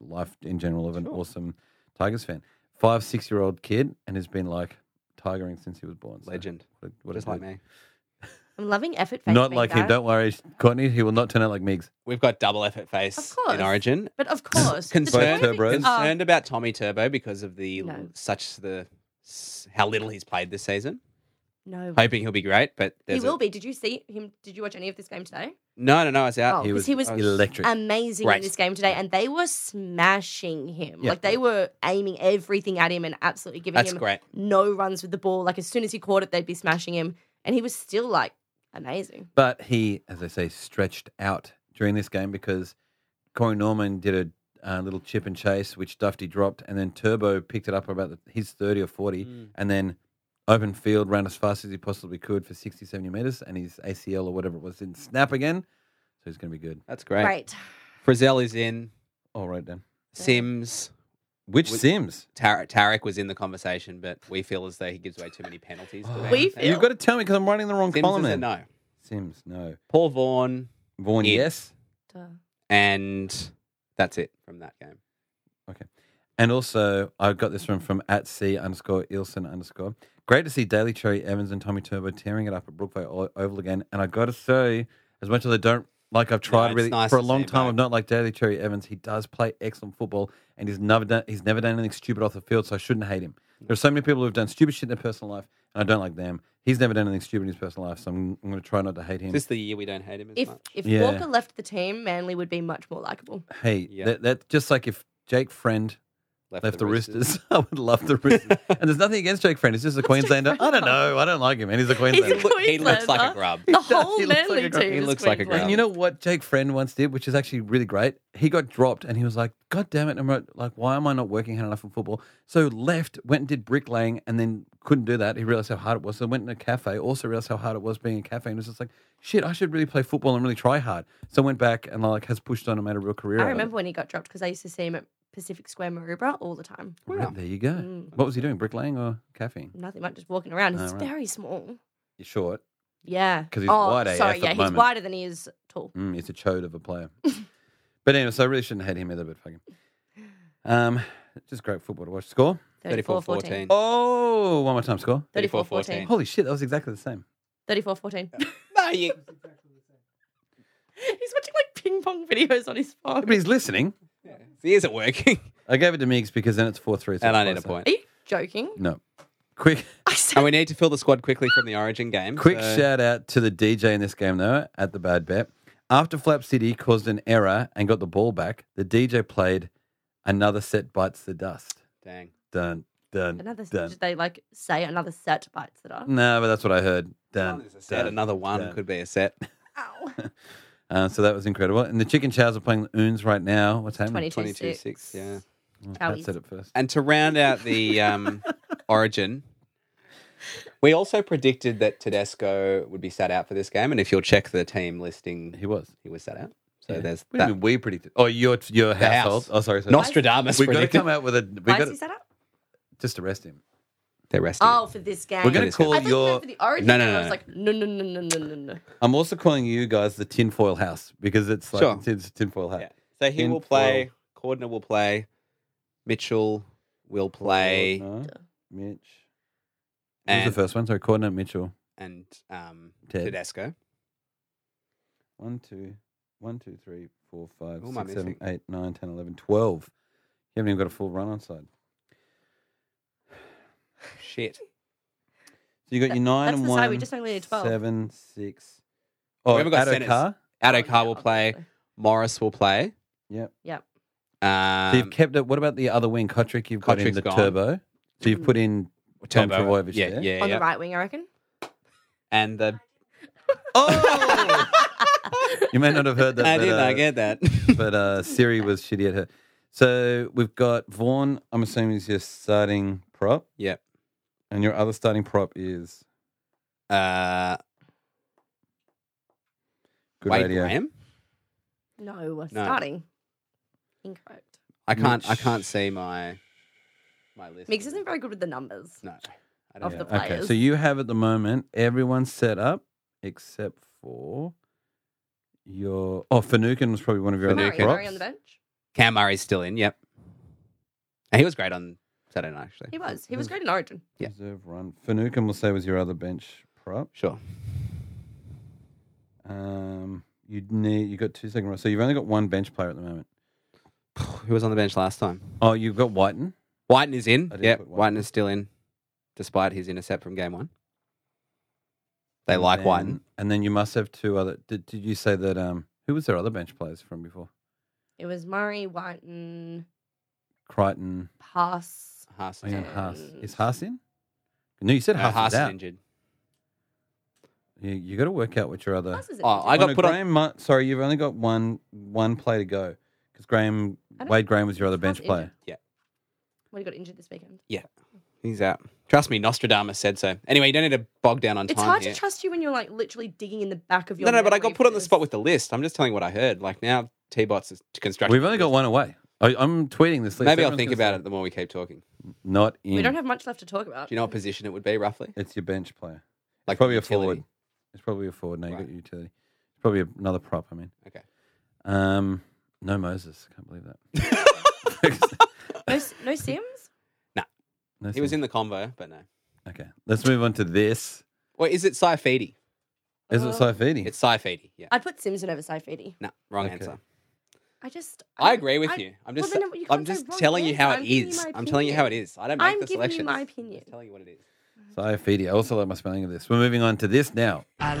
[SPEAKER 1] life in general of an awesome Tigers fan. Five, six year old kid and has been like tigering since he was born. So
[SPEAKER 2] Legend.
[SPEAKER 1] What a, what a
[SPEAKER 2] Just like
[SPEAKER 1] dude.
[SPEAKER 2] me.
[SPEAKER 3] I'm loving effort. Faith,
[SPEAKER 1] Not
[SPEAKER 3] being
[SPEAKER 1] like
[SPEAKER 3] back.
[SPEAKER 1] him. Don't worry, Courtney. He will not turn out like Meigs.
[SPEAKER 2] We've got double effort
[SPEAKER 3] Of
[SPEAKER 2] face
[SPEAKER 3] course.
[SPEAKER 2] in Origin.
[SPEAKER 3] But of course, the
[SPEAKER 2] Concerned,
[SPEAKER 3] turnover-
[SPEAKER 1] Turbos.
[SPEAKER 3] Oh,
[SPEAKER 2] concerned about Tommy Turbo because of the
[SPEAKER 3] No.
[SPEAKER 2] such the s- how little he's played this season.
[SPEAKER 3] no,
[SPEAKER 2] Hoping he'll be great, but
[SPEAKER 3] he
[SPEAKER 2] there's
[SPEAKER 3] will
[SPEAKER 2] a,
[SPEAKER 3] be. Did you see him? Did you watch any of this game today?
[SPEAKER 2] No, no, no. It's out.
[SPEAKER 3] Oh,
[SPEAKER 1] He
[SPEAKER 3] 'cause
[SPEAKER 1] was,
[SPEAKER 3] he was
[SPEAKER 1] electric.
[SPEAKER 3] Amazing
[SPEAKER 2] Right.
[SPEAKER 3] in this game today, and they were smashing him.
[SPEAKER 1] Yeah.
[SPEAKER 3] Like they were aiming everything at him and absolutely giving
[SPEAKER 2] That's
[SPEAKER 3] him
[SPEAKER 2] great.
[SPEAKER 3] no runs with the ball. Like as soon as he caught it, they'd be smashing him, and he was still like amazing.
[SPEAKER 1] But he, as I say, stretched out during this game because Corey Norman did a uh, little chip and chase, which Dufty dropped, and then Turbo picked it up about the, his 30 or 40, and then open field ran as fast as he possibly could for 60, 70 meters, and his ACL or whatever it was didn't snap again. So he's going to be good.
[SPEAKER 2] That's great.
[SPEAKER 3] Great.
[SPEAKER 2] Frizzell is in.
[SPEAKER 1] All right, then.
[SPEAKER 2] Sims.
[SPEAKER 1] Which
[SPEAKER 2] Would-
[SPEAKER 1] Sims?
[SPEAKER 2] Tar- Tarek was in the conversation, but we feel as though he gives away too many penalties. for that.
[SPEAKER 3] We feel-
[SPEAKER 1] You've got to tell me because I'm writing the wrong
[SPEAKER 2] Sims
[SPEAKER 1] column
[SPEAKER 2] is a
[SPEAKER 1] then.
[SPEAKER 2] no.
[SPEAKER 1] Sims, no.
[SPEAKER 2] Paul Vaughan,
[SPEAKER 1] Vaughan,
[SPEAKER 2] In.
[SPEAKER 1] yes.
[SPEAKER 3] Duh.
[SPEAKER 2] and that's it from that game.
[SPEAKER 1] And also, I got this one from at C underscore Ilson underscore. Great to see Daily Cherry Evans and Tommy Turbo tearing it up at Brookvale O- Oval again. And I got to say, as much as I don't like, I've tried
[SPEAKER 2] it's
[SPEAKER 1] really
[SPEAKER 2] nice
[SPEAKER 1] for a
[SPEAKER 2] to
[SPEAKER 1] long
[SPEAKER 2] see him
[SPEAKER 1] time.
[SPEAKER 2] back.
[SPEAKER 1] I've not liked Daily Cherry Evans. He does play excellent football, and he's never done he's never done anything stupid off the field. So I shouldn't hate him.
[SPEAKER 2] Mm.
[SPEAKER 1] There are so many people who've done stupid shit in their personal life, and I don't like them. He's never done anything stupid in his personal life, so I'm, I'm going to try not to hate him.
[SPEAKER 2] Is this the year we don't hate him as
[SPEAKER 3] If
[SPEAKER 2] much?
[SPEAKER 3] if
[SPEAKER 1] Yeah.
[SPEAKER 3] Walker left the team, Manly would be much more likable.
[SPEAKER 1] hey,
[SPEAKER 2] Yeah.
[SPEAKER 1] that, that just like if Jake Friend
[SPEAKER 2] Left,
[SPEAKER 1] left the, Roosters. I would love the Roosters. and there's nothing against Jake Friend. He's just a Queenslander. I don't know. I don't like him. And he's a Queenslander.
[SPEAKER 2] He, look- he looks like
[SPEAKER 3] Queenslander.
[SPEAKER 2] a grub.
[SPEAKER 3] The
[SPEAKER 1] does.
[SPEAKER 3] whole
[SPEAKER 1] He looks like
[SPEAKER 3] Manly
[SPEAKER 1] a gr-
[SPEAKER 3] team.
[SPEAKER 2] he
[SPEAKER 3] is
[SPEAKER 2] looks like a
[SPEAKER 3] Queensland.
[SPEAKER 1] and you know what Jake Friend once did, which is actually really great? He got dropped and he was like, God damn it. I'm not- like, why am I not working hard enough in football? So left, went and did bricklaying and then couldn't do that. He realized how hard it was. So went in a cafe, also realized how hard it was being a cafe and was just like, shit, I should really play football and really try hard. So went back and like has pushed on and made a real career.
[SPEAKER 3] I
[SPEAKER 1] out of it.
[SPEAKER 3] remember when he got dropped because I used to see him at Pacific Square Maroubra all the time.
[SPEAKER 1] Right, there you go.
[SPEAKER 3] Mm.
[SPEAKER 1] What was he doing? Bricklaying or caffeine?
[SPEAKER 3] Nothing much, just walking around. He's
[SPEAKER 1] Alright.
[SPEAKER 3] very small.
[SPEAKER 1] He's short. Ah,
[SPEAKER 3] Yeah. Oh,
[SPEAKER 1] 'Cause he's wide AF
[SPEAKER 3] sorry,
[SPEAKER 1] at
[SPEAKER 3] yeah,
[SPEAKER 1] the
[SPEAKER 3] he's
[SPEAKER 1] moment.
[SPEAKER 3] wider than he is tall.
[SPEAKER 1] Mm, he's a chode of a player. but anyway, so I really shouldn't hate him either, but fuck him. Um, just great football to watch. Score.
[SPEAKER 2] 34
[SPEAKER 3] 34-14.
[SPEAKER 2] 14.
[SPEAKER 1] Oh, one more time. Score.
[SPEAKER 2] 34-14.
[SPEAKER 1] Holy shit, that was exactly the same.
[SPEAKER 3] 34-14.
[SPEAKER 2] No, you,
[SPEAKER 3] he's watching like ping pong videos on his phone.
[SPEAKER 1] But he's listening.
[SPEAKER 2] see, is it working?
[SPEAKER 1] I gave it to Meigs because then it's 4 3.
[SPEAKER 2] and I need a point.
[SPEAKER 3] Are you joking?
[SPEAKER 1] No. Quick
[SPEAKER 3] I said
[SPEAKER 2] And we need to fill the squad quickly from the Origin game.
[SPEAKER 1] quick
[SPEAKER 2] so-
[SPEAKER 1] shout out to the DJ in this game, though, at the bad bet. After Flap City caused an error and got the ball back, the DJ played Another Set Bites the Dust.
[SPEAKER 2] Dang.
[SPEAKER 1] Dun, dun.
[SPEAKER 3] another
[SPEAKER 1] dun.
[SPEAKER 3] did they like say another set bites that are.
[SPEAKER 1] No, but that's what I heard. Dun,
[SPEAKER 2] There's a set.
[SPEAKER 1] dun,
[SPEAKER 2] Another one
[SPEAKER 1] dun.
[SPEAKER 2] could be a set.
[SPEAKER 3] Ow.
[SPEAKER 1] Uh, so that was incredible. And the Chicken Chows are playing the Oons right now. What's happening?
[SPEAKER 3] 22
[SPEAKER 2] 22
[SPEAKER 3] six.
[SPEAKER 2] 6, yeah.
[SPEAKER 1] Pat
[SPEAKER 3] Chowies.
[SPEAKER 1] said it first.
[SPEAKER 2] And to round out the um, origin, we also predicted that Tedesco would be sat out for this game. And if you'll check the team listing,
[SPEAKER 1] He was.
[SPEAKER 2] he was sat out. So
[SPEAKER 1] Yeah.
[SPEAKER 2] there's
[SPEAKER 1] What do you
[SPEAKER 2] that.
[SPEAKER 1] mean we predicted. Oh, your your
[SPEAKER 2] The house.
[SPEAKER 1] household. Oh, sorry. sorry.
[SPEAKER 2] Nostradamus
[SPEAKER 1] We've got to
[SPEAKER 2] predicted.
[SPEAKER 1] come out with a. We've
[SPEAKER 3] Why
[SPEAKER 1] got
[SPEAKER 3] is he
[SPEAKER 1] to
[SPEAKER 3] set up?
[SPEAKER 1] just arrest him.
[SPEAKER 2] They're resting.
[SPEAKER 3] Oh, for this game.
[SPEAKER 1] We're going
[SPEAKER 2] this
[SPEAKER 1] to
[SPEAKER 2] guy.
[SPEAKER 1] call
[SPEAKER 3] I thought you
[SPEAKER 1] your.
[SPEAKER 3] meant for the origin.
[SPEAKER 2] No, no,
[SPEAKER 3] and I
[SPEAKER 2] no,
[SPEAKER 3] was
[SPEAKER 2] no.
[SPEAKER 3] like, no, no, no, no, no, no, no.
[SPEAKER 1] I'm also calling you guys the tinfoil house because it's like
[SPEAKER 2] Sure.
[SPEAKER 1] tin- it's tinfoil
[SPEAKER 3] Oh.
[SPEAKER 1] hat.
[SPEAKER 2] Yeah. So he
[SPEAKER 1] In
[SPEAKER 2] will play. Cordner will play. Mitchell will play.
[SPEAKER 1] Oh, No, Mitch. Who's the
[SPEAKER 2] And,
[SPEAKER 1] first one? Sorry, coordinate Mitchell.
[SPEAKER 2] and um,
[SPEAKER 1] Ted.
[SPEAKER 2] Tedesco.
[SPEAKER 1] One, two, one, two, three, four, five,
[SPEAKER 2] Who am I
[SPEAKER 1] six, seven,
[SPEAKER 2] missing?
[SPEAKER 1] eight, nine, ten, eleven, twelve. You haven't even got a full run on side.
[SPEAKER 2] Shit.
[SPEAKER 1] So you got your nine
[SPEAKER 3] that's
[SPEAKER 1] and
[SPEAKER 3] the
[SPEAKER 1] one.
[SPEAKER 3] side, we just only need 12.
[SPEAKER 1] Seven, six. Oh,
[SPEAKER 2] haven't got
[SPEAKER 1] Addo
[SPEAKER 2] centres.
[SPEAKER 1] Carr?
[SPEAKER 2] Addo Carr
[SPEAKER 3] yeah,
[SPEAKER 2] will play.
[SPEAKER 3] obviously.
[SPEAKER 2] Morris will play.
[SPEAKER 1] Yep.
[SPEAKER 3] Yep.
[SPEAKER 1] So you've
[SPEAKER 2] Um,
[SPEAKER 1] kept it. What about the other wing, Kotrick? You've got in
[SPEAKER 2] Kotrick's
[SPEAKER 1] the
[SPEAKER 2] gone.
[SPEAKER 1] turbo. So you've put in Tom
[SPEAKER 2] Turbo.
[SPEAKER 1] Trbojevic
[SPEAKER 2] Yeah,
[SPEAKER 1] there.
[SPEAKER 2] yeah,
[SPEAKER 3] On
[SPEAKER 2] yeah.
[SPEAKER 3] the right wing, I reckon.
[SPEAKER 2] And the
[SPEAKER 1] Oh, you may not have heard that.
[SPEAKER 2] I
[SPEAKER 1] but,
[SPEAKER 2] did
[SPEAKER 1] uh,
[SPEAKER 2] not get that.
[SPEAKER 1] But uh, Siri was shitty at her. So we've got Vaughn. I'm assuming is your starting prop,
[SPEAKER 2] yep.
[SPEAKER 1] and your other starting prop is
[SPEAKER 2] Uh,
[SPEAKER 1] good
[SPEAKER 2] Wade
[SPEAKER 1] radio.
[SPEAKER 2] Graham.
[SPEAKER 3] No, we're starting. Incorrect.
[SPEAKER 2] I can't. I
[SPEAKER 1] Mitch.
[SPEAKER 2] can't see my my list.
[SPEAKER 3] Mix isn't very good with the numbers.
[SPEAKER 2] No, I
[SPEAKER 3] Of
[SPEAKER 2] don't.
[SPEAKER 3] the
[SPEAKER 2] know.
[SPEAKER 3] pla-
[SPEAKER 1] Okay, so
[SPEAKER 3] players.
[SPEAKER 1] you have at the moment everyone set up except for your oh Fanukin was probably one of your other
[SPEAKER 3] Murray,
[SPEAKER 2] Fanucane.
[SPEAKER 1] props.
[SPEAKER 3] Murray on the bench.
[SPEAKER 2] Cam Murray's still in. Yep. And he was great on Saturday night, actually.
[SPEAKER 3] He was. He was great in Origin.
[SPEAKER 2] Yeah.
[SPEAKER 1] Reserve run. Fanukin will say was your other bench prop.
[SPEAKER 2] Sure.
[SPEAKER 1] Um, you need you got two second rows, so you've only got one bench player at the moment.
[SPEAKER 2] Who was on the bench last time?
[SPEAKER 1] Oh, you've got Whiten.
[SPEAKER 2] Whiten is in.
[SPEAKER 1] I didn't
[SPEAKER 2] Yep.
[SPEAKER 1] put Whiten.
[SPEAKER 2] Whiten is still in, despite his intercept from game one. They like
[SPEAKER 1] then,
[SPEAKER 2] Whiten.
[SPEAKER 1] and then you must have two other. Did, did you say that? Um, who was their other bench players from before?
[SPEAKER 3] It was Murray, Whiten,
[SPEAKER 1] Crichton
[SPEAKER 3] Pass.
[SPEAKER 2] Haas is
[SPEAKER 1] and
[SPEAKER 2] in.
[SPEAKER 3] Yeah.
[SPEAKER 1] Haas. Is Haas in? No, you Oh, said
[SPEAKER 2] Uh,
[SPEAKER 1] Haas,
[SPEAKER 2] Haas
[SPEAKER 1] is
[SPEAKER 2] is
[SPEAKER 1] out.
[SPEAKER 2] injured.
[SPEAKER 1] You, you got to work out what your other.
[SPEAKER 3] Pass is
[SPEAKER 2] Oh, I
[SPEAKER 1] Oh,
[SPEAKER 2] got
[SPEAKER 1] no,
[SPEAKER 2] put on.
[SPEAKER 1] Graham, Mu- Sorry, you've only got one one play to go because Graham
[SPEAKER 3] I don't-
[SPEAKER 1] Wade Graham was your other bench
[SPEAKER 3] Haas
[SPEAKER 1] player.
[SPEAKER 3] injured. When he got injured this weekend.
[SPEAKER 2] He's out. Trust me, Nostradamus said so. Anyway, you don't need to bog down on time
[SPEAKER 3] It's hard
[SPEAKER 2] here.
[SPEAKER 3] to trust you when you're like literally digging in the back of your.
[SPEAKER 2] No, no, but I
[SPEAKER 3] memory
[SPEAKER 2] got put
[SPEAKER 3] for
[SPEAKER 2] on the
[SPEAKER 3] this.
[SPEAKER 2] spot with the list. I'm just telling what I heard. Like now, T Bots is constructing.
[SPEAKER 1] We've only got one away. I, I'm tweeting this list.
[SPEAKER 2] Maybe I'll
[SPEAKER 1] Everyone's
[SPEAKER 2] think
[SPEAKER 1] gonna
[SPEAKER 2] about
[SPEAKER 1] say,
[SPEAKER 2] it the more we keep talking. Do
[SPEAKER 1] Not in.
[SPEAKER 3] We don't have much left to talk about.
[SPEAKER 2] you know what position it would be roughly?
[SPEAKER 1] It's your bench player.
[SPEAKER 2] Like
[SPEAKER 1] probably a
[SPEAKER 2] utility.
[SPEAKER 1] forward. It's probably a forward. Now you
[SPEAKER 2] Right.
[SPEAKER 1] got utility. It's probably another prop. I mean.
[SPEAKER 2] Okay.
[SPEAKER 1] Um. No Moses. I can't believe that.
[SPEAKER 3] No, s- no Sims.
[SPEAKER 1] No
[SPEAKER 2] He was in
[SPEAKER 1] sense.
[SPEAKER 2] the convo, but no.
[SPEAKER 1] Okay. Let's move on to this.
[SPEAKER 2] Or is it Saifidi?
[SPEAKER 1] Is it
[SPEAKER 3] Uh,
[SPEAKER 1] Saifidi?
[SPEAKER 2] It's Saifidi. Yeah.
[SPEAKER 3] I'd put Simpson over Saifidi.
[SPEAKER 2] No, wrong
[SPEAKER 1] Okay.
[SPEAKER 2] answer.
[SPEAKER 3] I just.
[SPEAKER 2] I agree with
[SPEAKER 3] I-
[SPEAKER 2] you. I'm
[SPEAKER 3] well,
[SPEAKER 2] just.
[SPEAKER 3] then you
[SPEAKER 2] I'm
[SPEAKER 3] can't say
[SPEAKER 2] just
[SPEAKER 3] wrong
[SPEAKER 2] telling you how
[SPEAKER 3] answer.
[SPEAKER 2] it
[SPEAKER 3] I'm giving you
[SPEAKER 2] is.
[SPEAKER 3] my
[SPEAKER 2] I'm telling you how it is. I don't make
[SPEAKER 3] I'm
[SPEAKER 2] the
[SPEAKER 3] giving you
[SPEAKER 2] selection.
[SPEAKER 3] my opinion.
[SPEAKER 2] telling you what it is.
[SPEAKER 1] Saifidi. I also like my spelling of this. We're moving on to this now. I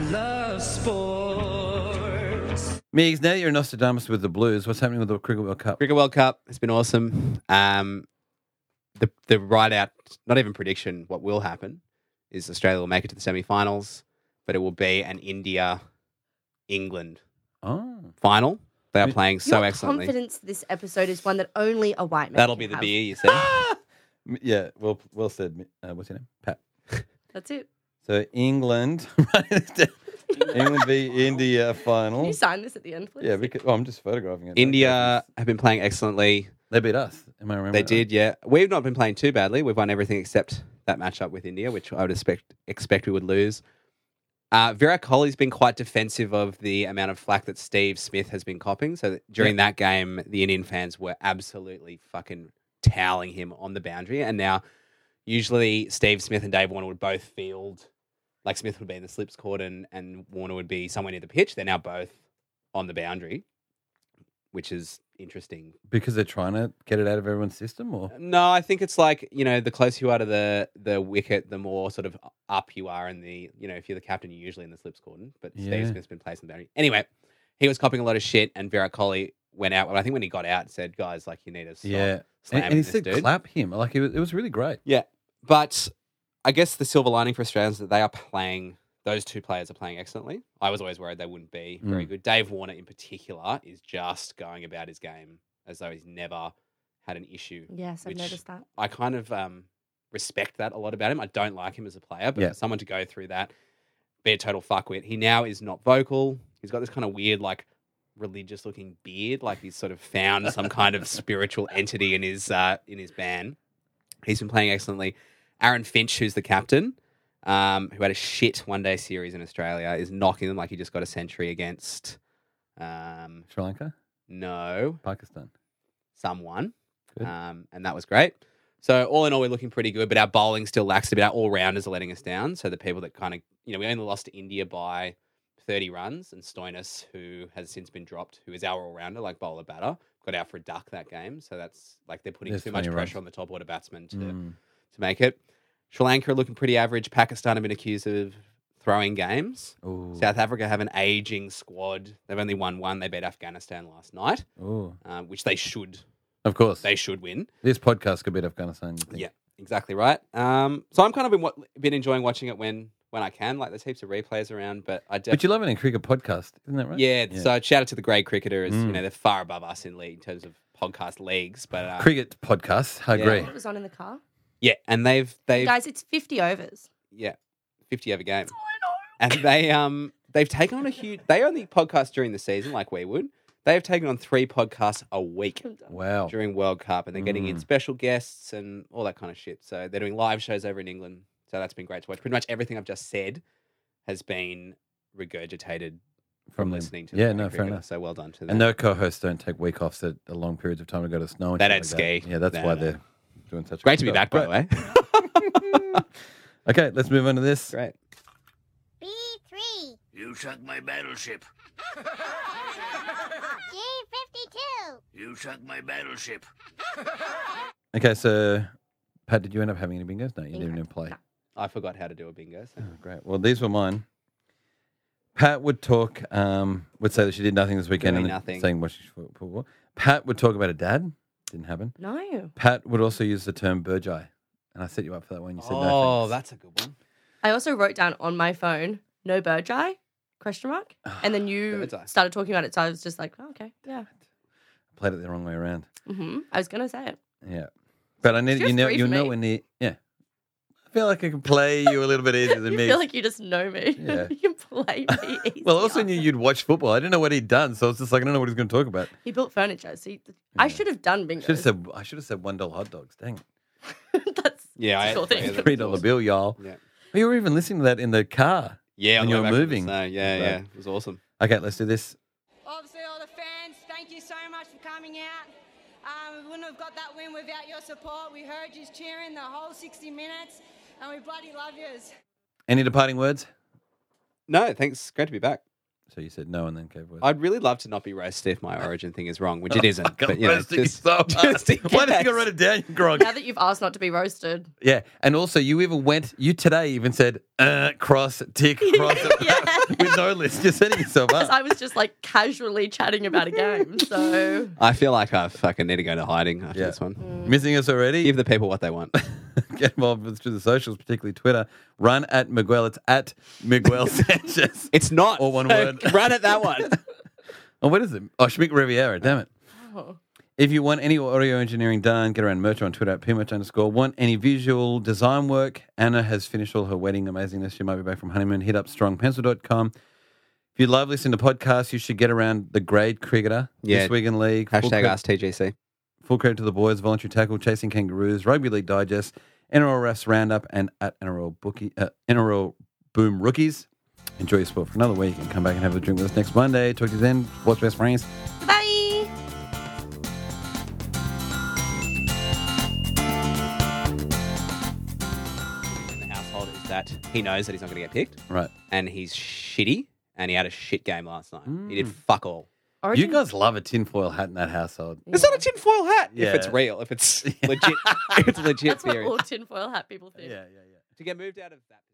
[SPEAKER 1] love sports. Meigs, now you're in Nostradamus with the Blues. What's happening with the Cricket World Cup?
[SPEAKER 2] Cricket World Cup. It's been awesome. Um, the the write out, not even prediction. What will happen is Australia will make it to the semi-finals, but it will be an India, England
[SPEAKER 1] Oh.
[SPEAKER 2] final. They are
[SPEAKER 1] You-
[SPEAKER 2] playing so
[SPEAKER 3] Your
[SPEAKER 2] excellently.
[SPEAKER 3] Confidence this episode is one that only a white man.
[SPEAKER 2] That'll
[SPEAKER 3] can
[SPEAKER 2] be the
[SPEAKER 3] have.
[SPEAKER 2] beer you said.
[SPEAKER 1] M- Yeah, well, well said. Mi- Uh, what's your name? Pat.
[SPEAKER 3] That's it.
[SPEAKER 1] So England, England v India
[SPEAKER 2] Oh.
[SPEAKER 3] Can
[SPEAKER 1] final.
[SPEAKER 3] you sign this at the end, please?
[SPEAKER 1] Yeah, because well, I'm just photographing it.
[SPEAKER 2] India have been playing excellently.
[SPEAKER 1] They beat us. Am I remembering?
[SPEAKER 2] They
[SPEAKER 1] right?
[SPEAKER 2] did, yeah. We've not been playing too badly. We've won everything except that matchup with India, which I would expect expect we would lose. Uh, Virat Kohli's been quite defensive of the amount of flack that Steve Smith has been copying. So that during that game, the Indian fans were absolutely fucking toweling him on the boundary. And now, usually, Steve Smith and Dave Warner would both field. Like Smith would be in the slips court and, and Warner would be somewhere near the pitch. They're now both on the boundary, which is interesting
[SPEAKER 1] Because they're trying to get it out of everyone's system, or
[SPEAKER 2] no, I think it's like you know, the closer you are to the the wicket, the more sort of up you are in the you know, if you're the captain, you're usually in the slips cordon. But Steve
[SPEAKER 1] Yeah.
[SPEAKER 2] Smith's been placed in the boundary. Anyway, he was copying a lot of shit, and Virat Kohli went out. Well, I think when he got out, said, "Guys, like you need to stop
[SPEAKER 1] yeah, and,
[SPEAKER 2] slamming
[SPEAKER 1] and he
[SPEAKER 2] this
[SPEAKER 1] said
[SPEAKER 2] dude."
[SPEAKER 1] clap him. Like it was, it was really great.
[SPEAKER 2] Yeah, but I guess the silver lining for Australians is that they are playing. Those two players are playing excellently. I was always worried they wouldn't be very
[SPEAKER 1] Mm.
[SPEAKER 2] good. Dave Warner, in particular, is just going about his game as though he's never had an issue.
[SPEAKER 3] Yes, I've
[SPEAKER 2] which-
[SPEAKER 3] noticed that.
[SPEAKER 2] I kind of um, respect that a lot about him. I don't like him as a player, but
[SPEAKER 1] Yeah.
[SPEAKER 2] for someone to go through that, be a total fuckwit. He now is not vocal. He's got this kind of weird, like, religious looking beard, like he's sort of found some kind of spiritual entity in his uh, in his band. He's been playing excellently. Aaron Finch, who's the captain, um, who had a shit one day series in Australia, is knocking them like he just got a century against um,
[SPEAKER 1] Sri Lanka,
[SPEAKER 2] no
[SPEAKER 1] Pakistan.
[SPEAKER 2] someone.
[SPEAKER 1] Good.
[SPEAKER 2] Um, and that was great. So all in all, we're looking pretty good, but our bowling still lacks a bit. Our all rounders are letting us down. So the people that kind of, you know, we only lost to India by 30 runs, and Stoinis, who has since been dropped, who is our all rounder, like bowler batter, got out for a duck that game. So that's like they're putting
[SPEAKER 1] There's
[SPEAKER 2] too much
[SPEAKER 1] 20
[SPEAKER 2] pressure
[SPEAKER 1] runs.
[SPEAKER 2] on the top order batsman to
[SPEAKER 1] Mm.
[SPEAKER 2] to make it. Sri Lanka are looking pretty average. Pakistan have been accused of throwing games.
[SPEAKER 1] Ooh.
[SPEAKER 2] South Africa have an aging squad. They've only won one. They beat Afghanistan last night,
[SPEAKER 1] Ooh.
[SPEAKER 2] um, which they should
[SPEAKER 1] Of course,
[SPEAKER 2] they should win.
[SPEAKER 1] this podcast could be Afghanistan. You think.
[SPEAKER 2] Yeah, exactly right. Um, so I'm kind of been wa- been enjoying watching it when when I can. Like there's heaps of replays around, but I
[SPEAKER 1] but you
[SPEAKER 2] definitely
[SPEAKER 1] love it in cricket podcast, isn't that right?
[SPEAKER 2] yeah, So shout out to the grey cricketers. You
[SPEAKER 1] Mm.
[SPEAKER 2] know they're far above us in league in terms of podcast leagues, but uh,
[SPEAKER 1] cricket podcasts. I
[SPEAKER 2] Yeah.
[SPEAKER 1] agree.
[SPEAKER 3] It was on in the car.
[SPEAKER 2] yeah, and they've they've
[SPEAKER 3] Guys, it's 50 overs.
[SPEAKER 2] yeah, 50 over game. And they um they've taken on a huge they only podcast during the season like we would. They've taken on three podcasts a week
[SPEAKER 1] Wow.
[SPEAKER 2] during World Cup and they're getting in
[SPEAKER 1] Oh. Mm.
[SPEAKER 2] special guests and all that kind of shit. So they're doing live shows over in England. So that's been great to watch. Pretty much everything I've just said has been regurgitated from,
[SPEAKER 1] them.
[SPEAKER 2] listening to
[SPEAKER 1] yeah,
[SPEAKER 2] the
[SPEAKER 1] no, fair
[SPEAKER 2] cricket.
[SPEAKER 1] enough.
[SPEAKER 2] So well done to them.
[SPEAKER 1] And their co-hosts don't take week offs at at long periods of time to go to the snow. And
[SPEAKER 2] They
[SPEAKER 1] shit
[SPEAKER 2] don't
[SPEAKER 1] like
[SPEAKER 2] ski.
[SPEAKER 1] Yeah, that's
[SPEAKER 2] No,
[SPEAKER 1] why
[SPEAKER 2] no.
[SPEAKER 1] they're doing such.
[SPEAKER 2] great to be
[SPEAKER 1] good
[SPEAKER 2] back, by
[SPEAKER 1] stuff.
[SPEAKER 2] the way.
[SPEAKER 1] Right. Okay, let's move on to this.
[SPEAKER 2] great.
[SPEAKER 8] B3,
[SPEAKER 6] You sunk my battleship.
[SPEAKER 8] G52,
[SPEAKER 6] You sunk my battleship.
[SPEAKER 1] Okay, so Pat, did you end up having any bingos? No, you didn't even
[SPEAKER 3] Incorrect.
[SPEAKER 1] play.
[SPEAKER 3] No.
[SPEAKER 2] I forgot how to do a bingo. So.
[SPEAKER 1] Great. Well, these were mine. Pat would talk. Um, would say that she did nothing this weekend
[SPEAKER 2] Doing
[SPEAKER 1] and
[SPEAKER 2] nothing.
[SPEAKER 1] saying what she for, for what. Pat would talk about a dad. Didn't happen.
[SPEAKER 3] No.
[SPEAKER 1] Pat would also use the term burgeye, and I set you up for that one. You said
[SPEAKER 2] oh,
[SPEAKER 1] no. thanks.
[SPEAKER 2] that's a good one.
[SPEAKER 3] I also wrote down on my phone, no bird's eye, question mark. And then you
[SPEAKER 2] Bird's eye.
[SPEAKER 3] started talking about it. So I was just like, oh, okay, yeah.
[SPEAKER 1] played it the wrong way around.
[SPEAKER 3] hmm I was going to say it.
[SPEAKER 1] Yeah, but I need
[SPEAKER 3] Just
[SPEAKER 1] you know
[SPEAKER 3] three
[SPEAKER 1] you
[SPEAKER 3] for
[SPEAKER 1] know
[SPEAKER 3] me.
[SPEAKER 1] when the yeah. I feel like I can play you a little bit easier than
[SPEAKER 3] you
[SPEAKER 1] me.
[SPEAKER 3] feel like you just know me.
[SPEAKER 1] Yeah.
[SPEAKER 3] you can play me.
[SPEAKER 1] well, I also
[SPEAKER 3] easier.
[SPEAKER 1] knew you'd watch football. I didn't know what he'd done, so I was just like, I don't know what he's going to talk about.
[SPEAKER 3] He built furniture. So he, I should have done bingo.
[SPEAKER 1] Should have said I should have said one dollar hot dogs. Dang, it.
[SPEAKER 3] That's
[SPEAKER 2] Yeah, I
[SPEAKER 3] Sure
[SPEAKER 2] had three
[SPEAKER 3] thing.
[SPEAKER 2] of them.
[SPEAKER 1] three dollar bill, y'all. Oh,
[SPEAKER 2] Yeah.
[SPEAKER 1] You were even listening to that in the car.
[SPEAKER 2] Yeah, on
[SPEAKER 1] When
[SPEAKER 2] the
[SPEAKER 1] you were
[SPEAKER 2] way back from the
[SPEAKER 1] moving.
[SPEAKER 2] snow. Yeah,
[SPEAKER 1] Right.
[SPEAKER 2] yeah, it was awesome.
[SPEAKER 1] Okay, let's do this.
[SPEAKER 9] Obviously, all the fans, thank you so much for coming out. Um, we wouldn't have got that win without your support. We heard you cheering the whole 60 minutes, and we bloody love yous.
[SPEAKER 1] Any departing words?
[SPEAKER 2] No, thanks. Great to be back.
[SPEAKER 1] So you said no, and then gave words.
[SPEAKER 2] I'd really love to not be roasted if my origin thing is wrong, which it isn't.
[SPEAKER 1] God,
[SPEAKER 2] but, you know,
[SPEAKER 1] Oh, roasting is
[SPEAKER 2] just-
[SPEAKER 1] so hard.
[SPEAKER 2] just in
[SPEAKER 1] Why did you
[SPEAKER 2] case.
[SPEAKER 1] go write it down, you grog?
[SPEAKER 3] now that you've asked not to be roasted.
[SPEAKER 1] Yeah, and also you even went. You today even said uh, cross tick cross
[SPEAKER 3] Yeah.
[SPEAKER 1] with no list. You're setting yourself
[SPEAKER 3] Because
[SPEAKER 1] up.
[SPEAKER 3] I was just like casually chatting about a game. So
[SPEAKER 2] I feel like I fucking need to go to hiding after
[SPEAKER 1] Yeah.
[SPEAKER 2] this one.
[SPEAKER 1] Missing us already?
[SPEAKER 2] Give the people what they want.
[SPEAKER 1] get involved with through the socials, particularly Twitter. Run at Miguel. It's at Miguel Sanchez.
[SPEAKER 2] It's not.
[SPEAKER 1] Or one word.
[SPEAKER 2] Run at that one.
[SPEAKER 1] Oh, what is it? Oh, Schmick Riviera. Damn it. If you want any audio engineering done, get around Merch on Twitter at pmuch underscore. Want any visual design work? Anna has finished all her wedding amazingness. She might be back from honeymoon. Hit up strongpencil.com. If you love listening to podcasts, you should get around The Grade Cricketer,
[SPEAKER 2] Yeah.
[SPEAKER 1] This Week in League, Full
[SPEAKER 2] Hashtag
[SPEAKER 1] Cre-
[SPEAKER 2] ask TGC.
[SPEAKER 1] Full credit to the boys, voluntary tackle, chasing kangaroos, rugby league digest, NRL refs roundup, and at NRL bookie, uh, NRL boom rookies. Enjoy your sport for another week and come back and have a drink with us next Monday. Talk to you then. Sports Best Friends.
[SPEAKER 3] Bye.
[SPEAKER 2] in the household is that he knows that he's not going to get picked,
[SPEAKER 1] Right.
[SPEAKER 2] and he's shitty, and he had a shit game last night. He
[SPEAKER 1] Mm.
[SPEAKER 2] did fuck all.
[SPEAKER 1] You guys love a tinfoil hat in that household.
[SPEAKER 2] It's not a tinfoil hat
[SPEAKER 1] Yeah.
[SPEAKER 2] if it's real, if it's legit. if it's legit
[SPEAKER 3] That's what
[SPEAKER 2] theory.
[SPEAKER 3] all tinfoil hat people think.
[SPEAKER 1] Yeah, yeah, yeah.
[SPEAKER 2] To get moved out of that.